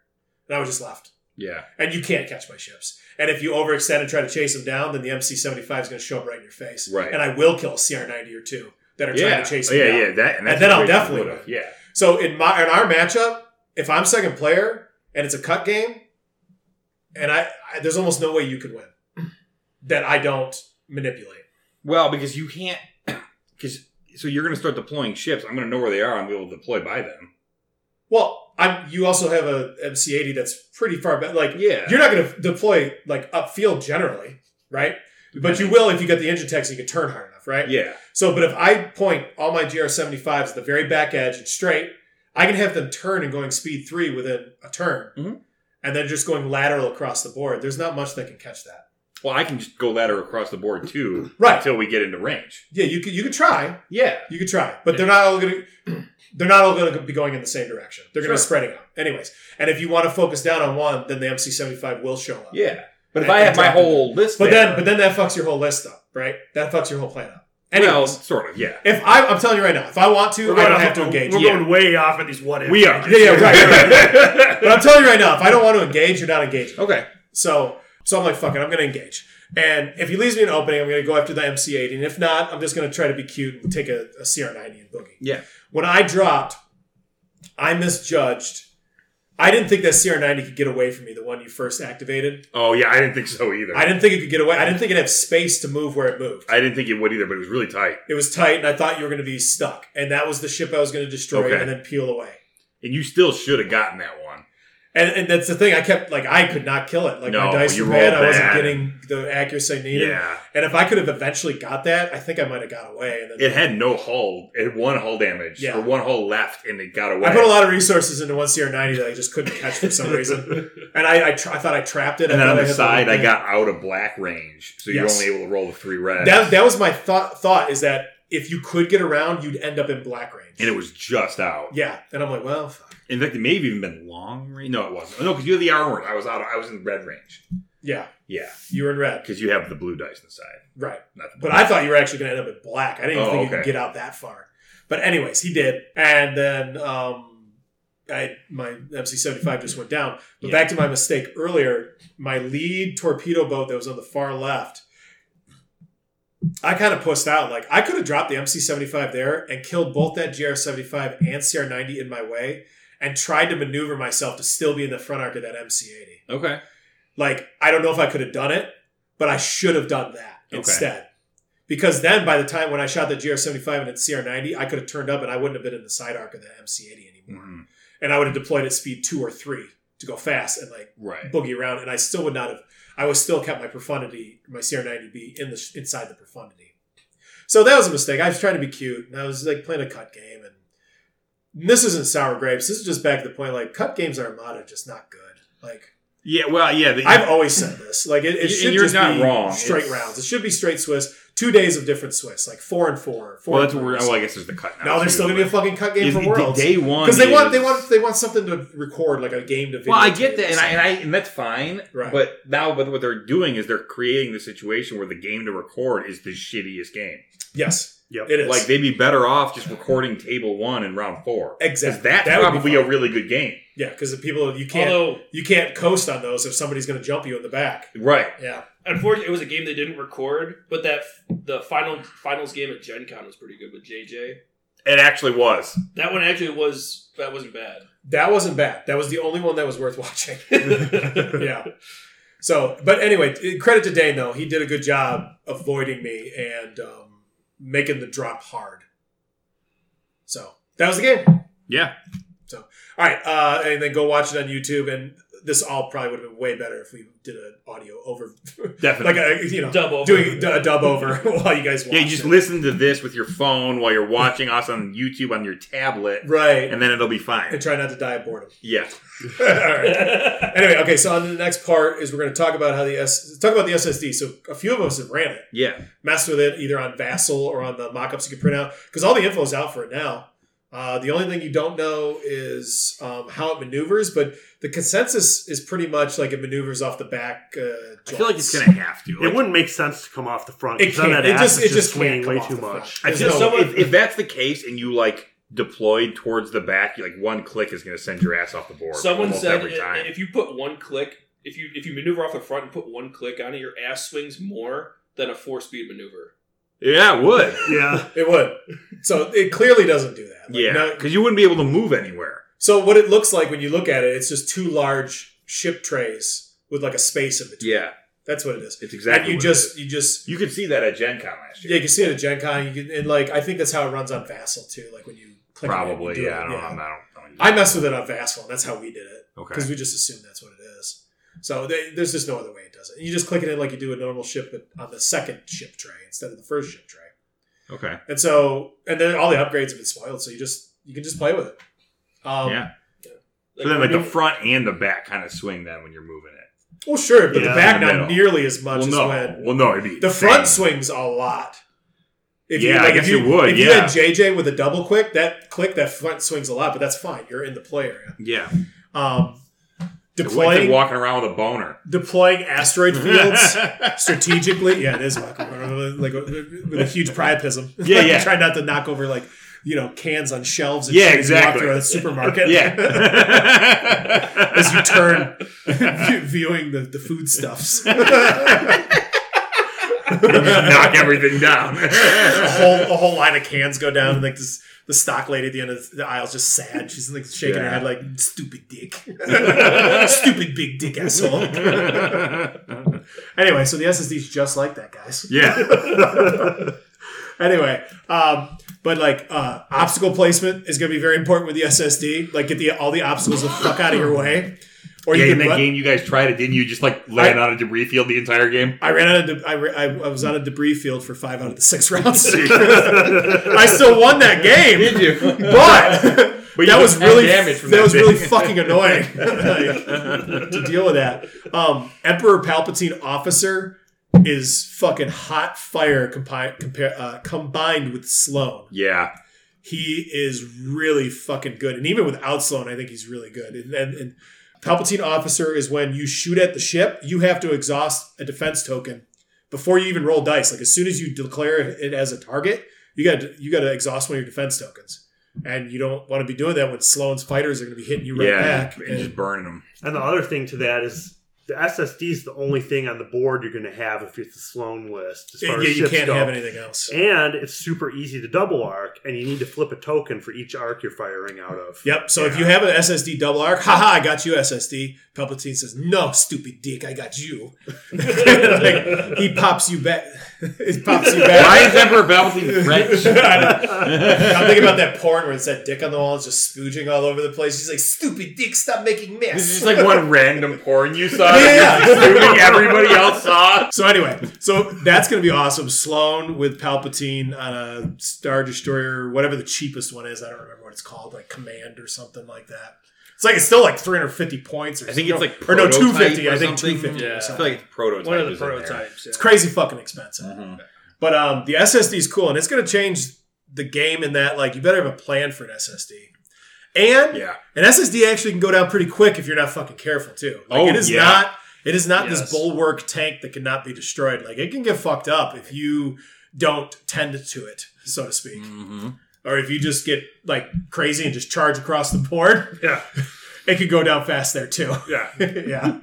[SPEAKER 2] and I was just left.
[SPEAKER 4] Yeah.
[SPEAKER 2] And you can't catch my ships. And if you overextend and try to chase them down, then the MC seventy five is going to show up right in your face,
[SPEAKER 4] Right.
[SPEAKER 2] And I will kill a CR ninety or two that are
[SPEAKER 4] yeah.
[SPEAKER 2] trying to chase
[SPEAKER 4] Oh,
[SPEAKER 2] me
[SPEAKER 4] yeah.
[SPEAKER 2] down.
[SPEAKER 4] Yeah. That.
[SPEAKER 2] And
[SPEAKER 4] And, that's
[SPEAKER 2] then
[SPEAKER 4] a
[SPEAKER 2] I'll
[SPEAKER 4] great
[SPEAKER 2] definitely
[SPEAKER 4] would've. Yeah.
[SPEAKER 2] So in my in our matchup, if I'm second player and it's a cut game, and I, I there's almost no way you could win that I don't manipulate.
[SPEAKER 4] Well, because you can't. Because so you're going to start deploying ships. I'm going to know where they are. I'm going to be able to deploy by them.
[SPEAKER 2] Well, I'm you also have a MC80 that's pretty far back. Like
[SPEAKER 4] Yeah.
[SPEAKER 2] you're not going to deploy like upfield generally, right? But you will if you get the engine tech so you can turn hard enough, right?
[SPEAKER 4] Yeah.
[SPEAKER 2] So, but if I point all my GR75s at the very back edge and straight, I can have them turn and going speed three within a turn.
[SPEAKER 4] Mhm.
[SPEAKER 2] And then just going lateral across the board. There's not much that can catch that.
[SPEAKER 4] Well, I can just go ladder across the board too,
[SPEAKER 2] Right.
[SPEAKER 4] Until we get into range.
[SPEAKER 2] Yeah, you could you could try.
[SPEAKER 4] Yeah.
[SPEAKER 2] You could try. But they're not all gonna they're not all gonna be going in the same direction. They're gonna be
[SPEAKER 4] Sure.
[SPEAKER 2] spreading out. Anyways. And if you want to focus down on one, then the MC seventy five will show up.
[SPEAKER 4] Yeah. But if
[SPEAKER 2] And-
[SPEAKER 4] I
[SPEAKER 2] and
[SPEAKER 4] have my
[SPEAKER 2] drop it.
[SPEAKER 4] whole list,
[SPEAKER 2] But
[SPEAKER 4] there-
[SPEAKER 2] then but then that fucks your whole list up, right? That fucks your whole plan up. Anyways.
[SPEAKER 4] well, sort of, yeah.
[SPEAKER 2] if I, I'm telling you right now, if I want to, I don't have to engage.
[SPEAKER 11] We're
[SPEAKER 2] Yeah.
[SPEAKER 11] going way off at these what ifs.
[SPEAKER 4] We are.
[SPEAKER 2] Yeah, yeah, right, right, right. But I'm telling you right now, if I don't want to engage, you're not engaging.
[SPEAKER 4] Okay.
[SPEAKER 2] So, so I'm like, fuck it, I'm gonna engage. And if he leaves me an opening, I'm gonna go after the MC8, and if not, I'm just gonna try to be cute and take a, a CR90 and boogie.
[SPEAKER 4] Yeah.
[SPEAKER 2] When I dropped, I misjudged. I didn't think that CR90 could get away from me, the one you first activated.
[SPEAKER 4] Oh yeah, I didn't think so either.
[SPEAKER 2] I didn't think it could get away. I didn't think it'd have space to move where it moved.
[SPEAKER 4] I didn't think it would either, but it was really tight.
[SPEAKER 2] It was tight, and I thought you were gonna be stuck. And that was the ship I was gonna destroy
[SPEAKER 4] Okay.
[SPEAKER 2] and then peel away.
[SPEAKER 4] And you still should have gotten that one.
[SPEAKER 2] And, and that's the thing. I kept like I could not kill it. Like my
[SPEAKER 4] No,
[SPEAKER 2] dice
[SPEAKER 4] you
[SPEAKER 2] were bad.
[SPEAKER 4] rolled
[SPEAKER 2] I wasn't
[SPEAKER 4] bad.
[SPEAKER 2] getting the accuracy I needed.
[SPEAKER 4] Yeah.
[SPEAKER 2] And if I could have eventually got that, I think I might have got away. And then
[SPEAKER 4] It had no hull. It had one hull damage
[SPEAKER 2] Yeah.
[SPEAKER 4] or one hull left, and it got away.
[SPEAKER 2] I put a lot of resources into one CR90 that I just couldn't catch for some reason. And I I, tr- I thought I trapped it.
[SPEAKER 4] and
[SPEAKER 2] I
[SPEAKER 4] then
[SPEAKER 2] thought
[SPEAKER 4] on
[SPEAKER 2] I
[SPEAKER 4] the
[SPEAKER 2] had
[SPEAKER 4] side, I
[SPEAKER 2] little-
[SPEAKER 4] got out of black range, so
[SPEAKER 2] Yes.
[SPEAKER 4] you're only able to roll the three red.
[SPEAKER 2] that. That was my thought. Thought is that if you could get around, you'd end up in black range.
[SPEAKER 4] and it was just out.
[SPEAKER 2] yeah. And I'm like, well, fuck.
[SPEAKER 4] In fact, it may have even been long range. No, it wasn't. Oh, No, because you had the hour range. I was out. I was in red range.
[SPEAKER 2] yeah,
[SPEAKER 4] Yeah,
[SPEAKER 2] you were in red,
[SPEAKER 4] because you have the blue dice on the side.
[SPEAKER 2] right?
[SPEAKER 4] Not the
[SPEAKER 2] But I thought you were actually going to end up in black. I didn't even
[SPEAKER 4] Oh,
[SPEAKER 2] think you
[SPEAKER 4] okay.
[SPEAKER 2] could get out that far. But anyways, he did, and then um, I my MC seventy five just went down. But
[SPEAKER 4] Yeah.
[SPEAKER 2] back to my mistake earlier, my lead torpedo boat that was on the far left. I kind of pushed out. Like I could have dropped the MC seventy five there and killed both that GR seventy five and CR ninety in my way, and tried to maneuver myself to still be in the front arc of that MC eighty.
[SPEAKER 4] okay.
[SPEAKER 2] Like, I don't know if I could have done it, but I should have done that
[SPEAKER 4] Okay.
[SPEAKER 2] instead. Because then by the time when I shot the GR75 and the CR90, I could have turned up and I wouldn't have been in the side arc of the MC80 anymore.
[SPEAKER 4] Mhm.
[SPEAKER 2] And I would have deployed at speed two or three to go fast and like
[SPEAKER 4] Right.
[SPEAKER 2] boogie around. And I still would not have, I was still kept my profundity, my CR90B in the, inside the profundity. So that was a mistake. I was trying to be cute and I was like playing a cut game. And this isn't sour grapes. This is just back to the point like cut games are Armada, just not good. Like,
[SPEAKER 4] Yeah. Well. Yeah. The,
[SPEAKER 2] I've always said this. Like it, it
[SPEAKER 4] And
[SPEAKER 2] should
[SPEAKER 4] you're
[SPEAKER 2] just
[SPEAKER 4] not
[SPEAKER 2] be
[SPEAKER 4] wrong.
[SPEAKER 2] straight
[SPEAKER 4] It's-
[SPEAKER 2] rounds. It should be straight Swiss. Two days of different Swiss, like four and four. four
[SPEAKER 4] well, that's
[SPEAKER 2] and
[SPEAKER 4] what we're.
[SPEAKER 2] fours.
[SPEAKER 4] Well, I guess there's the cut now.
[SPEAKER 2] no, there's
[SPEAKER 4] too,
[SPEAKER 2] still gonna be a
[SPEAKER 4] but-
[SPEAKER 2] fucking cut game
[SPEAKER 4] Is-
[SPEAKER 2] for
[SPEAKER 4] d-
[SPEAKER 2] worlds
[SPEAKER 4] Day one
[SPEAKER 2] because they want they
[SPEAKER 4] is-
[SPEAKER 2] want they want something to record, like a game to video.
[SPEAKER 4] Well, I get that, and I, and I and that's fine.
[SPEAKER 2] Right.
[SPEAKER 4] But now, but what they're doing is they're creating the situation where the game to record is the shittiest game.
[SPEAKER 2] yes,
[SPEAKER 5] Yep.
[SPEAKER 2] it is.
[SPEAKER 4] Like they'd be better off just recording table one in round four. 'Cause
[SPEAKER 2] Exactly.
[SPEAKER 4] That's
[SPEAKER 2] That would be
[SPEAKER 4] probably
[SPEAKER 2] fun.
[SPEAKER 4] a really good game.
[SPEAKER 2] yeah, because the people you can't
[SPEAKER 3] Although-
[SPEAKER 2] you can't coast on those if somebody's gonna jump you in the back.
[SPEAKER 4] Right.
[SPEAKER 2] Yeah,
[SPEAKER 3] Unfortunately, it was a game they didn't record, but that the final finals game at Gen Con was pretty good with JJ.
[SPEAKER 4] It actually was.
[SPEAKER 3] That one actually was that wasn't bad.
[SPEAKER 2] that wasn't bad. That was the only one that was worth watching. yeah. So, but anyway, t- credit to Dane though. He did a good job avoiding me and um, making the drop hard. So that was the game.
[SPEAKER 4] Yeah.
[SPEAKER 2] All right, uh, and then go watch it on YouTube. And this all probably would have been way better if we did an audio over,
[SPEAKER 4] Definitely.
[SPEAKER 2] like a you know
[SPEAKER 3] Dub over.
[SPEAKER 2] doing a dub over while you guys watch.
[SPEAKER 4] yeah, you just
[SPEAKER 2] it.
[SPEAKER 4] listen to this with your phone while you're watching us on YouTube on your tablet,
[SPEAKER 2] right,
[SPEAKER 4] and then it'll be
[SPEAKER 2] and
[SPEAKER 4] fine.
[SPEAKER 2] try not to die of boredom.
[SPEAKER 4] Yeah.
[SPEAKER 2] all right. Anyway, okay. So on to the next part is we're going to talk about how the S talk about the SSD. So a few of us have ran it.
[SPEAKER 4] Yeah.
[SPEAKER 2] mess with it either on Vassal or on the mockups you can print out because all the info is out for it now. Uh, the only thing you don't know is um, how it maneuvers, but the consensus is pretty much like it maneuvers off the back. Uh,
[SPEAKER 4] I feel like it's
[SPEAKER 2] joints.
[SPEAKER 4] gonna have to.
[SPEAKER 5] It
[SPEAKER 4] Like,
[SPEAKER 5] wouldn't make sense to come off the front.
[SPEAKER 2] It
[SPEAKER 5] 'cause then
[SPEAKER 2] can't.
[SPEAKER 5] that
[SPEAKER 2] It
[SPEAKER 5] ass
[SPEAKER 2] just-
[SPEAKER 5] is
[SPEAKER 2] it
[SPEAKER 5] just,
[SPEAKER 2] just
[SPEAKER 5] swinging
[SPEAKER 2] can't
[SPEAKER 5] way
[SPEAKER 2] come off
[SPEAKER 5] too
[SPEAKER 2] the front.
[SPEAKER 5] much.
[SPEAKER 4] I
[SPEAKER 2] There's
[SPEAKER 4] feel
[SPEAKER 2] no-
[SPEAKER 4] someone, if, if that's the case and you like deployed towards the back, you, like one click is gonna send your ass off the board.
[SPEAKER 3] Someone
[SPEAKER 4] almost
[SPEAKER 3] said
[SPEAKER 4] every
[SPEAKER 3] i-
[SPEAKER 4] time.
[SPEAKER 3] if you put one click, if you if you maneuver off the front and put one click on it, your ass swings more than a four speed maneuver.
[SPEAKER 4] yeah, it would.
[SPEAKER 5] Yeah.
[SPEAKER 2] It would. So it clearly doesn't do that. Like,
[SPEAKER 4] yeah,
[SPEAKER 2] no-
[SPEAKER 4] because you wouldn't be able to move anywhere.
[SPEAKER 2] so what it looks like when you look at it, it's just two large ship trays with like a space in between.
[SPEAKER 4] Yeah,
[SPEAKER 2] That's what it is.
[SPEAKER 4] it's
[SPEAKER 2] and
[SPEAKER 4] exactly.
[SPEAKER 2] you
[SPEAKER 4] what it is.
[SPEAKER 2] just you just
[SPEAKER 4] You could see that at Gen Con last
[SPEAKER 2] yeah
[SPEAKER 4] year.
[SPEAKER 2] you can see it at Gen Con. You can, and like I think that's how it runs on Vassal too. Like when you click on it, you do
[SPEAKER 4] Probably, yeah.
[SPEAKER 2] it.
[SPEAKER 4] I don't know. I don't, I don't
[SPEAKER 2] I messed with it on Vassal. and That's how we did it.
[SPEAKER 4] Okay.
[SPEAKER 2] Because we just assume that's what it is. So they, there's just no other way it does it. You just click it in like you do a normal ship, but on the second ship tray instead of the first ship tray.
[SPEAKER 4] Okay.
[SPEAKER 2] And so, and then all the upgrades have been spoiled, so you just you can just play with it. Um,
[SPEAKER 4] yeah.
[SPEAKER 3] Like,
[SPEAKER 4] So then,
[SPEAKER 3] when
[SPEAKER 4] like the
[SPEAKER 3] you-
[SPEAKER 4] front and the back kind of swing then when you're moving it.
[SPEAKER 2] Well, sure, but
[SPEAKER 5] Yeah,
[SPEAKER 2] the back
[SPEAKER 4] in the
[SPEAKER 2] not
[SPEAKER 4] middle.
[SPEAKER 2] nearly as much
[SPEAKER 4] well,
[SPEAKER 2] as
[SPEAKER 4] no.
[SPEAKER 2] when
[SPEAKER 4] Well, no, it'd be
[SPEAKER 2] the front
[SPEAKER 4] insane.
[SPEAKER 2] swings a lot.
[SPEAKER 4] Yeah, I
[SPEAKER 2] if
[SPEAKER 4] guess it would,
[SPEAKER 2] If
[SPEAKER 4] yeah.
[SPEAKER 2] you had JJ with a double click, that click that front swings a lot, but that's fine. You're in the play area.
[SPEAKER 4] Yeah.
[SPEAKER 2] Um,
[SPEAKER 4] It's like
[SPEAKER 2] deploying
[SPEAKER 4] walking around with a boner.
[SPEAKER 2] deploying asteroid fields strategically. Yeah, it is like, like with a huge priapism.
[SPEAKER 4] Yeah,
[SPEAKER 2] Like, you
[SPEAKER 4] yeah.
[SPEAKER 2] Try not to knock over like you know cans on shelves. And
[SPEAKER 4] Yeah,
[SPEAKER 2] shit as you walk
[SPEAKER 4] exactly.
[SPEAKER 2] through a supermarket.
[SPEAKER 4] yeah.
[SPEAKER 2] as you turn view- viewing the, the foodstuffs.
[SPEAKER 4] knock everything down.
[SPEAKER 2] a whole a whole line of cans go down, and like this, the stock lady at the end of the aisle's just sad. She's like shaking her
[SPEAKER 4] Yeah.
[SPEAKER 2] head, like stupid dick, stupid big dick asshole. anyway, so the SSD's just like that, guys.
[SPEAKER 4] yeah.
[SPEAKER 2] Anyway, um, but like uh, obstacle placement is going to be very important with the SSD. Like get the all the obstacles the fuck out of your way, or
[SPEAKER 4] Yeah,
[SPEAKER 2] you
[SPEAKER 4] in
[SPEAKER 2] can
[SPEAKER 4] that
[SPEAKER 2] run-
[SPEAKER 4] game you guys tried it, didn't you? Just like laying on a debris field the entire game?
[SPEAKER 2] I ran out of de- I, ra- I, I was on a debris field for five out of the six rounds. I still won that game,
[SPEAKER 3] Did you?
[SPEAKER 2] but,
[SPEAKER 4] But
[SPEAKER 2] that
[SPEAKER 4] you
[SPEAKER 2] was
[SPEAKER 4] had
[SPEAKER 2] really
[SPEAKER 4] damage
[SPEAKER 2] that,
[SPEAKER 4] from that
[SPEAKER 2] was
[SPEAKER 4] thing.
[SPEAKER 2] really fucking annoying like, to deal with that. Um, Emperor Palpatine officer is fucking hot fire compi- compa- uh, combined with Sloan.
[SPEAKER 4] Yeah.
[SPEAKER 2] He is really fucking good, and even without Sloan, I think he's really good. And, and, and Palpatine officer is when you shoot at the ship, you have to exhaust a defense token before you even roll dice. Like as soon as you declare it as a target, you got to you got to exhaust one of your defense tokens, and you don't want to be doing that when Sloan's fighters are going to be hitting you right
[SPEAKER 4] yeah.
[SPEAKER 2] back.
[SPEAKER 4] And,
[SPEAKER 2] And-
[SPEAKER 4] just burning them.
[SPEAKER 5] And the other thing to that is the SSD is the only thing on the board you're going to have if it's the Sloan list. As
[SPEAKER 2] yeah,
[SPEAKER 5] far as
[SPEAKER 2] you
[SPEAKER 5] ships
[SPEAKER 2] can't
[SPEAKER 5] go.
[SPEAKER 2] have anything else.
[SPEAKER 5] And it's super easy to double arc, and you need to flip a token for each arc you're firing out of.
[SPEAKER 2] Yep. So if you have an SSD double arc, haha, I got you SSD. Palpatine says, "No, stupid dick, I got you." Like, he pops you back. it pops you back.
[SPEAKER 4] Why is Emperor Palpatine French?
[SPEAKER 2] I'm thinking about that porn where it's that dick on the wall, it's just spooging all over the place. He's like, "Stupid dick, stop making mess."
[SPEAKER 4] This is just like one random porn you saw.
[SPEAKER 2] Yeah.
[SPEAKER 4] Yeah. Assuming everybody else saw.
[SPEAKER 2] So anyway, so that's gonna be awesome. Sloan with Palpatine on a Star Destroyer, whatever the cheapest one is. I don't remember what it's called, like Command or something like that. It's like it's still like 350 points. Or
[SPEAKER 11] I think it's like
[SPEAKER 2] or no
[SPEAKER 11] prototype
[SPEAKER 2] 250.
[SPEAKER 11] or
[SPEAKER 2] I think
[SPEAKER 11] something.
[SPEAKER 2] 250.
[SPEAKER 3] Yeah.
[SPEAKER 2] or
[SPEAKER 11] I
[SPEAKER 2] something.
[SPEAKER 11] feel like it's prototype.
[SPEAKER 3] One of the
[SPEAKER 11] is in there.
[SPEAKER 3] prototypes.
[SPEAKER 2] It's crazy fucking expensive.
[SPEAKER 4] Mm-hmm.
[SPEAKER 2] But um, the SSD is cool, and it's going to change the game in that like you better have a plan for an SSD. And
[SPEAKER 4] Yeah.
[SPEAKER 2] an SSD actually can go down pretty quick if you're not fucking careful too. Like
[SPEAKER 4] Oh,
[SPEAKER 2] it is
[SPEAKER 4] yeah.
[SPEAKER 2] not it is not this
[SPEAKER 3] Yes.
[SPEAKER 2] bulwark tank that cannot be destroyed. Like it can get fucked up if you don't tend to it, so to speak.
[SPEAKER 4] Mm-hmm.
[SPEAKER 2] Or if you just get like crazy and just charge across the board,
[SPEAKER 5] Yeah.
[SPEAKER 2] it could go down fast there too.
[SPEAKER 5] Yeah.
[SPEAKER 2] yeah.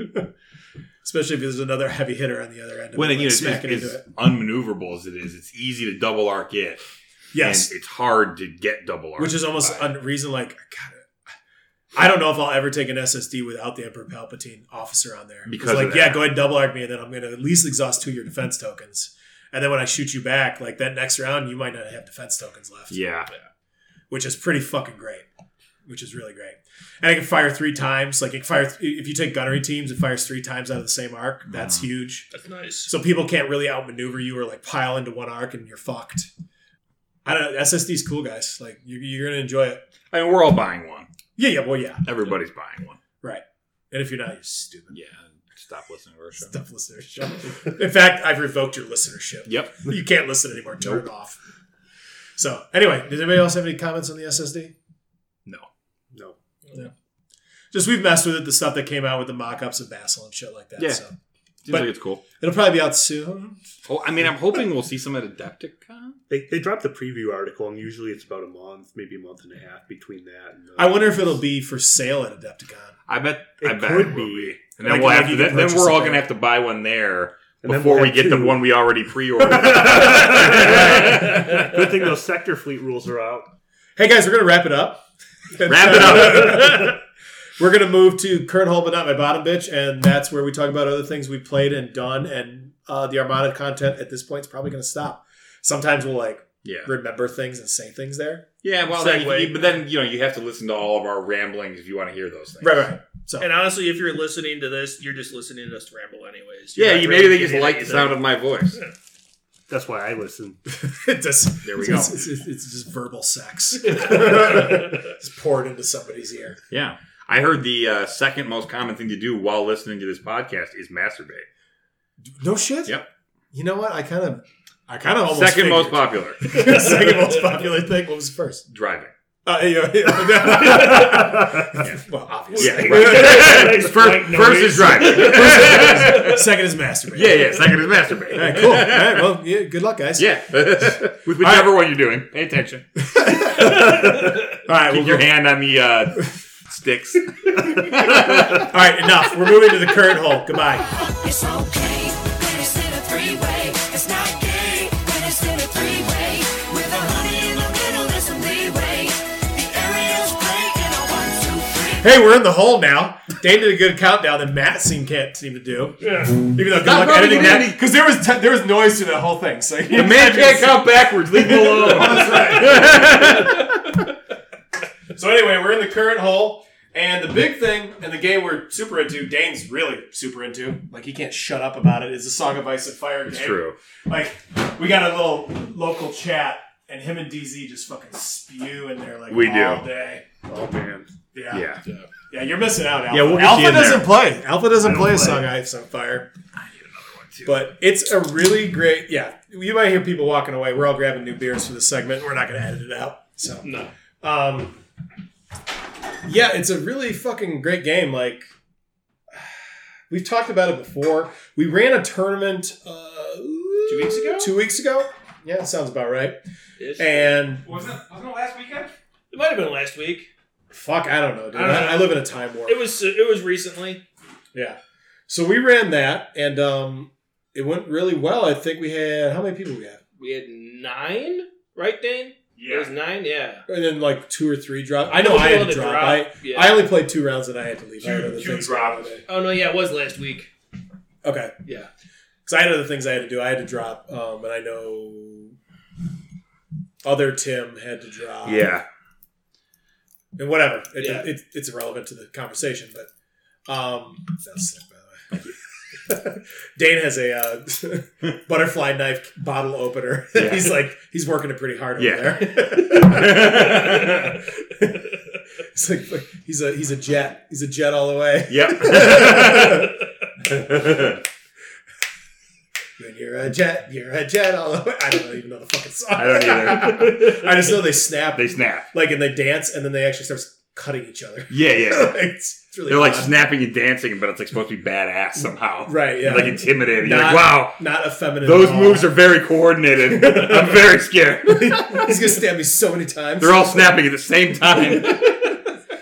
[SPEAKER 2] Especially if there's another heavy hitter on the other end. of
[SPEAKER 4] When
[SPEAKER 2] it,
[SPEAKER 4] again,
[SPEAKER 2] like,
[SPEAKER 4] it's, it's,
[SPEAKER 2] smacking into it.
[SPEAKER 4] it's unmaneuverable as it is, it's easy to double arc it.
[SPEAKER 2] Yes,
[SPEAKER 4] And it's hard to get double arc.
[SPEAKER 2] which is almost
[SPEAKER 4] by.
[SPEAKER 2] a reason. Like, God, I don't know if I'll ever take an SSD without the Emperor Palpatine officer on there.
[SPEAKER 4] Because of
[SPEAKER 2] like,
[SPEAKER 4] that.
[SPEAKER 2] yeah, go ahead and double arc me, and then I'm going to at least exhaust two of your defense tokens. And then when I shoot you back, like that next round, you might not have defense tokens left.
[SPEAKER 4] Yeah.
[SPEAKER 2] which is pretty fucking great. Which is really great. And it can fire three times. Like it can fire if you take gunnery teams, it fires three times out of the same arc. That's huge.
[SPEAKER 3] That's nice.
[SPEAKER 2] So people can't really outmaneuver you or like pile into one arc and you're fucked. I don't know. SSD's cool, guys. Like you're, you're gonna enjoy it.
[SPEAKER 4] I mean, we're all buying one.
[SPEAKER 2] Yeah, yeah, well, yeah,
[SPEAKER 4] Everybody's buying one.
[SPEAKER 2] right. And if you're not, you're stupid.
[SPEAKER 4] Yeah. Stop listening to our show.
[SPEAKER 2] Stuff listenership. In fact, I've revoked your listenership.
[SPEAKER 4] Yep.
[SPEAKER 2] You can't listen anymore. Turn it off. So anyway, does anybody else have any comments on the SSD?
[SPEAKER 4] No.
[SPEAKER 5] No.
[SPEAKER 2] Just we've messed with it. The stuff that came out with the mock-ups of Basil and shit like that.
[SPEAKER 4] Yeah.
[SPEAKER 2] So
[SPEAKER 4] Seems
[SPEAKER 2] But-
[SPEAKER 4] like it's cool.
[SPEAKER 2] it'll probably be out soon.
[SPEAKER 4] Oh, I mean, I'm hoping we'll see some at Adepticon.
[SPEAKER 5] They, they dropped the preview article, and usually it's about a month, maybe a month and a half between that. And the-
[SPEAKER 2] I wonder if it'll be for sale at Adepticon.
[SPEAKER 4] I bet.
[SPEAKER 5] It
[SPEAKER 4] I bet
[SPEAKER 5] could
[SPEAKER 4] it will
[SPEAKER 5] be.
[SPEAKER 4] And then
[SPEAKER 2] Like,
[SPEAKER 4] we'll
[SPEAKER 2] like
[SPEAKER 4] have
[SPEAKER 2] you
[SPEAKER 4] to,
[SPEAKER 2] can
[SPEAKER 4] then, then
[SPEAKER 2] purchase
[SPEAKER 4] we're
[SPEAKER 2] it
[SPEAKER 4] all
[SPEAKER 2] there.
[SPEAKER 4] gonna have to buy one there
[SPEAKER 5] And then
[SPEAKER 4] before
[SPEAKER 5] we'll
[SPEAKER 4] we
[SPEAKER 5] have
[SPEAKER 4] get the
[SPEAKER 5] two.
[SPEAKER 4] one we already pre-ordered.
[SPEAKER 5] Good thing those sector fleet rules are out.
[SPEAKER 2] Hey guys, we're gonna wrap it up.
[SPEAKER 4] Wrap it up.
[SPEAKER 2] we're gonna move to current hole, but not my bottom bitch, and that's where we talk about other things we played and done. And uh, the Armada content at this point is probably gonna stop. Sometimes we'll like
[SPEAKER 4] yeah.
[SPEAKER 2] remember things and say things there.
[SPEAKER 4] Yeah. Well, then you-
[SPEAKER 3] Segue.
[SPEAKER 4] but then you know you have to listen to all of our ramblings if you want to hear those things.
[SPEAKER 2] Right, right. So
[SPEAKER 3] And honestly, if you're listening to this, you're just listening to us ramble anyways. You're
[SPEAKER 4] Yeah,
[SPEAKER 3] not
[SPEAKER 4] you
[SPEAKER 3] really
[SPEAKER 4] maybe they just
[SPEAKER 3] getting
[SPEAKER 4] like the
[SPEAKER 3] anything.
[SPEAKER 4] sound of my voice.
[SPEAKER 5] That's why I listen.
[SPEAKER 2] it just,
[SPEAKER 4] There we
[SPEAKER 2] it's-
[SPEAKER 4] go.
[SPEAKER 2] It's, it's- it's just verbal sex. just poured into somebody's ear.
[SPEAKER 4] Yeah. I heard the uh, second most common thing to do while listening to this podcast is masturbate.
[SPEAKER 2] No shit.
[SPEAKER 4] Yep.
[SPEAKER 2] You know what? I kind of, I kind of almost
[SPEAKER 4] Second most
[SPEAKER 2] figured.
[SPEAKER 4] popular.
[SPEAKER 2] second most popular thing. What was first?
[SPEAKER 4] Driving.
[SPEAKER 2] Uh, yeah, yeah. Well, obviously.
[SPEAKER 4] Yeah. right. first, first is driving.
[SPEAKER 2] Second is masturbating.
[SPEAKER 4] yeah, yeah. Second is
[SPEAKER 2] All right,
[SPEAKER 4] masturbate.
[SPEAKER 2] cool. All right, well, yeah, good luck, guys.
[SPEAKER 4] Yeah. With whichever one you're doing, pay attention.
[SPEAKER 2] All right,
[SPEAKER 4] Keep
[SPEAKER 2] we'll
[SPEAKER 4] your
[SPEAKER 2] go-
[SPEAKER 4] hand on the uh, sticks.
[SPEAKER 2] All right, enough. We're moving to the current hole. Oh, Goodbye.
[SPEAKER 8] It's okay when it's in a three-way. It's not gay when it's in a three-way. With a honey in the middle and some leeway. The area's blank and a one, two, three.
[SPEAKER 2] Hey, we're in the hole now. Dane did a good countdown that Matt seemed can't seem to do. Yeah. Even though good luck
[SPEAKER 4] probably
[SPEAKER 2] editing
[SPEAKER 4] did
[SPEAKER 2] that
[SPEAKER 4] any-
[SPEAKER 2] because there was te- there was noise to the whole thing. So
[SPEAKER 4] The man can't count backwards. Leave him alone.
[SPEAKER 2] So anyway, we're in the current hole, and the big thing and the game we're super into, Dane's really super into, like he can't shut up about it, is the Song of Ice and Fire game.
[SPEAKER 4] It's true.
[SPEAKER 2] Like we got a little local chat, and him and DZ just fucking spew in there like
[SPEAKER 4] We do.
[SPEAKER 2] all day.
[SPEAKER 4] Oh, man.
[SPEAKER 2] Yeah.
[SPEAKER 4] Yeah.
[SPEAKER 2] Yeah, you're missing out, Alpha.
[SPEAKER 5] Yeah, we'll get
[SPEAKER 2] Alpha
[SPEAKER 5] you in
[SPEAKER 2] doesn't
[SPEAKER 5] there.
[SPEAKER 2] play. Alpha doesn't play a
[SPEAKER 5] play.
[SPEAKER 2] song Ice on Fire. But it's a really great, yeah. You might hear people walking away. We're all grabbing new beers for this segment. We're not going to edit it out. So
[SPEAKER 3] No.
[SPEAKER 2] um, yeah, it's a really fucking great game. Like we've talked about it before. We ran a tournament uh, two
[SPEAKER 3] weeks ago?
[SPEAKER 2] Two weeks ago. Yeah, that sounds about right.
[SPEAKER 3] Ish.
[SPEAKER 2] And
[SPEAKER 11] Wasn't it, wasn't it last weekend?
[SPEAKER 3] It might have been last week.
[SPEAKER 2] fuck, I don't know, dude.
[SPEAKER 3] I don't
[SPEAKER 2] I,
[SPEAKER 3] know.
[SPEAKER 2] I live in a time warp.
[SPEAKER 3] It was it was recently.
[SPEAKER 2] Yeah. So we ran that, and um, it went really well. I think we had how many people we had,
[SPEAKER 3] We had nine, right, Dane? It was nine. Yeah.
[SPEAKER 2] and then like two or three dropped. I know I had to drop. I,
[SPEAKER 3] yeah.
[SPEAKER 2] I only played two rounds, and I had to leave. I had
[SPEAKER 11] Two-
[SPEAKER 2] other
[SPEAKER 11] two
[SPEAKER 2] things
[SPEAKER 11] drops.
[SPEAKER 3] oh no, yeah, it was last week.
[SPEAKER 2] Okay,
[SPEAKER 3] Yeah.
[SPEAKER 2] because I had other things I had to do. I had to drop, um, and I know other Tim had to drop.
[SPEAKER 4] Yeah.
[SPEAKER 2] and whatever. It,
[SPEAKER 3] Yeah.
[SPEAKER 2] it, it's irrelevant to the conversation, but um, that was slick, by the way. Dane has a uh, butterfly knife bottle opener.
[SPEAKER 4] Yeah.
[SPEAKER 2] he's like he's working it pretty hard over
[SPEAKER 4] Yeah.
[SPEAKER 2] there. it's like he's a he's a jet. He's a jet all the way.
[SPEAKER 4] Yep.
[SPEAKER 2] And you're a jet. You're a jet all the way. I don't even know the fucking song.
[SPEAKER 4] I don't either.
[SPEAKER 2] I just know they snap
[SPEAKER 4] they snap.
[SPEAKER 2] like and they dance and then they actually start cutting each other.
[SPEAKER 4] Yeah, yeah.
[SPEAKER 2] it's, it's really
[SPEAKER 4] They're like
[SPEAKER 2] odd.
[SPEAKER 4] snapping and dancing, but it's like supposed to be badass somehow.
[SPEAKER 2] Right, yeah.
[SPEAKER 4] Like intimidating. You're
[SPEAKER 2] Not-
[SPEAKER 4] like, wow,
[SPEAKER 2] not effeminate.
[SPEAKER 4] those
[SPEAKER 2] at all.
[SPEAKER 4] moves are very coordinated. I'm very scared.
[SPEAKER 2] He's gonna stab me so many times.
[SPEAKER 4] They're all snapping at the same time.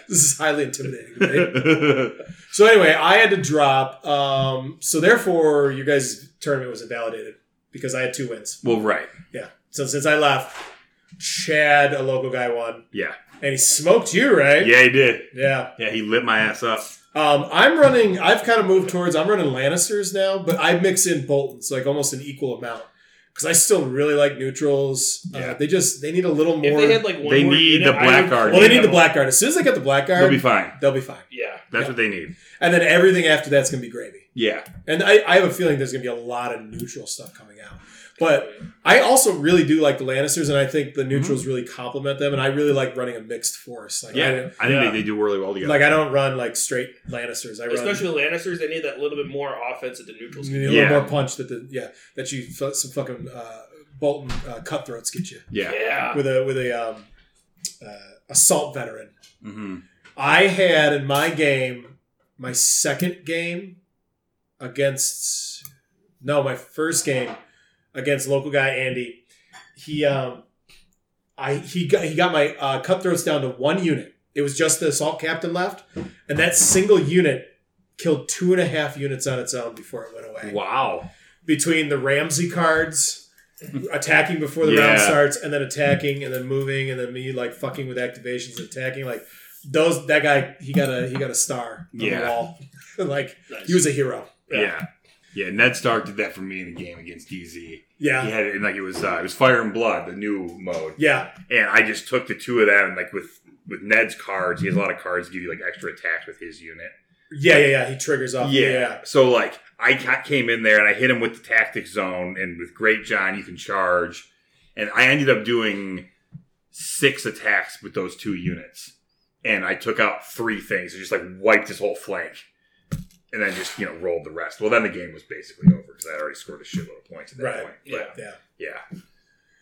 [SPEAKER 2] This is highly intimidating. to me. so anyway, I had to drop. Um, so therefore, your guys' tournament was invalidated because I had two wins.
[SPEAKER 4] well, right.
[SPEAKER 2] Yeah. So since I left, Chad, a local guy, won,
[SPEAKER 4] Yeah.
[SPEAKER 2] and he smoked you, right?
[SPEAKER 4] Yeah, he did.
[SPEAKER 2] Yeah.
[SPEAKER 4] Yeah, he lit my ass up.
[SPEAKER 2] Um, I'm running. I've kind of moved towards. I'm running Lannisters now, but I mix in Boltons like almost an equal amount because I still really like neutrals. Uh,
[SPEAKER 4] Yeah.
[SPEAKER 2] they just they need a little
[SPEAKER 3] If
[SPEAKER 2] more.
[SPEAKER 3] they had like one
[SPEAKER 4] They
[SPEAKER 3] more
[SPEAKER 4] need
[SPEAKER 3] unit,
[SPEAKER 4] the
[SPEAKER 3] I
[SPEAKER 4] black
[SPEAKER 3] would-
[SPEAKER 4] card.
[SPEAKER 2] well, they need the black guard. As soon as they get the black guard,
[SPEAKER 4] They'll be fine.
[SPEAKER 2] They'll be fine.
[SPEAKER 3] Yeah.
[SPEAKER 4] That's
[SPEAKER 2] Yeah.
[SPEAKER 4] what they need.
[SPEAKER 2] And then everything after that's going to be gravy.
[SPEAKER 4] Yeah.
[SPEAKER 2] And I, I have a feeling there's going to be a lot of neutral stuff coming out. But I also really do like the Lannisters, and I think
[SPEAKER 4] Mm-hmm.
[SPEAKER 2] the neutrals really complement them. And I really like running a mixed force. Like,
[SPEAKER 4] Yeah. I,
[SPEAKER 2] I,
[SPEAKER 4] think
[SPEAKER 3] Yeah.
[SPEAKER 4] They, they do really well together.
[SPEAKER 2] like I don't run like straight Lannisters. I run
[SPEAKER 3] Especially the Lannisters, they need that little bit more offense at the neutrals.
[SPEAKER 2] you need a
[SPEAKER 4] Yeah.
[SPEAKER 2] little more punch that the yeah that you fu- some fucking uh, Bolton uh, cutthroats get you
[SPEAKER 4] yeah.
[SPEAKER 3] Yeah.
[SPEAKER 2] with a with a um, uh, assault veteran.
[SPEAKER 4] hmm
[SPEAKER 2] I had in my game, my second game against no, my first game against local guy Andy. He um, I he got he got my uh, cutthroats down to one unit. It was just the assault captain left, and that single unit killed two and a half units on its own before it went away.
[SPEAKER 4] Wow.
[SPEAKER 2] Between the Ramsey cards. Attacking before the round
[SPEAKER 4] Yeah.
[SPEAKER 2] starts, and then attacking, and then moving, and then me like fucking with activations, attacking like those that guy he got a he got a star on the
[SPEAKER 4] Yeah.
[SPEAKER 2] wall. like
[SPEAKER 3] Nice.
[SPEAKER 2] he was a hero.
[SPEAKER 4] Yeah. yeah. Ned Stark did that for me in the game against DZ. He
[SPEAKER 2] Yeah.
[SPEAKER 4] had it, and like it was uh, it was Fire and Blood, the new mode.
[SPEAKER 2] Yeah.
[SPEAKER 4] and I just took the two of them, like with with Ned's cards. He has a lot of cards to give you like extra attacks with his unit,
[SPEAKER 2] Yeah, yeah, yeah. He triggers off.
[SPEAKER 4] Yeah. So like I ca- came in there and I hit him with the tactic zone and with Great John you can charge, and I ended up doing six attacks with those two units, and I took out three things. I just like wiped his whole flank, and then just you know rolled the rest. Well, then the game was basically over because I had already scored a shitload of points at that
[SPEAKER 2] Right.
[SPEAKER 4] point. But-
[SPEAKER 3] Yeah.
[SPEAKER 2] Yeah.
[SPEAKER 4] yeah.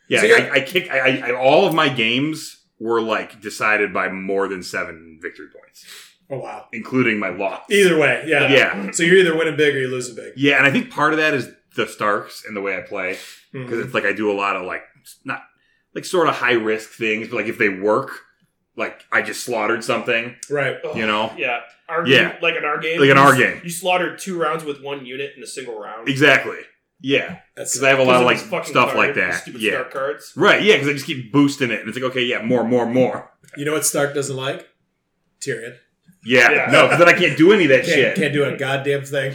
[SPEAKER 4] Yeah,
[SPEAKER 2] So you're-
[SPEAKER 4] I, I kick. I, I, I all of my games were like decided by more than seven victory points,
[SPEAKER 2] Oh wow.
[SPEAKER 4] including my loss.
[SPEAKER 2] Either way, yeah.
[SPEAKER 4] Yeah.
[SPEAKER 2] So you're either winning big or you're losing big.
[SPEAKER 4] Yeah, and I think part of that is the Starks and the way I play because
[SPEAKER 2] Mm-hmm.
[SPEAKER 4] it's like I do a lot of like not like sort of high risk things, but like if they work, like I just slaughtered something,
[SPEAKER 2] Right.
[SPEAKER 4] you know,
[SPEAKER 3] Yeah. Our
[SPEAKER 4] Yeah.
[SPEAKER 3] Game, like in our game.
[SPEAKER 4] Like in
[SPEAKER 3] you
[SPEAKER 4] our
[SPEAKER 3] s-
[SPEAKER 4] game.
[SPEAKER 3] You slaughtered two rounds with one unit in a single round.
[SPEAKER 4] exactly. Yeah,
[SPEAKER 2] That's
[SPEAKER 4] because I have a lot of like
[SPEAKER 3] this fucking
[SPEAKER 4] stuff
[SPEAKER 3] card,
[SPEAKER 4] like
[SPEAKER 3] these
[SPEAKER 4] that.
[SPEAKER 3] Stupid
[SPEAKER 4] Yeah,
[SPEAKER 3] Star cards.
[SPEAKER 4] right. Yeah, because I just keep boosting it, and it's like okay, yeah, more, more, more.
[SPEAKER 2] You know what Stark doesn't like? Tyrion.
[SPEAKER 4] Yeah,
[SPEAKER 3] Yeah.
[SPEAKER 4] no, because then I can't do any of that
[SPEAKER 2] Can't,
[SPEAKER 4] shit.
[SPEAKER 2] can't do a goddamn thing.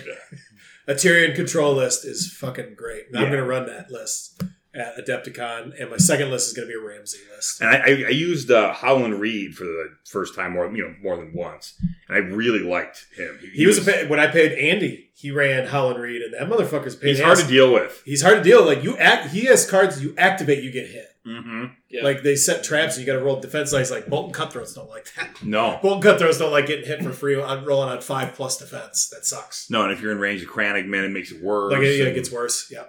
[SPEAKER 2] A Tyrion control list is fucking great. I'm
[SPEAKER 4] Yeah.
[SPEAKER 2] going to run that list at Adepticon, and my second list is going to be a Ramsey list.
[SPEAKER 4] And I, I, I used uh, Howland Reed for the first time, more you know, more than once, and I really liked him.
[SPEAKER 2] He was, a pa- when I paid Andy, he ran Holland Reed, and that motherfucker's a pain.
[SPEAKER 4] he's
[SPEAKER 2] in the
[SPEAKER 4] hard
[SPEAKER 2] ass.
[SPEAKER 4] to deal with.
[SPEAKER 2] He's hard to deal. Like you act, he has cards you activate, you get hit.
[SPEAKER 4] hmm
[SPEAKER 3] Yeah.
[SPEAKER 2] Like they set traps, and you got to roll defense dice. Like Bolton Cutthroats don't like that.
[SPEAKER 4] No,
[SPEAKER 2] Bolton Cutthroats don't like getting hit for free on rolling on five plus defense. That sucks.
[SPEAKER 4] no, and if you're in range of Kranigman, it makes it worse.
[SPEAKER 2] Like it, yeah, it
[SPEAKER 4] and
[SPEAKER 2] gets worse. Yeah.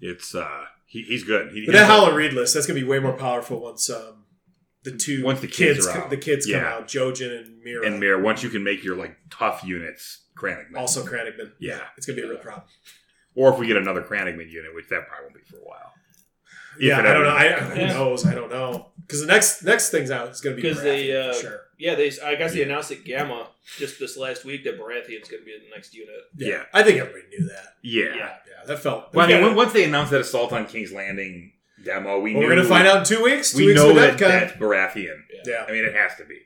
[SPEAKER 4] It's uh, he, he's good. He,
[SPEAKER 2] But that Holland Reed list, that's gonna be way more powerful once um the two
[SPEAKER 4] Once the kids are
[SPEAKER 2] co-
[SPEAKER 4] out.
[SPEAKER 2] the kids come
[SPEAKER 4] Yeah.
[SPEAKER 2] out, Jojen and Mira,
[SPEAKER 4] and Mir, once you can make your like tough units Kranigman,
[SPEAKER 2] also Kranigman.
[SPEAKER 4] Yeah.
[SPEAKER 2] it's gonna be a real problem.
[SPEAKER 4] or if we get another Kranigman unit, which that probably won't be for a while. If
[SPEAKER 2] Yeah,
[SPEAKER 4] it
[SPEAKER 2] I don't
[SPEAKER 4] ever
[SPEAKER 2] know. I,
[SPEAKER 4] happens.
[SPEAKER 2] who knows? I don't know because the next next thing's out is gonna be
[SPEAKER 3] Because they,
[SPEAKER 2] Baratheon
[SPEAKER 3] uh,
[SPEAKER 2] for sure.
[SPEAKER 3] Yeah, they. I guess they announced at Gamma just this last week that Baratheon's going to be in the next unit.
[SPEAKER 2] Yeah.
[SPEAKER 4] yeah.
[SPEAKER 2] I think everybody knew that.
[SPEAKER 4] yeah.
[SPEAKER 3] Yeah.
[SPEAKER 2] Yeah, that felt.
[SPEAKER 4] Well, I mean,
[SPEAKER 2] Yeah.
[SPEAKER 4] when- once they announced that assault on King's Landing demo, we
[SPEAKER 2] we're
[SPEAKER 4] knew-
[SPEAKER 2] gonna find out in two weeks. Two
[SPEAKER 4] We
[SPEAKER 2] weeks
[SPEAKER 4] know
[SPEAKER 2] with
[SPEAKER 4] that
[SPEAKER 2] Epcot.
[SPEAKER 4] that's Baratheon.
[SPEAKER 2] Yeah,
[SPEAKER 4] I mean, it has to be.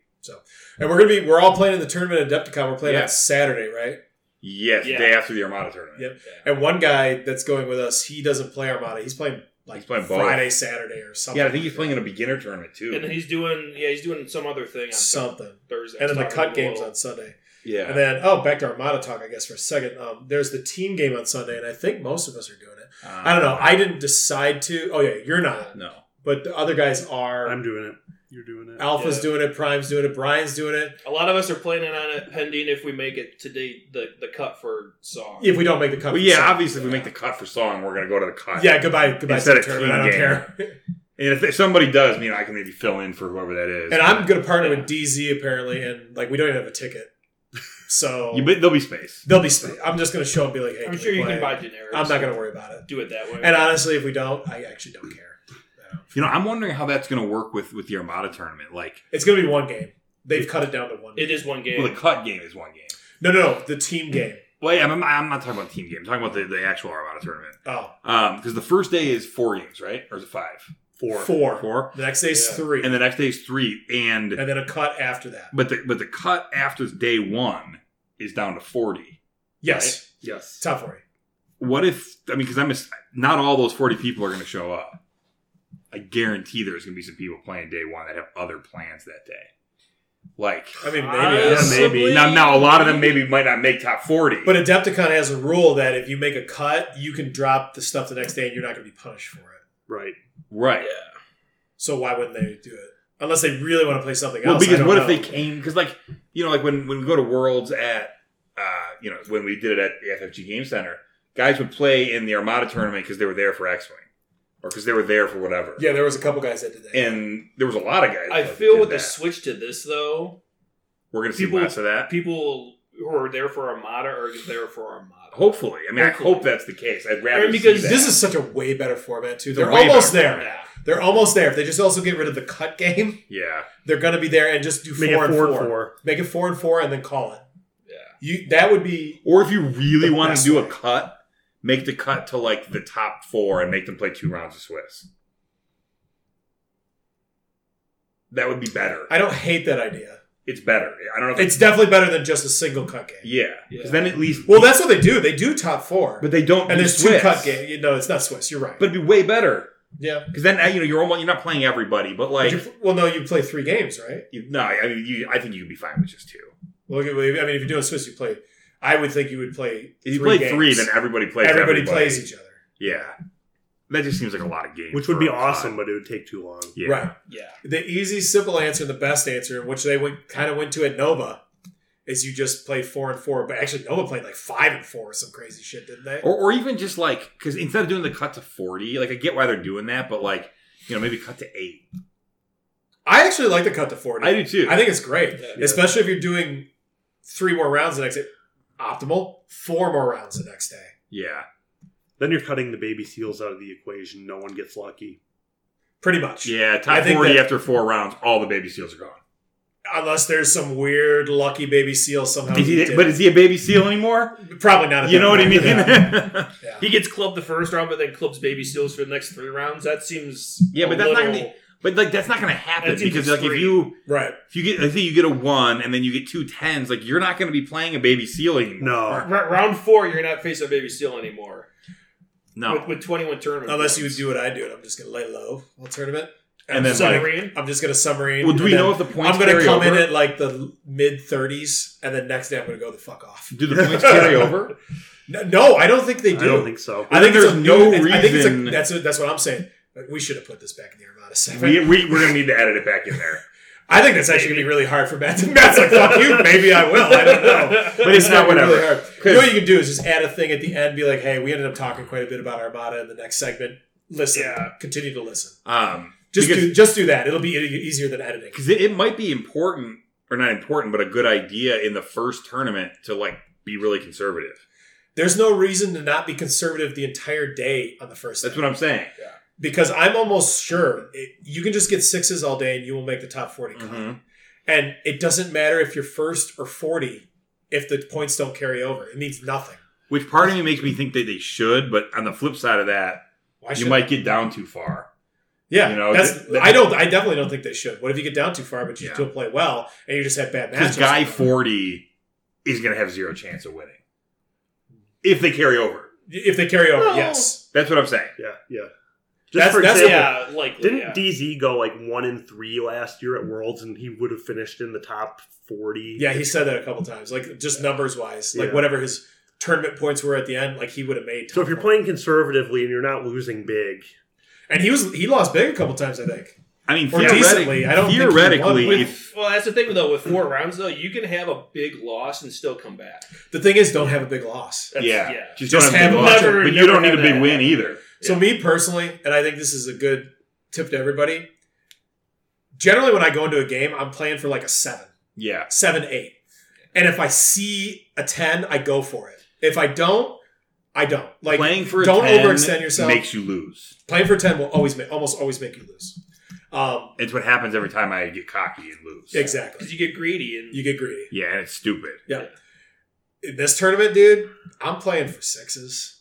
[SPEAKER 2] and we're gonna be we're all playing in the tournament at Adepticon. We're playing
[SPEAKER 4] Yeah.
[SPEAKER 2] on Saturday, right?
[SPEAKER 4] Yes,
[SPEAKER 3] Yeah.
[SPEAKER 4] day after the Armada tournament.
[SPEAKER 2] Yep. And one guy that's going with us, he doesn't play Armada. He's playing like
[SPEAKER 4] He's playing both.
[SPEAKER 2] Friday, Saturday, or something.
[SPEAKER 4] Yeah, I think he's playing in a beginner tournament too.
[SPEAKER 3] And then he's doing. Yeah, he's doing some other thing on
[SPEAKER 2] something.
[SPEAKER 3] Thursday.
[SPEAKER 2] And then the
[SPEAKER 3] Sorry,
[SPEAKER 2] cut
[SPEAKER 3] I'm a
[SPEAKER 2] games
[SPEAKER 3] little-
[SPEAKER 2] on Sunday.
[SPEAKER 4] yeah,
[SPEAKER 2] And then, oh, back to Armada talk, I guess, for a second. Um, there's the team game on Sunday, and I think most of us are doing it.
[SPEAKER 4] Uh,
[SPEAKER 2] I don't know. I didn't decide to. Oh, yeah, you're not.
[SPEAKER 4] Um, no.
[SPEAKER 2] But the other guys are.
[SPEAKER 5] I'm doing it. You're doing it.
[SPEAKER 2] Alpha's
[SPEAKER 3] Yeah.
[SPEAKER 2] doing it. Prime's doing it. Brian's doing it.
[SPEAKER 3] A lot of us are planning on it pending if we make it today the the cut for song.
[SPEAKER 2] If we don't make the cut.
[SPEAKER 4] Well,
[SPEAKER 2] for
[SPEAKER 4] yeah,
[SPEAKER 2] Sunday.
[SPEAKER 4] obviously, if we make the cut for song, we're gonna go to the cut.
[SPEAKER 2] Yeah, goodbye. Goodbye
[SPEAKER 4] Instead
[SPEAKER 2] to the
[SPEAKER 4] of
[SPEAKER 2] tournament. I don't
[SPEAKER 4] team
[SPEAKER 2] care.
[SPEAKER 4] and if, if somebody does, you know, I can maybe fill in for whoever that is.
[SPEAKER 2] and I'm going to partner with DZ, apparently, and, like, we don't even have a ticket. So.
[SPEAKER 4] You, but there'll be space.
[SPEAKER 2] They'll be. Sp- I'm just gonna show up and be like, "Hey,
[SPEAKER 3] I'm
[SPEAKER 2] we
[SPEAKER 3] sure you
[SPEAKER 2] play?"
[SPEAKER 3] can buy generics.
[SPEAKER 2] I'm not gonna worry about it.
[SPEAKER 3] do it that way.
[SPEAKER 2] And honestly, if we don't, I actually don't care.
[SPEAKER 4] You know, I'm wondering how that's gonna work with with the Armada tournament. Like,
[SPEAKER 2] It's gonna be one game. They've cut it down to one.
[SPEAKER 3] it is one game.
[SPEAKER 4] well, the cut game is one game.
[SPEAKER 2] No, no, no. The
[SPEAKER 4] Mm-hmm.
[SPEAKER 2] team game.
[SPEAKER 4] Well, yeah, I'm, I'm not talking about the team game. I'm talking about the, the actual Armada tournament.
[SPEAKER 2] Oh,
[SPEAKER 4] Um, because the first day is four games, right, or is it five?
[SPEAKER 5] Four.
[SPEAKER 2] four.
[SPEAKER 4] Four.
[SPEAKER 2] The next day's
[SPEAKER 3] Yeah.
[SPEAKER 2] three,
[SPEAKER 4] And the next day is three, and
[SPEAKER 2] and then a cut after that.
[SPEAKER 4] But the but the cut after day one is down to forty.
[SPEAKER 2] Yes,
[SPEAKER 5] Yes.
[SPEAKER 2] top forty.
[SPEAKER 4] What if I mean because I'm ass- not all those forty people are going to show up. I guarantee there's going to be some people playing day one that have other plans that day. Like
[SPEAKER 2] I mean, Uh, maybe.
[SPEAKER 3] Possibly.
[SPEAKER 2] yes.
[SPEAKER 5] Yeah, maybe.
[SPEAKER 4] now, now a lot of them maybe might not make top forty.
[SPEAKER 2] But Adepticon has a rule that if you make a cut, you can drop the stuff the next day, and you're not gonna be punished for it.
[SPEAKER 5] Right.
[SPEAKER 4] right.
[SPEAKER 2] So why wouldn't they do it? Unless they really want to play something
[SPEAKER 4] Well,
[SPEAKER 2] else. I
[SPEAKER 4] because
[SPEAKER 2] don't
[SPEAKER 4] what
[SPEAKER 2] know.
[SPEAKER 4] if they came? Because like you know, like when when we go to Worlds at uh, you know when we did it at the FFG Game Center, guys would play in the Armada tournament because they were there for X Wing or because they were there for whatever.
[SPEAKER 2] Yeah, there was a couple guys that did that.
[SPEAKER 4] and there was a lot of guys.
[SPEAKER 3] I
[SPEAKER 4] that
[SPEAKER 3] feel
[SPEAKER 4] did
[SPEAKER 3] with the
[SPEAKER 4] that.
[SPEAKER 3] switch to this though,
[SPEAKER 4] we're going to see
[SPEAKER 3] people-
[SPEAKER 4] less of that.
[SPEAKER 3] people who are there for Armada are there for Armada.
[SPEAKER 2] Oh.
[SPEAKER 4] Hopefully, I mean,
[SPEAKER 3] Hopefully.
[SPEAKER 4] I hope that's the case. I'd rather
[SPEAKER 3] I mean, because
[SPEAKER 4] see that.
[SPEAKER 2] this is such a way better format too. They're
[SPEAKER 4] Way better
[SPEAKER 2] almost there.
[SPEAKER 4] format.
[SPEAKER 2] They're almost there. If they just also get rid of the cut game,
[SPEAKER 4] yeah,
[SPEAKER 2] they're going to be there and just do four
[SPEAKER 5] Make it
[SPEAKER 2] and
[SPEAKER 5] four
[SPEAKER 2] four.
[SPEAKER 5] and four.
[SPEAKER 2] Make it four and four, and then call it.
[SPEAKER 3] Yeah.
[SPEAKER 2] You that would be
[SPEAKER 4] or if you really
[SPEAKER 2] The
[SPEAKER 4] want to
[SPEAKER 2] best
[SPEAKER 4] do a
[SPEAKER 2] way.
[SPEAKER 4] cut, make the cut to like the top four and make them play two rounds of Swiss. That would be better.
[SPEAKER 2] I don't hate that idea.
[SPEAKER 4] it's better. I don't know. If
[SPEAKER 2] It's definitely better than just a single cut game.
[SPEAKER 4] yeah, because then at least
[SPEAKER 2] Well, that's what they do. They do top four,
[SPEAKER 4] but they don't.
[SPEAKER 2] and
[SPEAKER 4] do
[SPEAKER 2] there's
[SPEAKER 4] Swiss.
[SPEAKER 2] two cut game. You know, it's not Swiss. You're right.
[SPEAKER 4] but it'd be way better
[SPEAKER 2] yeah,
[SPEAKER 4] because then uh, you know you're almost you're not playing everybody, but like
[SPEAKER 2] But you- well, no, you play three games, right?
[SPEAKER 4] you- no, I mean you. I think you'd be fine with just two.
[SPEAKER 2] Look at, I mean, if you're doing Swiss, you play. I would think you would play.
[SPEAKER 4] If you
[SPEAKER 2] three
[SPEAKER 4] play three,
[SPEAKER 2] games.
[SPEAKER 4] then everybody plays.
[SPEAKER 2] everybody
[SPEAKER 4] Everybody,
[SPEAKER 2] plays each other.
[SPEAKER 4] Yeah, that just seems like a lot of games,
[SPEAKER 5] which would
[SPEAKER 4] for
[SPEAKER 5] be
[SPEAKER 4] a lot.
[SPEAKER 5] awesome, but it would take too long.
[SPEAKER 4] Yeah.
[SPEAKER 2] Right.
[SPEAKER 3] Yeah.
[SPEAKER 2] The easy, simple answer and the best answer, which they went kind of went to at Nova, is you just play four and four. But actually, Nova played like five and four or some crazy shit, didn't they?
[SPEAKER 4] Or, or even just like because instead of doing the cut to forty, like I get why they're doing that, but like you know maybe cut to eight.
[SPEAKER 2] I actually like the cut to forty.
[SPEAKER 4] I do too.
[SPEAKER 2] I think it's great,
[SPEAKER 3] Yeah.
[SPEAKER 2] especially if you're doing three more rounds the next day. Optimal, four more rounds the next day.
[SPEAKER 4] yeah.
[SPEAKER 5] Then you're cutting the baby seals out of the equation. No one gets lucky.
[SPEAKER 2] Pretty much.
[SPEAKER 4] Yeah,
[SPEAKER 2] I
[SPEAKER 4] top
[SPEAKER 2] think
[SPEAKER 4] forty
[SPEAKER 2] that-
[SPEAKER 4] after four rounds, all the baby seals are gone.
[SPEAKER 2] Unless there's some weird lucky baby seal somehow.
[SPEAKER 4] Is he-
[SPEAKER 2] who did
[SPEAKER 4] but
[SPEAKER 2] it.
[SPEAKER 4] is he a baby seal anymore?
[SPEAKER 2] probably not. at
[SPEAKER 4] You
[SPEAKER 2] that
[SPEAKER 4] know what I mean?
[SPEAKER 2] point. Yeah. Yeah.
[SPEAKER 3] He gets clubbed the first round, but then clubs baby seals for the next three rounds. That seems
[SPEAKER 4] Yeah,
[SPEAKER 3] a
[SPEAKER 4] but that's not gonna
[SPEAKER 3] little-
[SPEAKER 4] but like that's not going to happen
[SPEAKER 3] That's even
[SPEAKER 4] because like if
[SPEAKER 3] three.
[SPEAKER 4] you
[SPEAKER 2] Right.
[SPEAKER 4] if you get I think you get a one and then you get two tens, like you're not going to be playing a baby seal anymore.
[SPEAKER 5] No,
[SPEAKER 3] R- round four. You're not facing a baby seal anymore
[SPEAKER 4] No,
[SPEAKER 3] with, with 21 tournament.
[SPEAKER 2] Unless you
[SPEAKER 3] points.
[SPEAKER 2] do what I do, and I'm just gonna lay low all tournament,
[SPEAKER 4] And then,
[SPEAKER 2] Submarine.
[SPEAKER 3] like-
[SPEAKER 2] I'm just gonna submarine.
[SPEAKER 4] Well, do we
[SPEAKER 2] and
[SPEAKER 4] know
[SPEAKER 2] then
[SPEAKER 4] if the points
[SPEAKER 2] I'm gonna
[SPEAKER 4] carry
[SPEAKER 2] come in
[SPEAKER 4] over?
[SPEAKER 2] at like the mid 30s, and then next day I'm gonna go the fuck off.
[SPEAKER 4] do the points carry over?
[SPEAKER 2] No, no I don't think they do.
[SPEAKER 5] I don't think so.
[SPEAKER 2] I think
[SPEAKER 4] There's
[SPEAKER 2] there's no
[SPEAKER 4] no
[SPEAKER 2] reason. I think it's
[SPEAKER 4] reason-
[SPEAKER 2] a, that's what, that's what I'm saying. Like, We should have put this back in the Armada Seven.
[SPEAKER 4] we, we we're going to need to edit it back in there.
[SPEAKER 2] I think that's actually gonna be really hard for Matt. Matt's like, "Fuck you, maybe I will." I don't know,
[SPEAKER 4] But it's not
[SPEAKER 2] gonna be
[SPEAKER 4] whatever.
[SPEAKER 2] hard. You know what you can do is just add a thing at the end, be like, "Hey, we ended up talking quite a bit about Armada in the next segment. Listen,
[SPEAKER 3] Yeah.
[SPEAKER 2] continue to listen."
[SPEAKER 4] Um,
[SPEAKER 2] Just
[SPEAKER 4] because-
[SPEAKER 2] do just do that. It'll be e- easier than editing.
[SPEAKER 4] because it, it might be important or not important, but a good idea in the first tournament to like be really conservative.
[SPEAKER 2] There's no reason to not be conservative the entire day on the first.
[SPEAKER 4] That's
[SPEAKER 2] day.
[SPEAKER 4] what I'm saying.
[SPEAKER 2] because I'm almost sure it, you can just get sixes all day and you will make the top 40 cut.
[SPEAKER 4] Mhm.
[SPEAKER 2] And it doesn't matter if you're first or 40 if the points don't carry over. It means nothing.
[SPEAKER 4] Which part of me makes me think that they should, but on the flip side of that,
[SPEAKER 2] Why should
[SPEAKER 4] you might get down too far.
[SPEAKER 2] yeah,
[SPEAKER 4] you know,
[SPEAKER 2] that's
[SPEAKER 4] th- th-
[SPEAKER 2] I don't I definitely don't think they should. What if you get down too far but you
[SPEAKER 4] Yeah.
[SPEAKER 2] still play well and you just have bad matches?
[SPEAKER 4] Because guy forty is going to have zero chance of winning if they carry over.
[SPEAKER 2] if they carry over,
[SPEAKER 3] Well,
[SPEAKER 2] yes.
[SPEAKER 4] That's what I'm saying.
[SPEAKER 5] Yeah, yeah. Just
[SPEAKER 2] That's-
[SPEAKER 5] for
[SPEAKER 2] that's-
[SPEAKER 5] example,
[SPEAKER 3] yeah, like
[SPEAKER 5] didn't
[SPEAKER 3] yeah.
[SPEAKER 5] DZ go like one and three last year at Worlds, and he would have finished in the top forty?
[SPEAKER 2] Yeah, he said that a couple times. Like just numbers wise, like
[SPEAKER 5] Yeah.
[SPEAKER 2] whatever his tournament points were at the end, like he would have made.
[SPEAKER 5] So if
[SPEAKER 2] top
[SPEAKER 5] you're
[SPEAKER 2] four.
[SPEAKER 5] playing conservatively and you're not losing big,
[SPEAKER 2] and he was he lost big a couple times, I think.
[SPEAKER 4] I mean,
[SPEAKER 2] Or
[SPEAKER 4] theoretic-
[SPEAKER 2] decently. I don't think he won
[SPEAKER 4] theoretically,
[SPEAKER 2] with-
[SPEAKER 4] if
[SPEAKER 3] Well, that's the thing though. With four rounds though, you can have a big loss and still come back.
[SPEAKER 2] The thing is, don't have a big loss.
[SPEAKER 3] That's,
[SPEAKER 4] yeah,
[SPEAKER 3] yeah.
[SPEAKER 4] just,
[SPEAKER 2] Just
[SPEAKER 4] don't have,
[SPEAKER 2] have
[SPEAKER 4] a big loss.
[SPEAKER 3] never-
[SPEAKER 4] but you
[SPEAKER 3] never
[SPEAKER 4] don't need
[SPEAKER 3] have
[SPEAKER 4] a big
[SPEAKER 3] that.
[SPEAKER 4] win either.
[SPEAKER 2] So
[SPEAKER 3] Yeah.
[SPEAKER 2] me personally, and I think this is a good tip to everybody. Generally, when I go into a game, I'm playing for like a seven,
[SPEAKER 4] Yeah,
[SPEAKER 2] seven, eight, and if I see a ten, I go for it. If I don't, I don't. Like
[SPEAKER 4] playing for a
[SPEAKER 2] don't
[SPEAKER 4] 10
[SPEAKER 2] overextend yourself.
[SPEAKER 4] makes you lose.
[SPEAKER 2] playing for a ten will always make almost always make you lose. Um,
[SPEAKER 4] It's what happens every time I get cocky and lose.
[SPEAKER 2] exactly.
[SPEAKER 3] because you get greedy and
[SPEAKER 2] You get greedy.
[SPEAKER 4] Yeah, and it's stupid.
[SPEAKER 2] In this tournament, dude, I'm playing for sixes,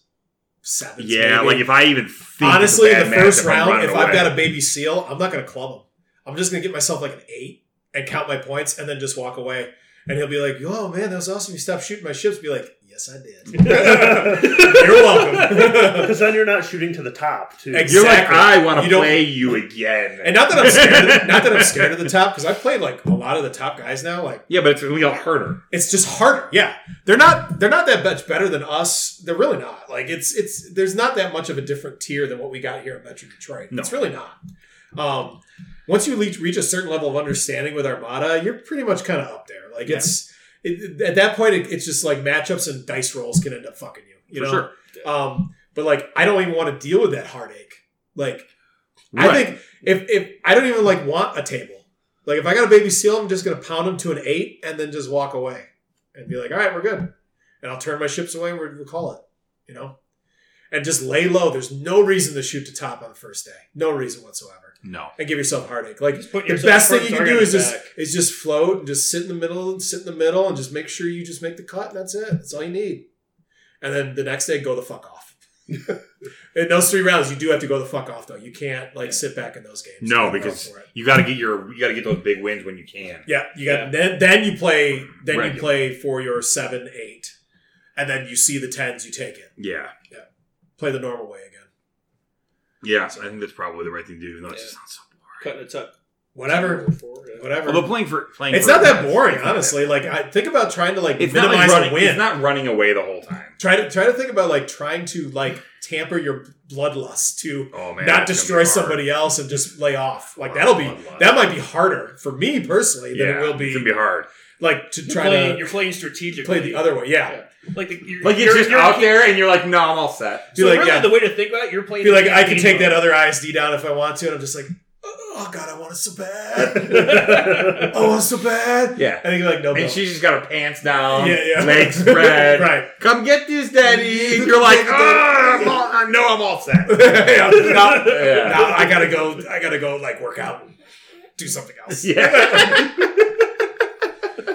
[SPEAKER 2] sevens.
[SPEAKER 4] yeah,
[SPEAKER 2] maybe.
[SPEAKER 4] like if I even think
[SPEAKER 2] honestly,
[SPEAKER 4] it's a
[SPEAKER 2] in
[SPEAKER 4] bad
[SPEAKER 2] the first
[SPEAKER 4] matchup, I'm
[SPEAKER 2] round,
[SPEAKER 4] running
[SPEAKER 2] if I've
[SPEAKER 4] away.
[SPEAKER 2] got a baby seal, I'm not going to club him. I'm just going to get myself like an eight and count my points and then just walk away. And he'll be like, "Oh man, that was awesome! You stopped shooting my ships." Be like, "Yes, I did. You're
[SPEAKER 4] Uh,
[SPEAKER 2] welcome."
[SPEAKER 5] because then you're not shooting to the top too.
[SPEAKER 2] Ex-
[SPEAKER 4] you're
[SPEAKER 2] Exactly.
[SPEAKER 4] like, I want
[SPEAKER 2] You
[SPEAKER 4] to
[SPEAKER 2] don't-
[SPEAKER 4] play you again.
[SPEAKER 2] and not that I'm scared. Not that I'm scared of the top because I've played like a lot of the top guys now. Like
[SPEAKER 4] yeah, but it's a little harder.
[SPEAKER 2] it's just harder. Yeah, they're not they're not that much better than us. They're really not. Like it's it's there's not that much of a different tier than what we got here at Metro Detroit.
[SPEAKER 4] No.
[SPEAKER 2] It's really not. Um, once you reach, reach a certain level of understanding with Armada, you're pretty much kind of up there. Like it's it, at that point, it, it's just like matchups and dice rolls can end up fucking you. You
[SPEAKER 4] For
[SPEAKER 2] know.
[SPEAKER 4] sure.
[SPEAKER 2] Um, but like I don't even want to deal with that heartache. Like I
[SPEAKER 4] Right.
[SPEAKER 2] think if if I don't even like want a table. Like if I got a baby seal, I'm just gonna pound him to an eight and then just walk away and be like, all right, we're good. And I'll turn my ships away and we're- we'll call it. You know, and just lay low. There's no reason to shoot to top on the first day. No reason whatsoever.
[SPEAKER 4] No.
[SPEAKER 2] And give yourself heartache. Like
[SPEAKER 3] Just put
[SPEAKER 2] the
[SPEAKER 3] yourself
[SPEAKER 2] best thing
[SPEAKER 3] towards
[SPEAKER 2] you can do
[SPEAKER 3] target
[SPEAKER 2] is just
[SPEAKER 3] back.
[SPEAKER 2] is just float and just sit in the middle and sit in the middle and just make sure you just make the cut and that's it. That's all you need. And then the next day, go the fuck off. in those three rounds, you do have to go the fuck off though. You can't like sit back in those games. You
[SPEAKER 4] No,
[SPEAKER 2] gotta go
[SPEAKER 4] because
[SPEAKER 2] for it.
[SPEAKER 4] you got to get your you got to get those big wins when you can.
[SPEAKER 2] yeah, you got then then you play then you
[SPEAKER 4] Regular.
[SPEAKER 2] play for your seven eight, and then you see the tens, you take it,
[SPEAKER 4] Yeah,
[SPEAKER 2] play the normal way again.
[SPEAKER 4] yeah. I think that's probably the right thing to do. No, it
[SPEAKER 3] Yeah.
[SPEAKER 4] just sounds so boring.
[SPEAKER 3] cutting a tuck.
[SPEAKER 2] Whatever.
[SPEAKER 3] Four, yeah.
[SPEAKER 2] Whatever.
[SPEAKER 4] Although playing for playing,
[SPEAKER 2] it's
[SPEAKER 4] for
[SPEAKER 2] not that
[SPEAKER 4] runs,
[SPEAKER 2] boring,
[SPEAKER 4] it's not
[SPEAKER 2] honestly. Like I think about trying to like
[SPEAKER 4] that- It's not
[SPEAKER 2] minimize
[SPEAKER 4] like running.
[SPEAKER 2] the win.
[SPEAKER 4] It's not running away the whole time.
[SPEAKER 2] try to try to think about like trying to like tamper your bloodlust to
[SPEAKER 4] Oh man,
[SPEAKER 2] not
[SPEAKER 4] it's
[SPEAKER 2] destroy
[SPEAKER 4] gonna be hard.
[SPEAKER 2] somebody else and just lay off. Like
[SPEAKER 4] Wow,
[SPEAKER 2] that'll be
[SPEAKER 4] bloodlust.
[SPEAKER 2] that might be harder for me personally than
[SPEAKER 4] Yeah,
[SPEAKER 2] it will be,
[SPEAKER 4] It's gonna be hard.
[SPEAKER 2] like to
[SPEAKER 3] You're
[SPEAKER 2] try
[SPEAKER 3] playing,
[SPEAKER 2] to
[SPEAKER 3] you're playing strategically.
[SPEAKER 2] play the other way. Yeah.
[SPEAKER 3] Like, the, you're,
[SPEAKER 4] Like it's
[SPEAKER 3] you're-
[SPEAKER 4] just
[SPEAKER 3] you're-
[SPEAKER 4] out there, and you're like, no, I'm all set.
[SPEAKER 2] Be
[SPEAKER 3] So
[SPEAKER 2] like,
[SPEAKER 3] really,
[SPEAKER 2] yeah.
[SPEAKER 3] the way to think about it, you're playing.
[SPEAKER 2] Be
[SPEAKER 3] the
[SPEAKER 2] like, I
[SPEAKER 3] game
[SPEAKER 2] can take
[SPEAKER 3] mode.
[SPEAKER 2] that other ISD down if I want to, and I'm just like, oh god, I want it so bad.
[SPEAKER 5] yeah.
[SPEAKER 2] I want it so bad.
[SPEAKER 4] Yeah.
[SPEAKER 2] And you're like, no, no.
[SPEAKER 4] And she's just got her pants down,
[SPEAKER 2] Yeah, yeah.
[SPEAKER 4] legs spread.
[SPEAKER 2] Right.
[SPEAKER 4] Come get this, daddy. And you're like, ah, I'm all, I know I'm all set.
[SPEAKER 2] yeah, now,
[SPEAKER 4] Yeah.
[SPEAKER 2] now I gotta go. I gotta go like work out, and do something else.
[SPEAKER 4] Yeah.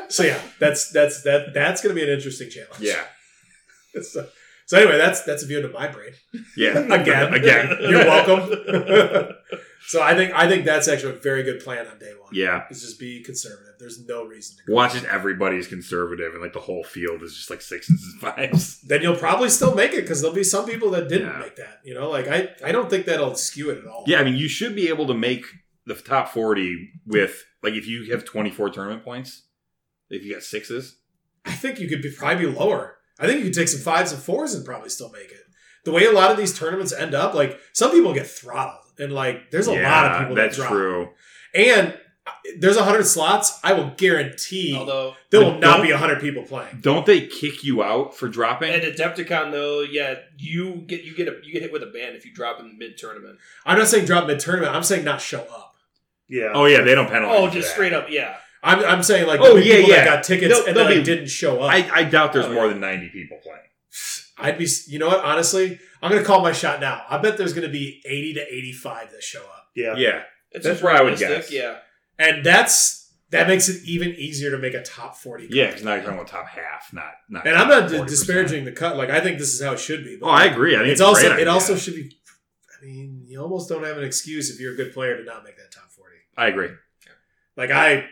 [SPEAKER 2] So yeah, that's that's that that's gonna be an interesting challenge.
[SPEAKER 4] yeah.
[SPEAKER 2] So, so anyway, that's that's a view into my brain.
[SPEAKER 4] Yeah.
[SPEAKER 2] Again.
[SPEAKER 4] Again.
[SPEAKER 2] You're welcome. so I think I think that's actually a very good plan on day one.
[SPEAKER 4] Yeah.
[SPEAKER 2] Is just be conservative. There's no reason to go.
[SPEAKER 4] Watches everybody's conservative, and like the whole field is just like sixes and fives.
[SPEAKER 2] Then you'll probably still make it because there'll be some people that didn't
[SPEAKER 4] Yeah.
[SPEAKER 2] make that. You know, like I I don't think that'll skew it at all.
[SPEAKER 4] Yeah. I mean, you should be able to make the top 40 with, like, if you have 24 tournament points, if you got sixes.
[SPEAKER 2] I think you could be, probably be lower. I think you could take some fives and fours and probably still make it. The way a lot of these tournaments end up, like some people get throttled, and like there's a
[SPEAKER 4] Yeah,
[SPEAKER 2] lot of people
[SPEAKER 4] That's
[SPEAKER 2] that drop.
[SPEAKER 4] true.
[SPEAKER 2] And uh, there's 100 slots. I will guarantee
[SPEAKER 3] Although
[SPEAKER 2] there will
[SPEAKER 4] But
[SPEAKER 2] not
[SPEAKER 4] don't-
[SPEAKER 2] be 100 people playing.
[SPEAKER 4] Don't they kick you out for dropping?
[SPEAKER 3] at Adepticon though, yeah, you get you get a you get hit with a ban if you drop in the mid tournament.
[SPEAKER 2] I'm not saying drop mid tournament. I'm saying not show up.
[SPEAKER 4] oh, yeah. They don't penalize.
[SPEAKER 3] Oh,
[SPEAKER 4] you for
[SPEAKER 3] just
[SPEAKER 4] that.
[SPEAKER 3] straight up, yeah.
[SPEAKER 2] I'm, I'm saying like
[SPEAKER 4] Oh,
[SPEAKER 2] the
[SPEAKER 4] yeah,
[SPEAKER 2] people that
[SPEAKER 4] yeah.
[SPEAKER 2] got tickets
[SPEAKER 4] They'll-
[SPEAKER 2] and
[SPEAKER 4] they'll
[SPEAKER 2] then
[SPEAKER 4] be-
[SPEAKER 2] like, didn't show up.
[SPEAKER 4] I, I doubt there's
[SPEAKER 3] Oh,
[SPEAKER 4] more
[SPEAKER 3] yeah.
[SPEAKER 4] than 90 people playing.
[SPEAKER 2] I'd be, you know what? Honestly, I'm gonna call my shot now. I bet there's gonna be 80 to 85 that show up,
[SPEAKER 4] Yeah.
[SPEAKER 3] It's
[SPEAKER 4] That's
[SPEAKER 3] just
[SPEAKER 4] where I would
[SPEAKER 3] realistic,
[SPEAKER 4] guess.
[SPEAKER 3] Yeah,
[SPEAKER 2] and that's that makes it even easier to make a top 40.
[SPEAKER 4] Yeah, because now you're talking about top half, not not.
[SPEAKER 2] And I'm not d-
[SPEAKER 4] 40%.
[SPEAKER 2] disparaging the cut. Like I think this is how it should be. but-
[SPEAKER 4] Oh, I agree. I think
[SPEAKER 2] it's,
[SPEAKER 4] a
[SPEAKER 2] also
[SPEAKER 4] great
[SPEAKER 2] it
[SPEAKER 4] idea.
[SPEAKER 2] also should be. I mean, you almost don't have an excuse if you're a good player to not make that top 40.
[SPEAKER 4] I agree.
[SPEAKER 2] Like I,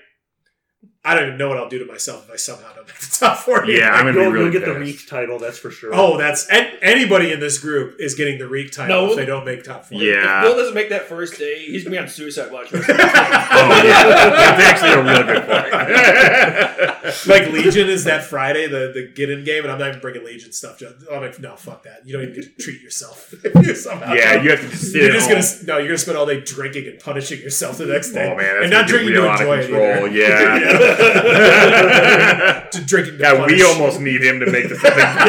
[SPEAKER 2] I don't even know what I'll do to myself if I somehow don't make the top forty.
[SPEAKER 4] Yeah, I'm gonna be
[SPEAKER 5] You'll,
[SPEAKER 4] really
[SPEAKER 5] you'll get the
[SPEAKER 4] pissed.
[SPEAKER 5] Reek title, that's for sure.
[SPEAKER 2] Oh, that's and anybody in this group is getting the reek title
[SPEAKER 3] No.
[SPEAKER 2] if they don't make top forty.
[SPEAKER 3] If
[SPEAKER 4] Yeah.
[SPEAKER 3] Bill doesn't make that first day, he's gonna be on suicide watch. for-
[SPEAKER 4] oh, yeah. That's actually a really good point.
[SPEAKER 2] Like Legion is that Friday, the the get in game, and I'm not even bringing Legion stuff. Just, I'm like, no, fuck that. You don't even get to treat yourself. If you somehow
[SPEAKER 4] yeah, you have to just sit.
[SPEAKER 2] You're
[SPEAKER 4] at
[SPEAKER 2] just
[SPEAKER 4] home.
[SPEAKER 2] gonna no. You're gonna spend all day drinking and punishing yourself the next day,
[SPEAKER 4] Oh man, that's
[SPEAKER 2] and not
[SPEAKER 4] gonna get
[SPEAKER 2] drinking
[SPEAKER 4] real
[SPEAKER 2] to
[SPEAKER 4] out of
[SPEAKER 2] enjoy it.
[SPEAKER 4] control.
[SPEAKER 2] either.
[SPEAKER 4] Yeah.
[SPEAKER 2] To drinking. To
[SPEAKER 4] yeah, we
[SPEAKER 2] punish.
[SPEAKER 4] almost need him to make this thing. yeah.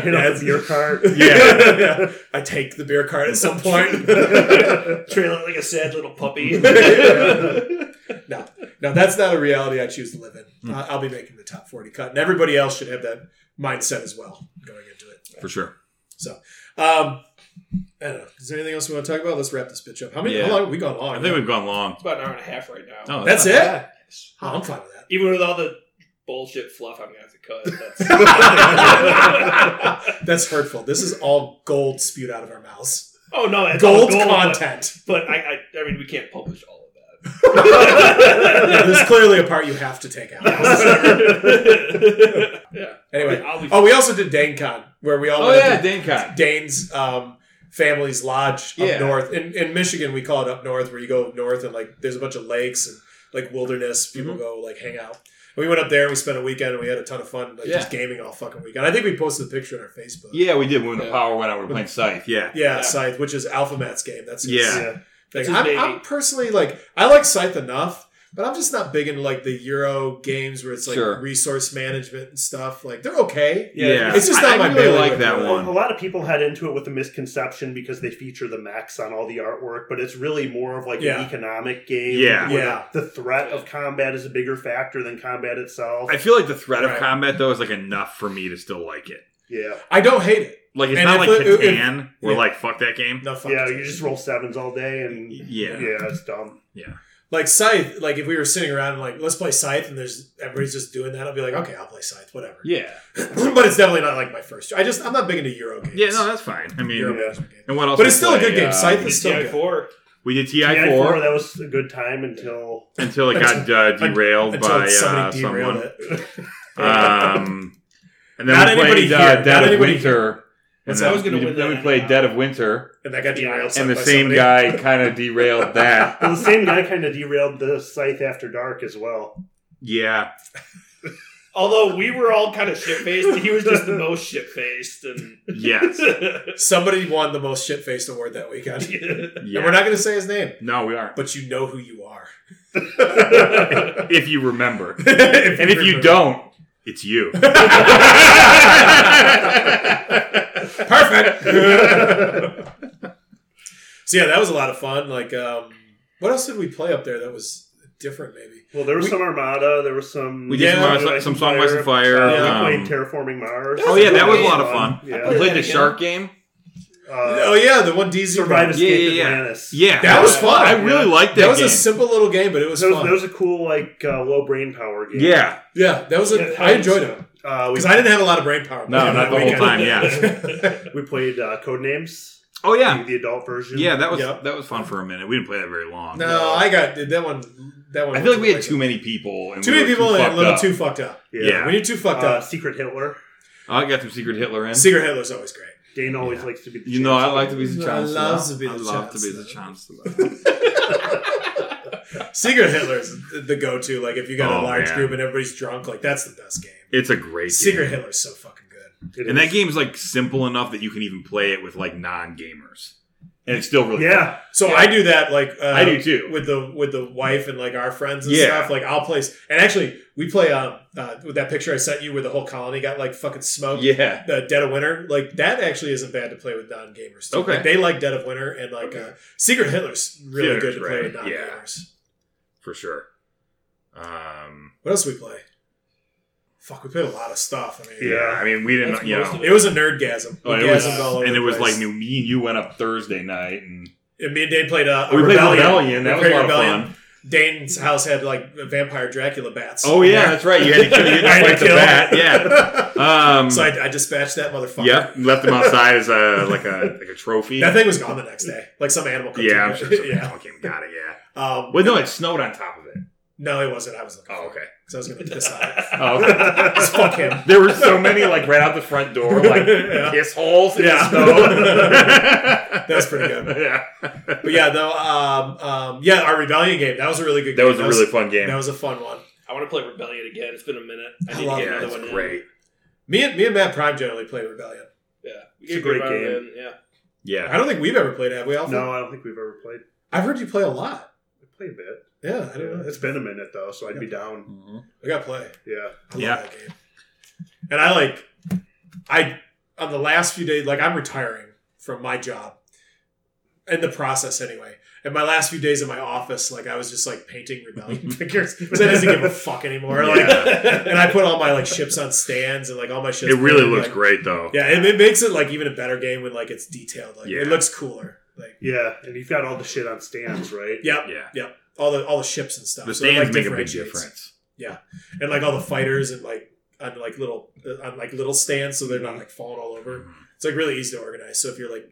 [SPEAKER 5] Hit up the beer cart.
[SPEAKER 4] yeah.
[SPEAKER 2] yeah. I take the beer card at some point.
[SPEAKER 3] Trailing like a sad little puppy.
[SPEAKER 2] no, no, that's not a reality I choose to live
[SPEAKER 4] Hmm.
[SPEAKER 2] in. I I'll be making the top 40 cut, and everybody else should have that mindset as well going into it.
[SPEAKER 4] For sure.
[SPEAKER 2] Um, I don't know. Is there anything else we want to talk about? Let's wrap this bitch up. How many?
[SPEAKER 4] Yeah.
[SPEAKER 2] How long have we gone on?
[SPEAKER 4] I think we've gone long.
[SPEAKER 3] It's about an hour and a half right now.
[SPEAKER 4] No,
[SPEAKER 2] that's
[SPEAKER 4] not
[SPEAKER 2] it.
[SPEAKER 4] bad.
[SPEAKER 2] Oh, I'm fine with that.
[SPEAKER 3] Even with all the bullshit fluff, I'm gonna have to cut. That's...
[SPEAKER 2] that's hurtful. This is all gold spewed out of our mouths.
[SPEAKER 3] oh no, that's all
[SPEAKER 2] Gold,
[SPEAKER 3] gold but-
[SPEAKER 2] content.
[SPEAKER 3] But I, I, I mean, we can't publish all of
[SPEAKER 2] Yeah, there's clearly a part you have to take out.
[SPEAKER 3] that. yeah.
[SPEAKER 2] anyway,
[SPEAKER 3] I'll be.
[SPEAKER 2] oh, we also did DaneCon where we all
[SPEAKER 4] Oh
[SPEAKER 2] went up
[SPEAKER 4] yeah,
[SPEAKER 2] to
[SPEAKER 4] Dane Cotton.
[SPEAKER 2] Dane's um, family's lodge up
[SPEAKER 4] Yeah.
[SPEAKER 2] north. In, in Michigan, we call it up north, where you go up north and like there's a bunch of lakes and like wilderness. People
[SPEAKER 4] Mm-hmm.
[SPEAKER 2] go like hang out. And we went up there and we spent a weekend and we had a ton of fun, like just gaming all fucking weekend. I think we posted a picture on our Facebook.
[SPEAKER 4] Yeah, we did when the
[SPEAKER 3] Yeah.
[SPEAKER 4] power went out. We were playing Scythe. Yeah.
[SPEAKER 2] Yeah,
[SPEAKER 3] Yeah.
[SPEAKER 2] Scythe, which is Alphamat's game. That's his
[SPEAKER 4] Yeah.
[SPEAKER 5] Yeah.
[SPEAKER 2] thing.
[SPEAKER 3] It's his
[SPEAKER 2] I'm,
[SPEAKER 3] baby.
[SPEAKER 2] I'm personally like I like Scythe enough, but I'm just not big into like the Euro games where it's like
[SPEAKER 4] Sure.
[SPEAKER 2] resource management and stuff. Like they're okay.
[SPEAKER 5] Yeah,
[SPEAKER 2] it's just not
[SPEAKER 4] I,
[SPEAKER 2] my
[SPEAKER 4] I really
[SPEAKER 2] bailiwick,
[SPEAKER 4] like that
[SPEAKER 2] really.
[SPEAKER 5] A
[SPEAKER 4] one.
[SPEAKER 5] lot of people head into it with a misconception because they feature the max on all the artwork, but it's really more of like
[SPEAKER 2] Yeah.
[SPEAKER 5] an economic game.
[SPEAKER 4] Yeah.
[SPEAKER 5] where
[SPEAKER 2] Yeah.
[SPEAKER 5] The threat of combat is a bigger factor than combat itself.
[SPEAKER 4] I feel like the threat
[SPEAKER 2] Right.
[SPEAKER 4] of combat though is like enough for me to still like it.
[SPEAKER 5] yeah.
[SPEAKER 2] I don't hate it.
[SPEAKER 4] Like it's
[SPEAKER 2] And
[SPEAKER 4] not
[SPEAKER 2] if
[SPEAKER 4] like
[SPEAKER 2] it- if-
[SPEAKER 4] Catan. we're
[SPEAKER 2] yeah.
[SPEAKER 4] like fuck that game.
[SPEAKER 2] No, fuck
[SPEAKER 5] Yeah,
[SPEAKER 2] it.
[SPEAKER 5] you just roll sevens all day and
[SPEAKER 4] Yeah.
[SPEAKER 5] yeah it's dumb.
[SPEAKER 2] like Scythe, like if we were sitting around and like let's play Scythe and there's everybody's just doing that, I'll be like, okay, I'll play Scythe, whatever.
[SPEAKER 4] Yeah,
[SPEAKER 2] but it's definitely not like my first. I just I'm not big into Euro games.
[SPEAKER 4] yeah. No, that's fine. I mean,
[SPEAKER 2] Euro
[SPEAKER 5] Yeah.
[SPEAKER 2] management games.
[SPEAKER 4] and what else?
[SPEAKER 2] But
[SPEAKER 4] we
[SPEAKER 2] it's still a
[SPEAKER 4] play?
[SPEAKER 2] good game.
[SPEAKER 4] Uh,
[SPEAKER 2] Scythe is
[SPEAKER 4] we did-
[SPEAKER 2] still good.
[SPEAKER 3] four.
[SPEAKER 4] We did
[SPEAKER 5] Yeah,
[SPEAKER 4] Ti
[SPEAKER 5] four,
[SPEAKER 4] four
[SPEAKER 5] that was a good time until
[SPEAKER 4] until it got uh, derailed
[SPEAKER 2] Until
[SPEAKER 4] by uh,
[SPEAKER 2] somebody
[SPEAKER 4] someone.
[SPEAKER 2] derailed it.
[SPEAKER 4] Um, and then
[SPEAKER 2] Not
[SPEAKER 4] we
[SPEAKER 2] anybody
[SPEAKER 4] played uh,
[SPEAKER 2] here.
[SPEAKER 4] Dead
[SPEAKER 2] Not
[SPEAKER 4] of
[SPEAKER 2] anybody
[SPEAKER 4] Winter, And
[SPEAKER 2] What's
[SPEAKER 4] then
[SPEAKER 2] that? I was gonna
[SPEAKER 4] we,
[SPEAKER 3] win
[SPEAKER 4] then
[SPEAKER 3] that.
[SPEAKER 4] we played Dead of Winter,
[SPEAKER 2] and that got derailed.
[SPEAKER 4] and the
[SPEAKER 2] by
[SPEAKER 4] same
[SPEAKER 2] somebody.
[SPEAKER 4] guy kind of derailed that.
[SPEAKER 5] Well, the same guy kind of derailed the Scythe After Dark as well.
[SPEAKER 4] Yeah,
[SPEAKER 3] Although we were all kind of shit faced, he was just the most shit faced. And
[SPEAKER 4] yes,
[SPEAKER 2] Somebody won the most shit faced award that weekend.
[SPEAKER 4] yeah.
[SPEAKER 2] And we're not going to say his name,
[SPEAKER 4] no, we aren't.
[SPEAKER 2] but you know who you are.
[SPEAKER 4] if you remember,
[SPEAKER 2] If
[SPEAKER 4] and if you
[SPEAKER 2] remember.
[SPEAKER 4] don't, it's you.
[SPEAKER 2] Perfect. so yeah, that was a lot of fun. Like, um, what else did we play up there that was different? Maybe
[SPEAKER 5] Well, there was some Armada. There was some.
[SPEAKER 4] We did some
[SPEAKER 5] Yeah,
[SPEAKER 4] Armada-
[SPEAKER 5] Rising
[SPEAKER 4] some Song, Rising Fire,
[SPEAKER 5] Uh, we
[SPEAKER 4] um,
[SPEAKER 5] played Terraforming Mars.
[SPEAKER 4] oh yeah, that was a lot of fun.
[SPEAKER 5] Yeah.
[SPEAKER 4] We played the shark game.
[SPEAKER 5] Uh,
[SPEAKER 2] oh yeah, the one DZ
[SPEAKER 5] Survive
[SPEAKER 2] one.
[SPEAKER 5] Escape
[SPEAKER 4] Yeah, yeah, yeah.
[SPEAKER 5] Atlantis.
[SPEAKER 4] Yeah,
[SPEAKER 2] That was fun.
[SPEAKER 4] I really
[SPEAKER 5] Yeah.
[SPEAKER 4] liked that.
[SPEAKER 2] That was
[SPEAKER 4] game.
[SPEAKER 2] a simple little game, but it was
[SPEAKER 5] That was,
[SPEAKER 2] fun.
[SPEAKER 5] that was a cool, like, uh, low brain power game.
[SPEAKER 4] yeah,
[SPEAKER 2] yeah, that was. A,
[SPEAKER 5] Yeah,
[SPEAKER 2] I enjoyed it
[SPEAKER 5] Uh, we,
[SPEAKER 2] because I didn't have a lot of brain power.
[SPEAKER 4] No, not the whole time,
[SPEAKER 2] Yeah.
[SPEAKER 5] we played uh, Codenames,
[SPEAKER 4] oh yeah,
[SPEAKER 5] the, the adult version.
[SPEAKER 4] yeah. That was
[SPEAKER 2] Yeah.
[SPEAKER 4] that was fun for a minute. We didn't play that very long.
[SPEAKER 2] no, I got dude, that one. That one.
[SPEAKER 4] I feel like we had
[SPEAKER 2] it.
[SPEAKER 4] too many people. And
[SPEAKER 2] Too
[SPEAKER 4] we
[SPEAKER 2] many
[SPEAKER 4] were
[SPEAKER 2] people and
[SPEAKER 4] fucked
[SPEAKER 2] a little
[SPEAKER 4] up.
[SPEAKER 2] too fucked up.
[SPEAKER 4] Yeah.
[SPEAKER 2] When you're too fucked
[SPEAKER 5] Uh,
[SPEAKER 2] up,
[SPEAKER 5] Secret Hitler.
[SPEAKER 4] I got some Secret Hitler in.
[SPEAKER 2] Secret Hitler's always great.
[SPEAKER 5] Dane always likes to be the
[SPEAKER 4] You know, I
[SPEAKER 5] chancellor.
[SPEAKER 4] like to be the
[SPEAKER 2] I
[SPEAKER 4] chancellor.
[SPEAKER 2] love to be
[SPEAKER 4] I
[SPEAKER 2] the
[SPEAKER 4] love to be the chancellor.
[SPEAKER 2] Secret Hitler's the go-to. Like if you got
[SPEAKER 4] Oh,
[SPEAKER 2] a large
[SPEAKER 4] man.
[SPEAKER 2] group and everybody's drunk, like that's the best game.
[SPEAKER 4] it's a great
[SPEAKER 2] Secret
[SPEAKER 4] game.
[SPEAKER 2] Hitler's so fucking good.
[SPEAKER 5] It
[SPEAKER 4] And
[SPEAKER 5] is.
[SPEAKER 4] that game is like simple enough that you can even play it with like non-gamers, and it's still really fun.
[SPEAKER 5] Yeah.
[SPEAKER 2] So I do that like uh,
[SPEAKER 4] I do too.
[SPEAKER 2] with the with the wife and like our friends and
[SPEAKER 4] Yeah.
[SPEAKER 2] stuff. Like I'll play and actually we play um uh, with that picture I sent you where the whole colony got like fucking smoked.
[SPEAKER 4] Yeah,
[SPEAKER 2] The Dead of Winter, like that actually isn't bad to play with non-gamers. Too.
[SPEAKER 4] Okay.
[SPEAKER 2] Like, they like Dead of Winter and like uh, Secret Hitler's really
[SPEAKER 4] Hitler's
[SPEAKER 2] good to play
[SPEAKER 4] right.
[SPEAKER 2] with
[SPEAKER 4] Yeah.
[SPEAKER 2] non-gamers.
[SPEAKER 4] for sure. Um,
[SPEAKER 2] What else we play? Fuck, we played a lot of stuff. I mean,
[SPEAKER 4] yeah, I mean, we didn't.
[SPEAKER 3] That's
[SPEAKER 4] you
[SPEAKER 3] most
[SPEAKER 4] know,
[SPEAKER 3] of
[SPEAKER 2] It was a nerdgasm.
[SPEAKER 4] Oh,
[SPEAKER 2] We
[SPEAKER 4] and it was,
[SPEAKER 2] gasmed all over
[SPEAKER 4] and
[SPEAKER 2] the
[SPEAKER 4] it was
[SPEAKER 2] place.
[SPEAKER 4] like new. Me and you went up Thursday night, and
[SPEAKER 2] And me and Dane played uh, a
[SPEAKER 4] we
[SPEAKER 2] rebellion.
[SPEAKER 4] played Rebellion. That
[SPEAKER 2] We
[SPEAKER 4] was a
[SPEAKER 2] played
[SPEAKER 4] lot
[SPEAKER 2] Rebellion.
[SPEAKER 4] of fun.
[SPEAKER 2] Dane's house had like vampire Dracula bats.
[SPEAKER 4] Oh yeah, that's right. You had to kill. You
[SPEAKER 2] I
[SPEAKER 4] had to fight the
[SPEAKER 2] kill.
[SPEAKER 4] bat. Yeah. Um,
[SPEAKER 2] so I, I dispatched that motherfucker.
[SPEAKER 4] yep. Left him outside as a like a like a trophy.
[SPEAKER 2] That thing was gone the next day. Like some animal. cooked
[SPEAKER 4] yeah, I'm
[SPEAKER 2] it.
[SPEAKER 4] sure. Somebody
[SPEAKER 2] yeah.
[SPEAKER 4] yeah. Came, "Oh, got it. Yeah.
[SPEAKER 2] Um,
[SPEAKER 4] Well, no, it snowed on top of it.
[SPEAKER 2] no, it wasn't. I was looking.
[SPEAKER 4] Oh, okay.
[SPEAKER 2] Because I was going to piss on it.
[SPEAKER 4] Oh, okay.
[SPEAKER 2] Just fuck him.
[SPEAKER 4] there were so many like right out the front door, like
[SPEAKER 2] Yeah.
[SPEAKER 4] kiss holes in
[SPEAKER 2] Yeah.
[SPEAKER 4] the snow.
[SPEAKER 2] That was pretty good.
[SPEAKER 4] Yeah.
[SPEAKER 2] But yeah, though. Um, um, yeah, our rebellion game. That was a really good.
[SPEAKER 4] That
[SPEAKER 2] game.
[SPEAKER 4] was a really fun game.
[SPEAKER 2] That was a fun one.
[SPEAKER 3] I want to play Rebellion again. It's been a minute.
[SPEAKER 2] I
[SPEAKER 3] I need
[SPEAKER 2] love
[SPEAKER 3] to
[SPEAKER 2] it.
[SPEAKER 3] get
[SPEAKER 4] yeah,
[SPEAKER 3] another
[SPEAKER 4] it's
[SPEAKER 3] one. in.
[SPEAKER 4] great.
[SPEAKER 2] Me and me and Matt Prime generally play Rebellion.
[SPEAKER 3] Yeah, we
[SPEAKER 5] It's a
[SPEAKER 3] get
[SPEAKER 5] great
[SPEAKER 3] Rebellion
[SPEAKER 5] game.
[SPEAKER 3] in, Yeah,
[SPEAKER 4] Yeah.
[SPEAKER 2] I don't think we've ever played it, have we? Alpha?
[SPEAKER 5] No, I don't think we've ever played.
[SPEAKER 2] I've heard you play a lot.
[SPEAKER 5] We played a bit.
[SPEAKER 2] Yeah, I don't know.
[SPEAKER 5] It's been a minute though, so I'd be down.
[SPEAKER 4] Mm.
[SPEAKER 2] I got to play.
[SPEAKER 5] Yeah.
[SPEAKER 2] I love
[SPEAKER 4] Yeah.
[SPEAKER 2] that game. And I like, I on the last few days, like I'm retiring from my job, in the process anyway. And my last few days in my office, like I was just like painting rebellion figures because I doesn't give a fuck anymore. Like, and I put all my like ships on stands and like all my ships.
[SPEAKER 4] it really
[SPEAKER 2] painted,
[SPEAKER 4] looks
[SPEAKER 2] like-
[SPEAKER 4] great though.
[SPEAKER 2] Yeah, it, it makes it like even a better game when like it's detailed. Like
[SPEAKER 4] Yeah.
[SPEAKER 2] it looks cooler. Like
[SPEAKER 5] Yeah. And you've got all the shit on stands, right?
[SPEAKER 2] yeah,
[SPEAKER 4] Yeah.
[SPEAKER 2] all the all the ships and stuff.
[SPEAKER 4] The
[SPEAKER 2] So it,
[SPEAKER 4] stands
[SPEAKER 2] like,
[SPEAKER 4] make a big
[SPEAKER 2] differentiates.
[SPEAKER 4] difference.
[SPEAKER 2] and like all the fighters and like on like little uh, on like little stands, so they're not like falling all over. It's like really easy to organize. So if you're like,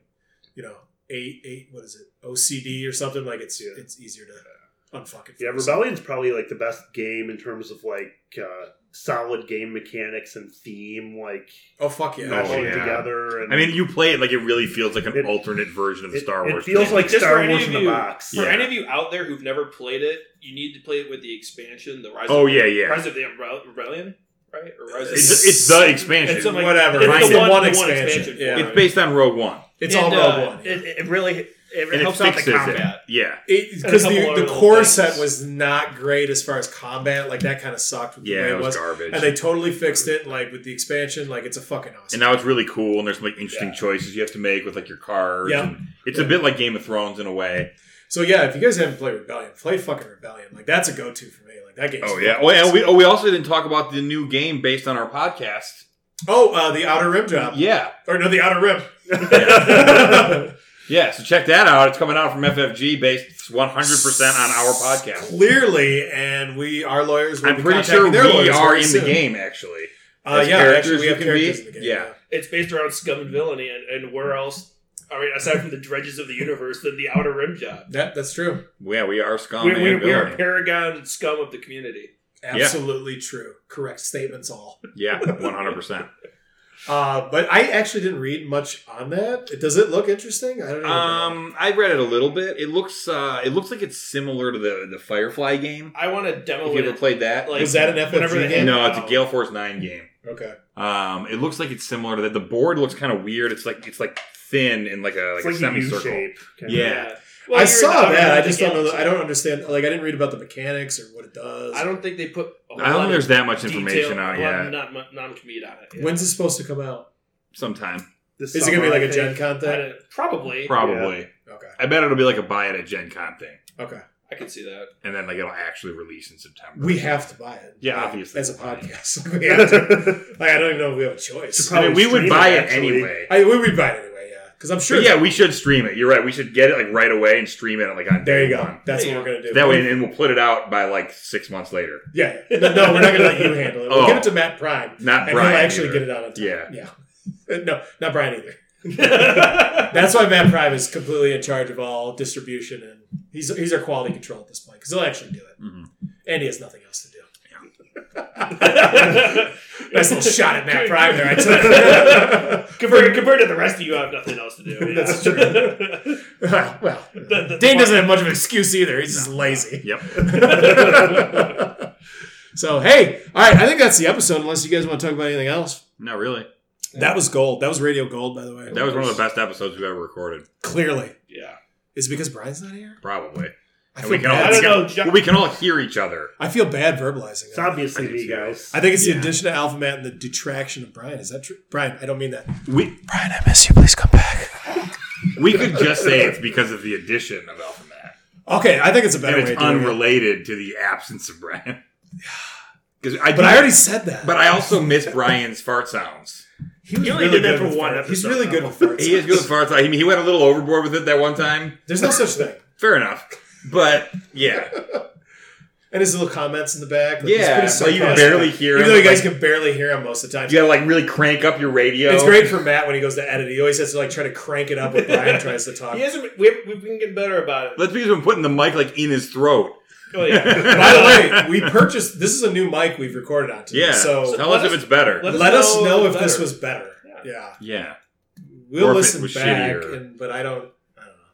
[SPEAKER 2] you know, eight eight what is it OCD or something like it's
[SPEAKER 5] Yeah.
[SPEAKER 2] it's easier to unfucking
[SPEAKER 5] Yeah,
[SPEAKER 2] focus.
[SPEAKER 5] Rebellion's probably like the best game in terms of like uh, solid game mechanics and theme, like
[SPEAKER 2] Oh fuck yeah!
[SPEAKER 4] No.
[SPEAKER 5] all
[SPEAKER 4] yeah.
[SPEAKER 5] together. And
[SPEAKER 4] I mean, you play it like it really feels like an
[SPEAKER 5] It-
[SPEAKER 4] alternate version of the
[SPEAKER 5] it,
[SPEAKER 4] Star Wars.
[SPEAKER 5] It feels
[SPEAKER 4] game.
[SPEAKER 5] like
[SPEAKER 3] Just for
[SPEAKER 5] Star
[SPEAKER 3] any
[SPEAKER 5] Wars
[SPEAKER 3] of
[SPEAKER 5] in the
[SPEAKER 3] you-
[SPEAKER 5] box.
[SPEAKER 3] For
[SPEAKER 4] Yeah.
[SPEAKER 3] any of you out there who've never played it, you need to play it with the expansion, the Rise.
[SPEAKER 4] Oh
[SPEAKER 3] of,
[SPEAKER 4] yeah, yeah.
[SPEAKER 3] Rise of the Umbrel- Rebellion, right? Or Rise of
[SPEAKER 4] It's, it's the expansion.
[SPEAKER 3] It's
[SPEAKER 4] It's,
[SPEAKER 3] something like-
[SPEAKER 2] Whatever.
[SPEAKER 3] It's
[SPEAKER 2] It's
[SPEAKER 3] the, one, the one
[SPEAKER 2] expansion.
[SPEAKER 3] expansion.
[SPEAKER 2] Yeah.
[SPEAKER 3] for it.
[SPEAKER 4] based on Rogue One,
[SPEAKER 2] It's
[SPEAKER 3] And,
[SPEAKER 2] all
[SPEAKER 3] uh,
[SPEAKER 2] Rogue One.
[SPEAKER 3] It, it really it
[SPEAKER 4] and it
[SPEAKER 3] helps out the
[SPEAKER 4] fixes it.
[SPEAKER 3] combat.
[SPEAKER 4] Yeah,
[SPEAKER 3] a
[SPEAKER 2] Because
[SPEAKER 3] couple other
[SPEAKER 2] the, the
[SPEAKER 3] little
[SPEAKER 2] core
[SPEAKER 3] things.
[SPEAKER 2] set was not great as far as combat. Like that kind of sucked. With the
[SPEAKER 4] yeah.
[SPEAKER 2] way
[SPEAKER 4] It was garbage.
[SPEAKER 2] and they totally fixed it. Like with the expansion, like it's a fucking awesome.
[SPEAKER 4] and now it's really cool, and there's like interesting
[SPEAKER 2] Yeah.
[SPEAKER 4] choices you have to make with like your cards.
[SPEAKER 2] Yeah.
[SPEAKER 4] and it's a bit like Game of Thrones in a way.
[SPEAKER 2] So yeah, if you guys haven't played Rebellion, play fucking Rebellion. Like that's a go-to for me. Like that game.
[SPEAKER 4] Oh yeah. Oh, and we oh, we also didn't talk about the new game based on our podcast.
[SPEAKER 2] Oh, uh, the Outer Rim job.
[SPEAKER 4] Yeah,
[SPEAKER 2] Or no, the Outer Rim.
[SPEAKER 4] yeah. So check that out. It's coming out from FFG, based 100 percent on our podcast.
[SPEAKER 2] Clearly, and we our lawyers. Will
[SPEAKER 4] I'm
[SPEAKER 2] be
[SPEAKER 4] pretty
[SPEAKER 2] contacting
[SPEAKER 4] sure
[SPEAKER 2] their
[SPEAKER 4] we
[SPEAKER 2] lawyers
[SPEAKER 4] are
[SPEAKER 2] very
[SPEAKER 4] in the
[SPEAKER 2] soon.
[SPEAKER 4] game actually.
[SPEAKER 2] Uh,
[SPEAKER 4] As
[SPEAKER 2] yeah,
[SPEAKER 4] characters
[SPEAKER 2] actually, we
[SPEAKER 4] you
[SPEAKER 2] have
[SPEAKER 4] can
[SPEAKER 2] characters
[SPEAKER 4] be.
[SPEAKER 2] in the game.
[SPEAKER 4] Yeah.
[SPEAKER 3] It's based around scum and villainy, and, and where else? I mean, aside from the dredges of the universe, than the outer rim job.
[SPEAKER 2] That, that's true.
[SPEAKER 4] Yeah, we are scum.
[SPEAKER 3] we,
[SPEAKER 4] and
[SPEAKER 3] we, we are
[SPEAKER 4] villainy.
[SPEAKER 3] paragon scum of the community.
[SPEAKER 2] Absolutely true. Correct statements all.
[SPEAKER 4] Yeah, one hundred percent.
[SPEAKER 2] Uh, but I actually didn't read much on that. Does it look interesting? I don't even know.
[SPEAKER 4] Um, I read it a little bit. It looks uh, it looks like it's similar to the the Firefly game.
[SPEAKER 3] I want to demo
[SPEAKER 4] If you
[SPEAKER 3] it.
[SPEAKER 4] ever played that,
[SPEAKER 3] like,
[SPEAKER 2] Was Oh, that an FFG
[SPEAKER 3] whenever they
[SPEAKER 2] game?
[SPEAKER 3] hand
[SPEAKER 4] no,
[SPEAKER 3] it
[SPEAKER 4] it's a
[SPEAKER 3] out.
[SPEAKER 4] Gale Force Nine game.
[SPEAKER 2] Okay.
[SPEAKER 4] Um, it looks like it's similar to that. The board looks kind of weird. It's like it's like thin and like a like,
[SPEAKER 5] It's
[SPEAKER 4] a
[SPEAKER 5] like a U
[SPEAKER 4] semicircle.
[SPEAKER 5] shape. kind of.
[SPEAKER 4] Yeah.
[SPEAKER 3] Well,
[SPEAKER 2] I
[SPEAKER 3] you're
[SPEAKER 2] saw
[SPEAKER 3] not-
[SPEAKER 2] that. I
[SPEAKER 3] you're
[SPEAKER 2] just
[SPEAKER 3] not
[SPEAKER 2] don't know.
[SPEAKER 3] the-
[SPEAKER 2] I don't understand. Like I didn't read about the mechanics or what it does.
[SPEAKER 3] I don't think they put. a
[SPEAKER 4] I don't
[SPEAKER 3] lot
[SPEAKER 4] think
[SPEAKER 3] of
[SPEAKER 4] there's that much
[SPEAKER 3] detail-
[SPEAKER 4] information out
[SPEAKER 3] a lot of
[SPEAKER 4] yet.
[SPEAKER 3] Non non commute on it. yeah.
[SPEAKER 2] When's it supposed to come out?
[SPEAKER 4] Sometime,
[SPEAKER 5] This
[SPEAKER 2] Is it gonna be
[SPEAKER 5] summer,
[SPEAKER 2] like a
[SPEAKER 5] I
[SPEAKER 2] Gen
[SPEAKER 5] think.
[SPEAKER 2] Con
[SPEAKER 3] I
[SPEAKER 2] thing?
[SPEAKER 3] don't- probably.
[SPEAKER 4] probably.
[SPEAKER 2] Okay.
[SPEAKER 4] I bet it'll be like a buy it at Gen Con thing,
[SPEAKER 2] Okay.
[SPEAKER 3] I can see that.
[SPEAKER 4] and then like it'll actually release in September.
[SPEAKER 2] We have to buy it.
[SPEAKER 4] Yeah,
[SPEAKER 2] Like,
[SPEAKER 4] obviously.
[SPEAKER 2] As a podcast, we have to. like I don't even know if we have a choice.
[SPEAKER 4] I mean, we would
[SPEAKER 5] Stream
[SPEAKER 4] buy
[SPEAKER 5] it,
[SPEAKER 4] it
[SPEAKER 5] actually.
[SPEAKER 4] anyway.
[SPEAKER 2] I we would buy it anyway. Yeah, because I'm sure.
[SPEAKER 4] But yeah, we should stream it. You're right. We should get it like right away and stream it like on
[SPEAKER 2] There you
[SPEAKER 4] day
[SPEAKER 2] go.
[SPEAKER 4] one.
[SPEAKER 2] That's
[SPEAKER 3] Yeah.
[SPEAKER 2] what we're gonna do.
[SPEAKER 4] That way, and we'll put it out by like six months later.
[SPEAKER 2] Yeah. No, no, we're not gonna let you handle it. We'll
[SPEAKER 4] Oh.
[SPEAKER 2] give it to Matt Prime.
[SPEAKER 4] Not
[SPEAKER 2] and
[SPEAKER 4] Brian
[SPEAKER 2] he'll actually
[SPEAKER 4] either.
[SPEAKER 2] get it out on time.
[SPEAKER 4] Yeah.
[SPEAKER 2] Yeah. no, not Brian either. That's why Matt Prime is completely in charge of all distribution and he's he's our quality control at this point because he'll actually do it.
[SPEAKER 4] Mhm.
[SPEAKER 2] And he has nothing else to do. nice little shot at Matt Prime there. I took.
[SPEAKER 3] compared, compared to the rest of you, I have nothing else to do. yeah.
[SPEAKER 2] That's true. well,
[SPEAKER 3] the
[SPEAKER 2] Dane
[SPEAKER 3] point-
[SPEAKER 2] doesn't have much of an excuse either. He's just lazy.
[SPEAKER 4] Yep.
[SPEAKER 2] so hey, all right. I think that's the episode. Unless you guys want to talk about anything else,
[SPEAKER 4] Not really.
[SPEAKER 2] that was gold. That was radio gold, by the way.
[SPEAKER 4] That was one of the best episodes we've ever recorded.
[SPEAKER 2] Clearly,
[SPEAKER 3] yeah.
[SPEAKER 2] is it because Brian's not here?
[SPEAKER 4] Probably.
[SPEAKER 2] I
[SPEAKER 4] And
[SPEAKER 2] feel
[SPEAKER 4] we can all,
[SPEAKER 2] bad.
[SPEAKER 3] I don't know,
[SPEAKER 4] we can-
[SPEAKER 3] Jack-
[SPEAKER 4] we can all hear each other.
[SPEAKER 2] I feel bad verbalizing.
[SPEAKER 5] It's
[SPEAKER 2] that.
[SPEAKER 5] obviously me, guys.
[SPEAKER 2] I think it's
[SPEAKER 4] Yeah.
[SPEAKER 2] the addition of Alpha Matt and the detraction of Brian. Is that true, Brian? I don't mean that.
[SPEAKER 4] We
[SPEAKER 2] Brian, I miss you. Please come back.
[SPEAKER 4] we could just say it's because of the addition of Alpha Mac.
[SPEAKER 2] Okay, I think it's a better
[SPEAKER 4] And it's
[SPEAKER 2] way. Of doing it.
[SPEAKER 4] unrelated to the absence of Brian. 'Cause I
[SPEAKER 2] But I already said that.
[SPEAKER 4] But I also miss Brian's fart sounds.
[SPEAKER 2] he was
[SPEAKER 3] You only did that
[SPEAKER 2] good
[SPEAKER 3] for
[SPEAKER 2] with
[SPEAKER 3] one
[SPEAKER 2] fart- He's
[SPEAKER 3] episode,
[SPEAKER 2] really good
[SPEAKER 3] though.
[SPEAKER 2] with farts.
[SPEAKER 4] He is good with fart sounds. I mean, he went a little overboard with it that one time.
[SPEAKER 2] There's no such thing.
[SPEAKER 4] Fair enough. But yeah,
[SPEAKER 2] And his little comments in the back. Like,
[SPEAKER 4] Yeah,
[SPEAKER 2] it's
[SPEAKER 4] but
[SPEAKER 2] pretty
[SPEAKER 4] you
[SPEAKER 2] sarcastic.
[SPEAKER 4] barely hear
[SPEAKER 2] Even though
[SPEAKER 4] him,
[SPEAKER 2] you guys
[SPEAKER 4] like-
[SPEAKER 2] can barely hear him most of the time.
[SPEAKER 4] you gotta like really crank up your radio.
[SPEAKER 2] It's great for Matt when he goes to edit. He always has to like try to crank it up when Brian tries to talk.
[SPEAKER 3] He hasn't. We have, we've been getting better about it.
[SPEAKER 4] That's because I'm putting the mic like in his throat.
[SPEAKER 3] Oh, yeah.
[SPEAKER 2] By the way, we purchased this is a new mic we've recorded on today.
[SPEAKER 4] Yeah.
[SPEAKER 2] So
[SPEAKER 4] tell
[SPEAKER 3] let
[SPEAKER 4] us if
[SPEAKER 3] us-
[SPEAKER 4] it's better.
[SPEAKER 3] let
[SPEAKER 2] let,
[SPEAKER 3] us
[SPEAKER 2] us
[SPEAKER 3] know
[SPEAKER 2] know if
[SPEAKER 3] if
[SPEAKER 2] this
[SPEAKER 3] better.
[SPEAKER 2] was better. Yeah.
[SPEAKER 4] yeah.
[SPEAKER 2] We'll
[SPEAKER 4] Or if
[SPEAKER 2] listen
[SPEAKER 4] it
[SPEAKER 2] back,
[SPEAKER 4] was shittier.
[SPEAKER 2] and, but I don't, I don't know.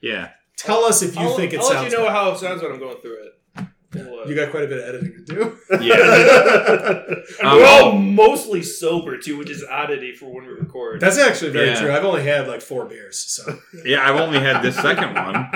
[SPEAKER 4] Yeah.
[SPEAKER 2] Tell us if you
[SPEAKER 3] I'll,
[SPEAKER 2] think it
[SPEAKER 3] I'll
[SPEAKER 2] sounds
[SPEAKER 3] let you know
[SPEAKER 2] better.
[SPEAKER 3] how it sounds when I'm going through it. We'll, uh,
[SPEAKER 2] you got quite a bit of editing to do.
[SPEAKER 4] Yeah.
[SPEAKER 3] and
[SPEAKER 4] Um,
[SPEAKER 3] we're all mostly sober too, which is oddity for when we record.
[SPEAKER 2] That's actually very
[SPEAKER 4] Yeah.
[SPEAKER 2] true. I've only had like four beers, so
[SPEAKER 4] yeah, I've only had this second one.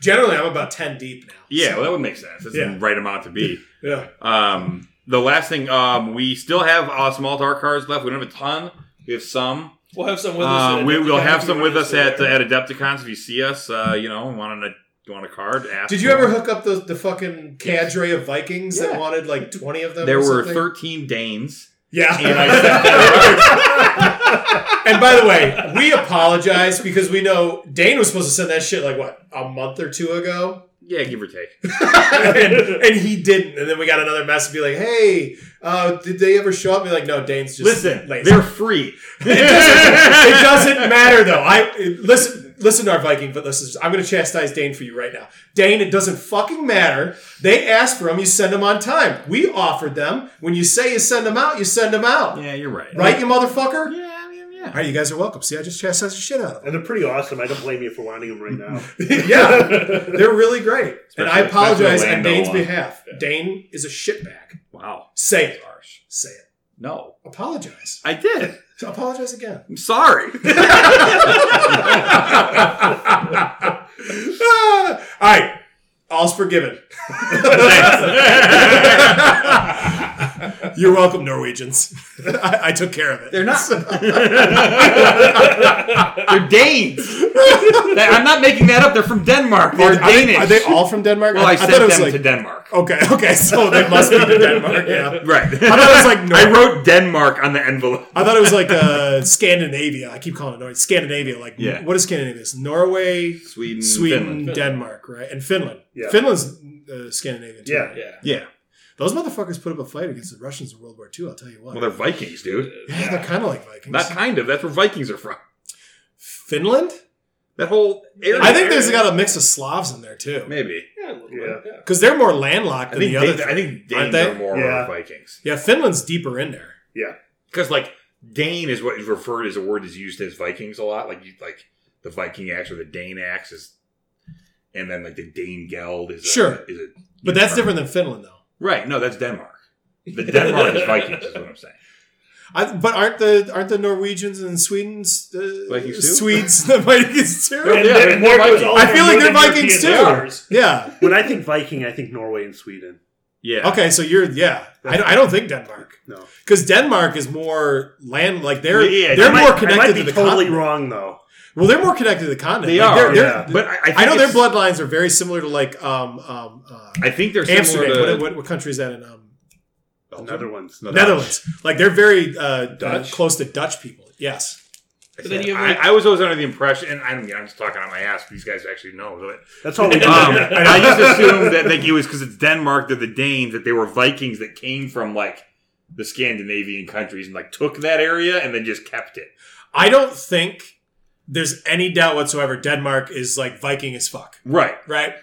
[SPEAKER 2] generally I'm about ten deep now. so,
[SPEAKER 4] Yeah, well, that would make sense. That's
[SPEAKER 2] Yeah.
[SPEAKER 4] the right amount to be.
[SPEAKER 2] yeah.
[SPEAKER 4] Um, the last thing, um, we still have uh, small dark cards left. We don't have a ton. We have some.
[SPEAKER 3] we'll have some with us.
[SPEAKER 4] Uh,
[SPEAKER 3] at
[SPEAKER 4] we, we'll
[SPEAKER 3] Adepticon
[SPEAKER 4] have
[SPEAKER 3] if
[SPEAKER 4] some
[SPEAKER 3] you
[SPEAKER 4] with
[SPEAKER 3] want
[SPEAKER 4] us at
[SPEAKER 3] stay
[SPEAKER 4] uh,
[SPEAKER 3] there.
[SPEAKER 4] at Adepticons if you see us. Uh, you know, want a want a card? Ask
[SPEAKER 2] Did you
[SPEAKER 4] for
[SPEAKER 2] ever
[SPEAKER 4] it.
[SPEAKER 2] hook up the, the fucking cadre of Vikings that wanted like twenty of them?
[SPEAKER 4] There
[SPEAKER 2] or
[SPEAKER 4] were
[SPEAKER 2] something?
[SPEAKER 4] 13 Danes,
[SPEAKER 2] Yeah.
[SPEAKER 4] and I set that up.
[SPEAKER 2] And by the way, we apologize because we know Dane was supposed to send that shit like what a month or two ago,
[SPEAKER 4] Yeah, give or take.
[SPEAKER 2] and, and he didn't. And then we got another message be like, "Hey, uh, did they ever show up?" And like, no, Dane's just
[SPEAKER 4] Listen,
[SPEAKER 2] lazy.
[SPEAKER 4] they're free.
[SPEAKER 2] it doesn't matter though. I listen. Listen to our Viking, but listen, I'm going to chastise Dane for you right now. Dane, it doesn't fucking matter. They asked for them, you send them on time. We offered them. When you say you send them out, you send them out.
[SPEAKER 4] Yeah, you're right.
[SPEAKER 2] Right, you motherfucker?
[SPEAKER 4] Yeah, yeah, yeah.
[SPEAKER 2] All right, you guys are welcome. See, I just chastised the shit out of them.
[SPEAKER 5] And they're pretty awesome. I don't blame you for wanting them right now.
[SPEAKER 2] yeah, they're really great. and I
[SPEAKER 4] Especially-
[SPEAKER 2] apologize
[SPEAKER 4] especially
[SPEAKER 2] on
[SPEAKER 4] the Lando
[SPEAKER 2] Dane's
[SPEAKER 4] one.
[SPEAKER 2] behalf. Dane is a shitbag.
[SPEAKER 4] Wow.
[SPEAKER 2] Say it.
[SPEAKER 4] Harsh.
[SPEAKER 2] Say it.
[SPEAKER 4] No,
[SPEAKER 2] Apologize.
[SPEAKER 4] I did.
[SPEAKER 2] So apologize again.
[SPEAKER 4] I'm sorry.
[SPEAKER 2] Ah, all right. All's forgiven. You're welcome, Norwegians. I, I took care of it.
[SPEAKER 4] They're not. They're Danes. I'm not making that up. They're from Denmark.
[SPEAKER 2] Are,
[SPEAKER 4] They're
[SPEAKER 2] are they,
[SPEAKER 4] Danish.
[SPEAKER 2] are they all from Denmark?
[SPEAKER 4] well, I,
[SPEAKER 2] thought
[SPEAKER 4] sent
[SPEAKER 2] it
[SPEAKER 4] them
[SPEAKER 2] was like,
[SPEAKER 4] to Denmark.
[SPEAKER 2] Okay, okay, so they must be to Denmark. Yeah.
[SPEAKER 4] Right.
[SPEAKER 2] I thought it was like Norway.
[SPEAKER 4] I wrote Denmark on the envelope.
[SPEAKER 2] I thought it was like uh, Scandinavia. I keep calling it Norway. Scandinavia, like
[SPEAKER 4] Yeah.
[SPEAKER 2] what is Scandinavia? It's Norway,
[SPEAKER 4] Sweden,
[SPEAKER 2] Sweden,
[SPEAKER 4] Finland.
[SPEAKER 2] Denmark, right, and Finland.
[SPEAKER 5] Yeah.
[SPEAKER 2] Finland's uh, Scandinavian. Too.
[SPEAKER 5] Yeah.
[SPEAKER 3] Yeah.
[SPEAKER 4] Yeah.
[SPEAKER 2] those motherfuckers put up a fight against the Russians in World War II. I'll tell you what.
[SPEAKER 4] Well, they're Vikings, dude.
[SPEAKER 2] yeah, they're kind of like Vikings.
[SPEAKER 4] Not kind of. That's where Vikings are from.
[SPEAKER 2] Finland.
[SPEAKER 4] That whole area.
[SPEAKER 2] I think there's got a mix of Slavs in there too,
[SPEAKER 4] maybe.
[SPEAKER 3] Yeah, a little bit, yeah.
[SPEAKER 2] because they're more landlocked
[SPEAKER 4] I
[SPEAKER 2] than
[SPEAKER 4] think
[SPEAKER 2] the other.
[SPEAKER 4] Danes, I think
[SPEAKER 2] aren't
[SPEAKER 4] Danes
[SPEAKER 2] they?
[SPEAKER 4] are more
[SPEAKER 5] Yeah.
[SPEAKER 4] Vikings
[SPEAKER 2] yeah, Finland's deeper in there.
[SPEAKER 5] Yeah.
[SPEAKER 4] because like Dane is what is referred as a word that's used as Vikings a lot. Like you, like the Viking axe or the Dane axe is, and then like the Dane geld is a,
[SPEAKER 2] Sure.
[SPEAKER 4] Is a,
[SPEAKER 2] But that's different than Finland, though.
[SPEAKER 4] right? No, that's Denmark. The Denmark is Vikings. Is what I'm saying.
[SPEAKER 2] I, but aren't the aren't the Norwegians and Sweden's uh,
[SPEAKER 4] Vikings too?
[SPEAKER 2] Swedes the Vikings too?
[SPEAKER 4] They're-
[SPEAKER 5] And
[SPEAKER 4] yeah,
[SPEAKER 5] then
[SPEAKER 4] they're
[SPEAKER 5] more goes
[SPEAKER 4] Vikings.
[SPEAKER 5] all
[SPEAKER 2] I
[SPEAKER 5] over
[SPEAKER 2] feel like they're
[SPEAKER 5] Northern
[SPEAKER 2] Vikings too.
[SPEAKER 5] European powers.
[SPEAKER 2] Yeah.
[SPEAKER 5] When I think Viking, I think Norway and Sweden.
[SPEAKER 4] Yeah.
[SPEAKER 2] Okay, so you're yeah. I don't, I don't think Denmark
[SPEAKER 5] No,
[SPEAKER 2] because Denmark is more land like they're
[SPEAKER 4] Yeah, yeah,
[SPEAKER 2] they're
[SPEAKER 4] I
[SPEAKER 2] more
[SPEAKER 5] I might- I
[SPEAKER 2] connected
[SPEAKER 5] might
[SPEAKER 2] to
[SPEAKER 5] be
[SPEAKER 2] the
[SPEAKER 5] totally
[SPEAKER 2] continent.
[SPEAKER 5] wrong though.
[SPEAKER 2] Well, they're more connected to the continent.
[SPEAKER 4] They
[SPEAKER 2] Like,
[SPEAKER 4] are.
[SPEAKER 2] they're- they're-
[SPEAKER 5] yeah.
[SPEAKER 4] But I, I, think
[SPEAKER 2] I know their
[SPEAKER 4] it's-
[SPEAKER 2] bloodlines are very similar to like um um uh,
[SPEAKER 4] I think they're similar
[SPEAKER 2] Amsterdam.
[SPEAKER 4] to
[SPEAKER 2] What, what, what country is that in? Um,
[SPEAKER 5] Another one's
[SPEAKER 4] No,
[SPEAKER 2] Netherlands. Like they're very uh,
[SPEAKER 4] Dutch?
[SPEAKER 2] uh, close to Dutch people. Yes.
[SPEAKER 4] I,
[SPEAKER 3] then you have,
[SPEAKER 4] I,
[SPEAKER 3] like-
[SPEAKER 4] I was always under the impression, and I'm, I'm just talking on my ass. These guys actually know, but
[SPEAKER 5] That's all we do.
[SPEAKER 4] Um, and I used to assume that like it was because it's Denmark, they're the Danes, that they were Vikings that came from like the Scandinavian countries and like took that area and then just kept it.
[SPEAKER 2] I don't think there's any doubt whatsoever. Denmark is like Viking as fuck,
[SPEAKER 4] Right.
[SPEAKER 2] right?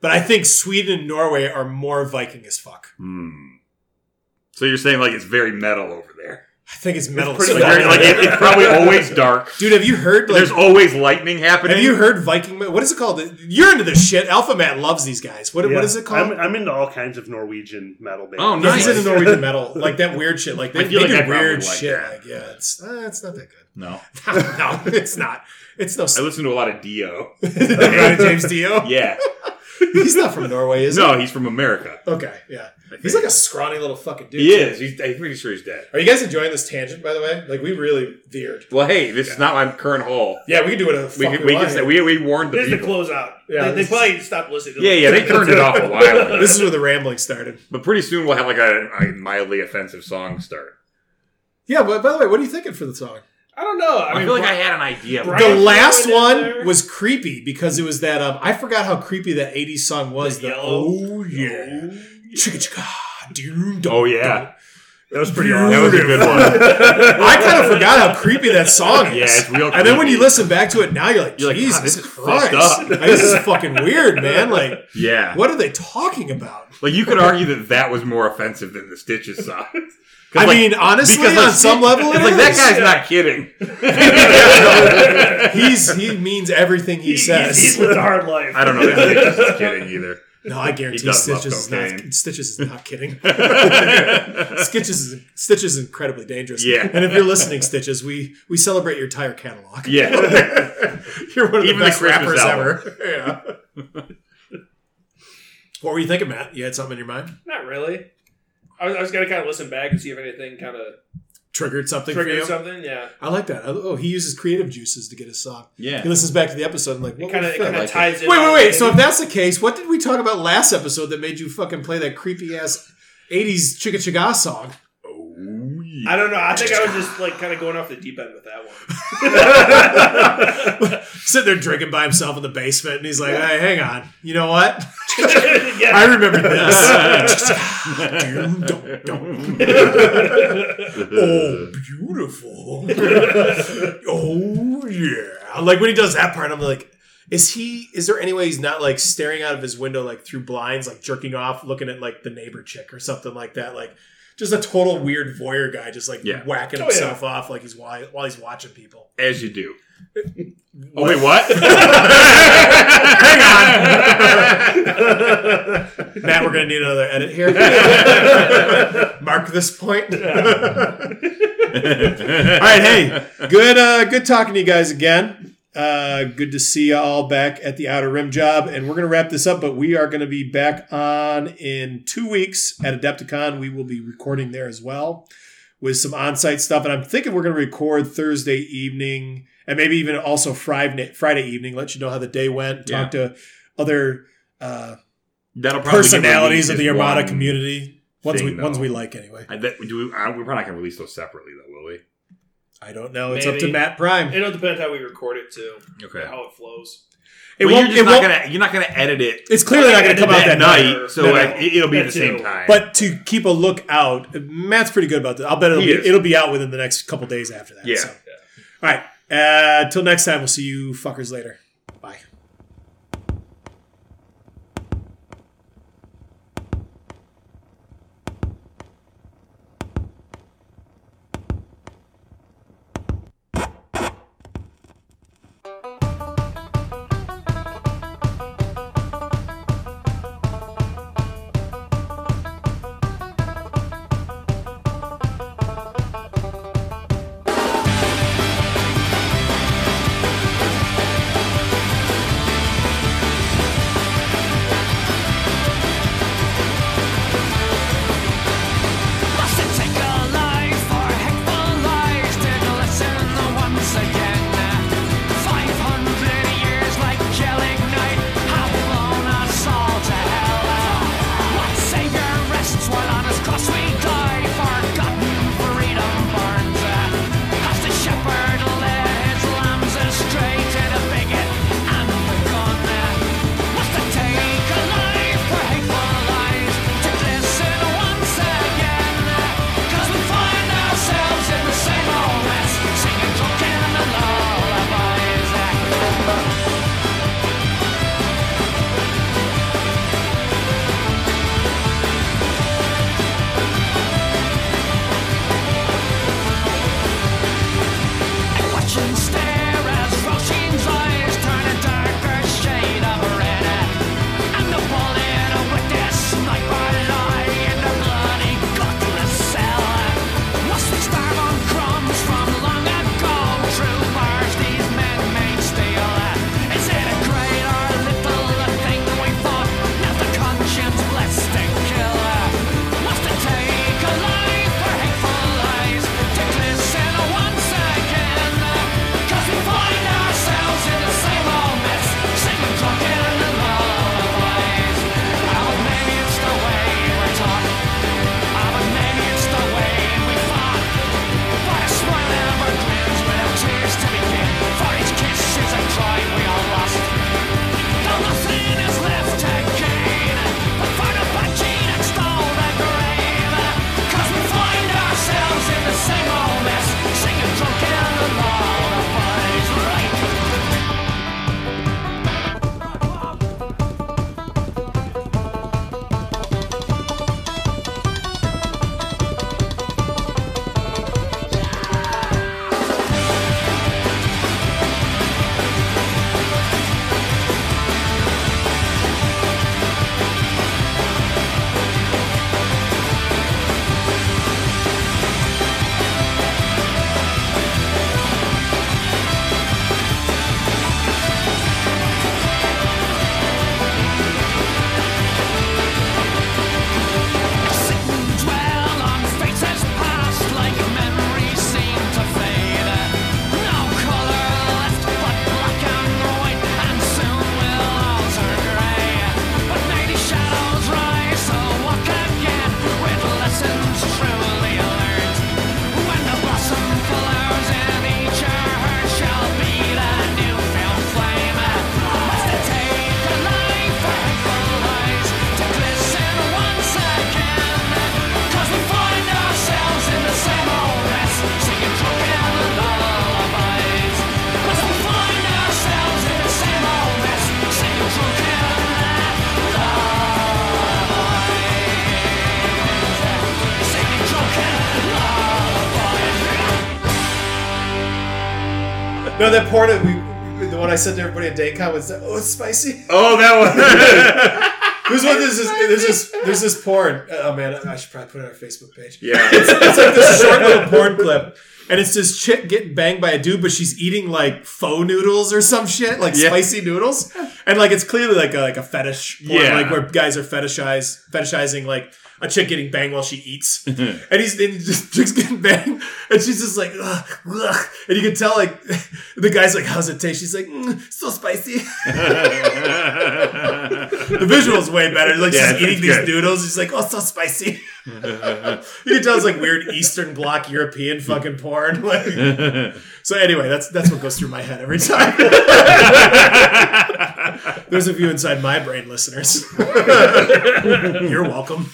[SPEAKER 2] But I think Sweden and Norway are more Viking as fuck.
[SPEAKER 4] Hmm. So you're saying like it's very metal over there.
[SPEAKER 2] I think it's metal. as
[SPEAKER 4] Like,
[SPEAKER 2] fuck.
[SPEAKER 4] very- like, it- it's probably always dark.
[SPEAKER 2] Dude, have you heard? Like,
[SPEAKER 4] There's always lightning happening.
[SPEAKER 2] have you heard Viking? What is it called? You're into this shit. Alpha Matt loves these guys. What, what is it called?
[SPEAKER 5] I'm, I'm into all kinds of Norwegian metal bands.
[SPEAKER 4] Oh,
[SPEAKER 2] Yeah,
[SPEAKER 4] nice.
[SPEAKER 2] he's into Norwegian metal, like that weird shit. Like they,
[SPEAKER 4] I
[SPEAKER 2] they
[SPEAKER 4] feel like
[SPEAKER 2] do
[SPEAKER 4] I'd probably
[SPEAKER 2] weird
[SPEAKER 4] like
[SPEAKER 2] shit.
[SPEAKER 4] that.
[SPEAKER 2] Like yeah, it's uh, it's not that good.
[SPEAKER 4] No.
[SPEAKER 2] no, it's not. It's no
[SPEAKER 4] I listen to a lot of Dio.
[SPEAKER 2] James Dio.
[SPEAKER 4] Yeah.
[SPEAKER 2] He's not from Norway, is
[SPEAKER 4] No, he's from America.
[SPEAKER 2] he? Okay, yeah.
[SPEAKER 4] I
[SPEAKER 2] He's
[SPEAKER 4] think.
[SPEAKER 2] like a scrawny little fucking dude.
[SPEAKER 4] He is. He's, I'm pretty sure he's dead.
[SPEAKER 2] Are you guys enjoying this tangent, by the way? Like we really veered.
[SPEAKER 4] Well, hey, this is not my current haul.
[SPEAKER 2] Yeah, we can do what the
[SPEAKER 4] We
[SPEAKER 2] fuck
[SPEAKER 4] can, we
[SPEAKER 2] want
[SPEAKER 4] can say
[SPEAKER 2] here.
[SPEAKER 4] we, we warned the
[SPEAKER 3] Here's the
[SPEAKER 4] people.
[SPEAKER 3] close out.
[SPEAKER 2] Yeah,
[SPEAKER 3] they, they
[SPEAKER 2] this-
[SPEAKER 3] probably stopped listening. To
[SPEAKER 4] Yeah,
[SPEAKER 3] this.
[SPEAKER 4] yeah, they turned it off a while ago.
[SPEAKER 2] This is where the rambling started.
[SPEAKER 4] But pretty soon we'll have like a, a mildly offensive song start.
[SPEAKER 2] Yeah, but by the way, what are you thinking for the song?
[SPEAKER 3] I don't know. I,
[SPEAKER 4] I,
[SPEAKER 3] mean,
[SPEAKER 4] feel like I
[SPEAKER 3] Brian-
[SPEAKER 4] had an idea.
[SPEAKER 3] Brian-
[SPEAKER 2] The
[SPEAKER 3] Brian
[SPEAKER 2] last
[SPEAKER 3] Ferry
[SPEAKER 2] one
[SPEAKER 3] in there.
[SPEAKER 2] was creepy because it was that um I forgot how creepy that 80s song was.
[SPEAKER 3] The
[SPEAKER 2] The,
[SPEAKER 3] yellow-
[SPEAKER 2] oh yeah. Chicka chicka. doom, dum,
[SPEAKER 4] oh yeah,
[SPEAKER 5] that was pretty
[SPEAKER 4] that was a good one.
[SPEAKER 2] I kind of forgot how creepy that song is.
[SPEAKER 4] Yeah, it's real.
[SPEAKER 2] And then when you
[SPEAKER 4] creepy.
[SPEAKER 2] listen back to it now, you're like,
[SPEAKER 4] You're like, God,
[SPEAKER 2] Jesus
[SPEAKER 4] this is
[SPEAKER 2] Christ,
[SPEAKER 4] fucked up.
[SPEAKER 2] Like, this is fucking weird, man. Like,
[SPEAKER 4] yeah,
[SPEAKER 2] what are they talking about?
[SPEAKER 4] like you could argue that that was more offensive than the Stitches song. 'Cause,
[SPEAKER 2] I
[SPEAKER 4] like-
[SPEAKER 2] mean, honestly,
[SPEAKER 4] because,
[SPEAKER 2] on
[SPEAKER 4] like,
[SPEAKER 2] some level,
[SPEAKER 4] it's
[SPEAKER 2] it
[SPEAKER 4] like that
[SPEAKER 2] is.
[SPEAKER 4] guy's not kidding.
[SPEAKER 2] He's he means everything he,
[SPEAKER 3] he,
[SPEAKER 2] says.
[SPEAKER 3] He's, he's lived a hard life.
[SPEAKER 4] I don't know that Stitches is kidding either.
[SPEAKER 2] no, I guarantee
[SPEAKER 4] does love
[SPEAKER 2] Stitches is
[SPEAKER 4] cocaine.
[SPEAKER 2] not Stitches is not kidding. Stitches is Stitches is incredibly dangerous.
[SPEAKER 4] Yeah.
[SPEAKER 2] And if you're listening, Stitches, we we celebrate your entire catalog.
[SPEAKER 4] Yeah,
[SPEAKER 2] You're one of
[SPEAKER 4] Even
[SPEAKER 2] the
[SPEAKER 4] the
[SPEAKER 2] best
[SPEAKER 4] Christmas
[SPEAKER 2] rappers
[SPEAKER 4] album.
[SPEAKER 2] ever. Yeah. what were you thinking, Matt? You had something in your mind?
[SPEAKER 3] Not really. I was, I was gonna kind of listen back and see if anything kind of
[SPEAKER 2] Triggered something for you?
[SPEAKER 3] triggered something. Yeah,
[SPEAKER 2] I like that. I- Oh, he uses creative juices to get his song.
[SPEAKER 4] Yeah.
[SPEAKER 2] He listens back to the episode and like, what
[SPEAKER 3] it kind of
[SPEAKER 2] the
[SPEAKER 3] it
[SPEAKER 2] fuck?
[SPEAKER 3] kind of ties in.
[SPEAKER 2] Wait, wait,
[SPEAKER 3] all
[SPEAKER 2] wait.
[SPEAKER 3] in.
[SPEAKER 2] So if that's the case, what did we talk about last episode that made you fucking play that creepy ass '80s chicka chicka song?
[SPEAKER 4] Oh, yeah.
[SPEAKER 3] I don't know. I think I was just like kind of going off the deep end with that one.
[SPEAKER 2] Sitting there drinking by himself in the basement, and he's like, "Hey, hang on. You know what?
[SPEAKER 3] yeah,
[SPEAKER 2] I remember this. Dum, dum, dum. oh, beautiful. oh yeah. Like when he does that part, I'm like, is he? Is there any way he's not like staring out of his window, like through blinds, like jerking off, looking at like the neighbor chick or something like that? Like just a total weird voyeur guy, just like
[SPEAKER 4] Yeah.
[SPEAKER 2] whacking
[SPEAKER 3] Oh,
[SPEAKER 2] himself off, like he's while, while he's watching people.
[SPEAKER 4] As you do. Oh wait, what? Hang on.
[SPEAKER 2] Matt, we're gonna need another edit here. Mark this point. All right, hey, good, uh, good talking to you guys again. Uh, good to see you all back at the Outer Rim job, and we're gonna wrap this up. But we are gonna be back on in two weeks at Adepticon. We will be recording there as well with some on-site stuff, and I'm thinking we're gonna record Thursday evening and maybe even also Friday Friday evening. Let you know how the day went. Talk to other. Uh,
[SPEAKER 4] That'll probably get
[SPEAKER 2] personalities
[SPEAKER 4] released
[SPEAKER 2] of the
[SPEAKER 4] as
[SPEAKER 2] Armada
[SPEAKER 4] one-
[SPEAKER 2] community. Ones we,
[SPEAKER 4] thing,
[SPEAKER 2] ones
[SPEAKER 4] though.
[SPEAKER 2] we like anyway.
[SPEAKER 4] I bet, do we, I, we're probably not going to release those separately, though, will we?
[SPEAKER 2] I don't know. It's up to
[SPEAKER 3] Maybe.
[SPEAKER 2] Matt Prime.
[SPEAKER 3] it'll depend how we record it too.
[SPEAKER 4] Okay.
[SPEAKER 3] how it flows.
[SPEAKER 2] It
[SPEAKER 4] Well,
[SPEAKER 2] won't.
[SPEAKER 4] You're, just
[SPEAKER 2] It
[SPEAKER 4] not
[SPEAKER 2] won't
[SPEAKER 4] gonna, you're not going to edit it
[SPEAKER 2] it's clearly not going to come
[SPEAKER 3] Edit
[SPEAKER 2] out
[SPEAKER 3] that
[SPEAKER 2] that
[SPEAKER 4] at
[SPEAKER 2] night.
[SPEAKER 4] night, so
[SPEAKER 3] No, no.
[SPEAKER 4] like, it, will be
[SPEAKER 3] That
[SPEAKER 4] the same
[SPEAKER 3] too.
[SPEAKER 4] time.
[SPEAKER 2] But to keep a lookout, Matt's pretty good about that. I'll bet it'll
[SPEAKER 4] He
[SPEAKER 2] be,
[SPEAKER 4] is.
[SPEAKER 2] it'll be out within the next couple days after that.
[SPEAKER 4] Yeah.
[SPEAKER 2] So. All right. Uh, till next time, we'll see you fuckers later. Bye.
[SPEAKER 8] Oh,
[SPEAKER 2] No, that part of we, the one I said to everybody at Daycon was, "Oh, it's spicy."
[SPEAKER 4] Oh, that one.
[SPEAKER 2] There's one. There's this. There's this. There's this porn. Oh man, I should probably put it on our Facebook page.
[SPEAKER 4] yeah.
[SPEAKER 2] It's, it's like this short little porn clip, and it's this chick getting banged by a dude, but she's eating like faux noodles or some shit, like
[SPEAKER 4] Yeah.
[SPEAKER 2] spicy noodles, and like it's clearly like a, like a fetish, porn,
[SPEAKER 4] Yeah.
[SPEAKER 2] like where guys are fetishize fetishizing like a chick getting banged while she eats, and he's and he just chick's getting banged, and she's just like, ugh, ugh. and you can tell like the guy's like, how's it taste? She's like, mm, so spicy. The visual's way better. Like
[SPEAKER 4] Yeah,
[SPEAKER 2] she's eating
[SPEAKER 4] it's
[SPEAKER 2] these
[SPEAKER 4] good.
[SPEAKER 2] noodles. She's like, oh, so spicy. you can tell it's like weird Eastern Bloc European fucking porn. Like, so anyway, that's that's what goes through my head every time. There's a view inside my brain, listeners. You're welcome.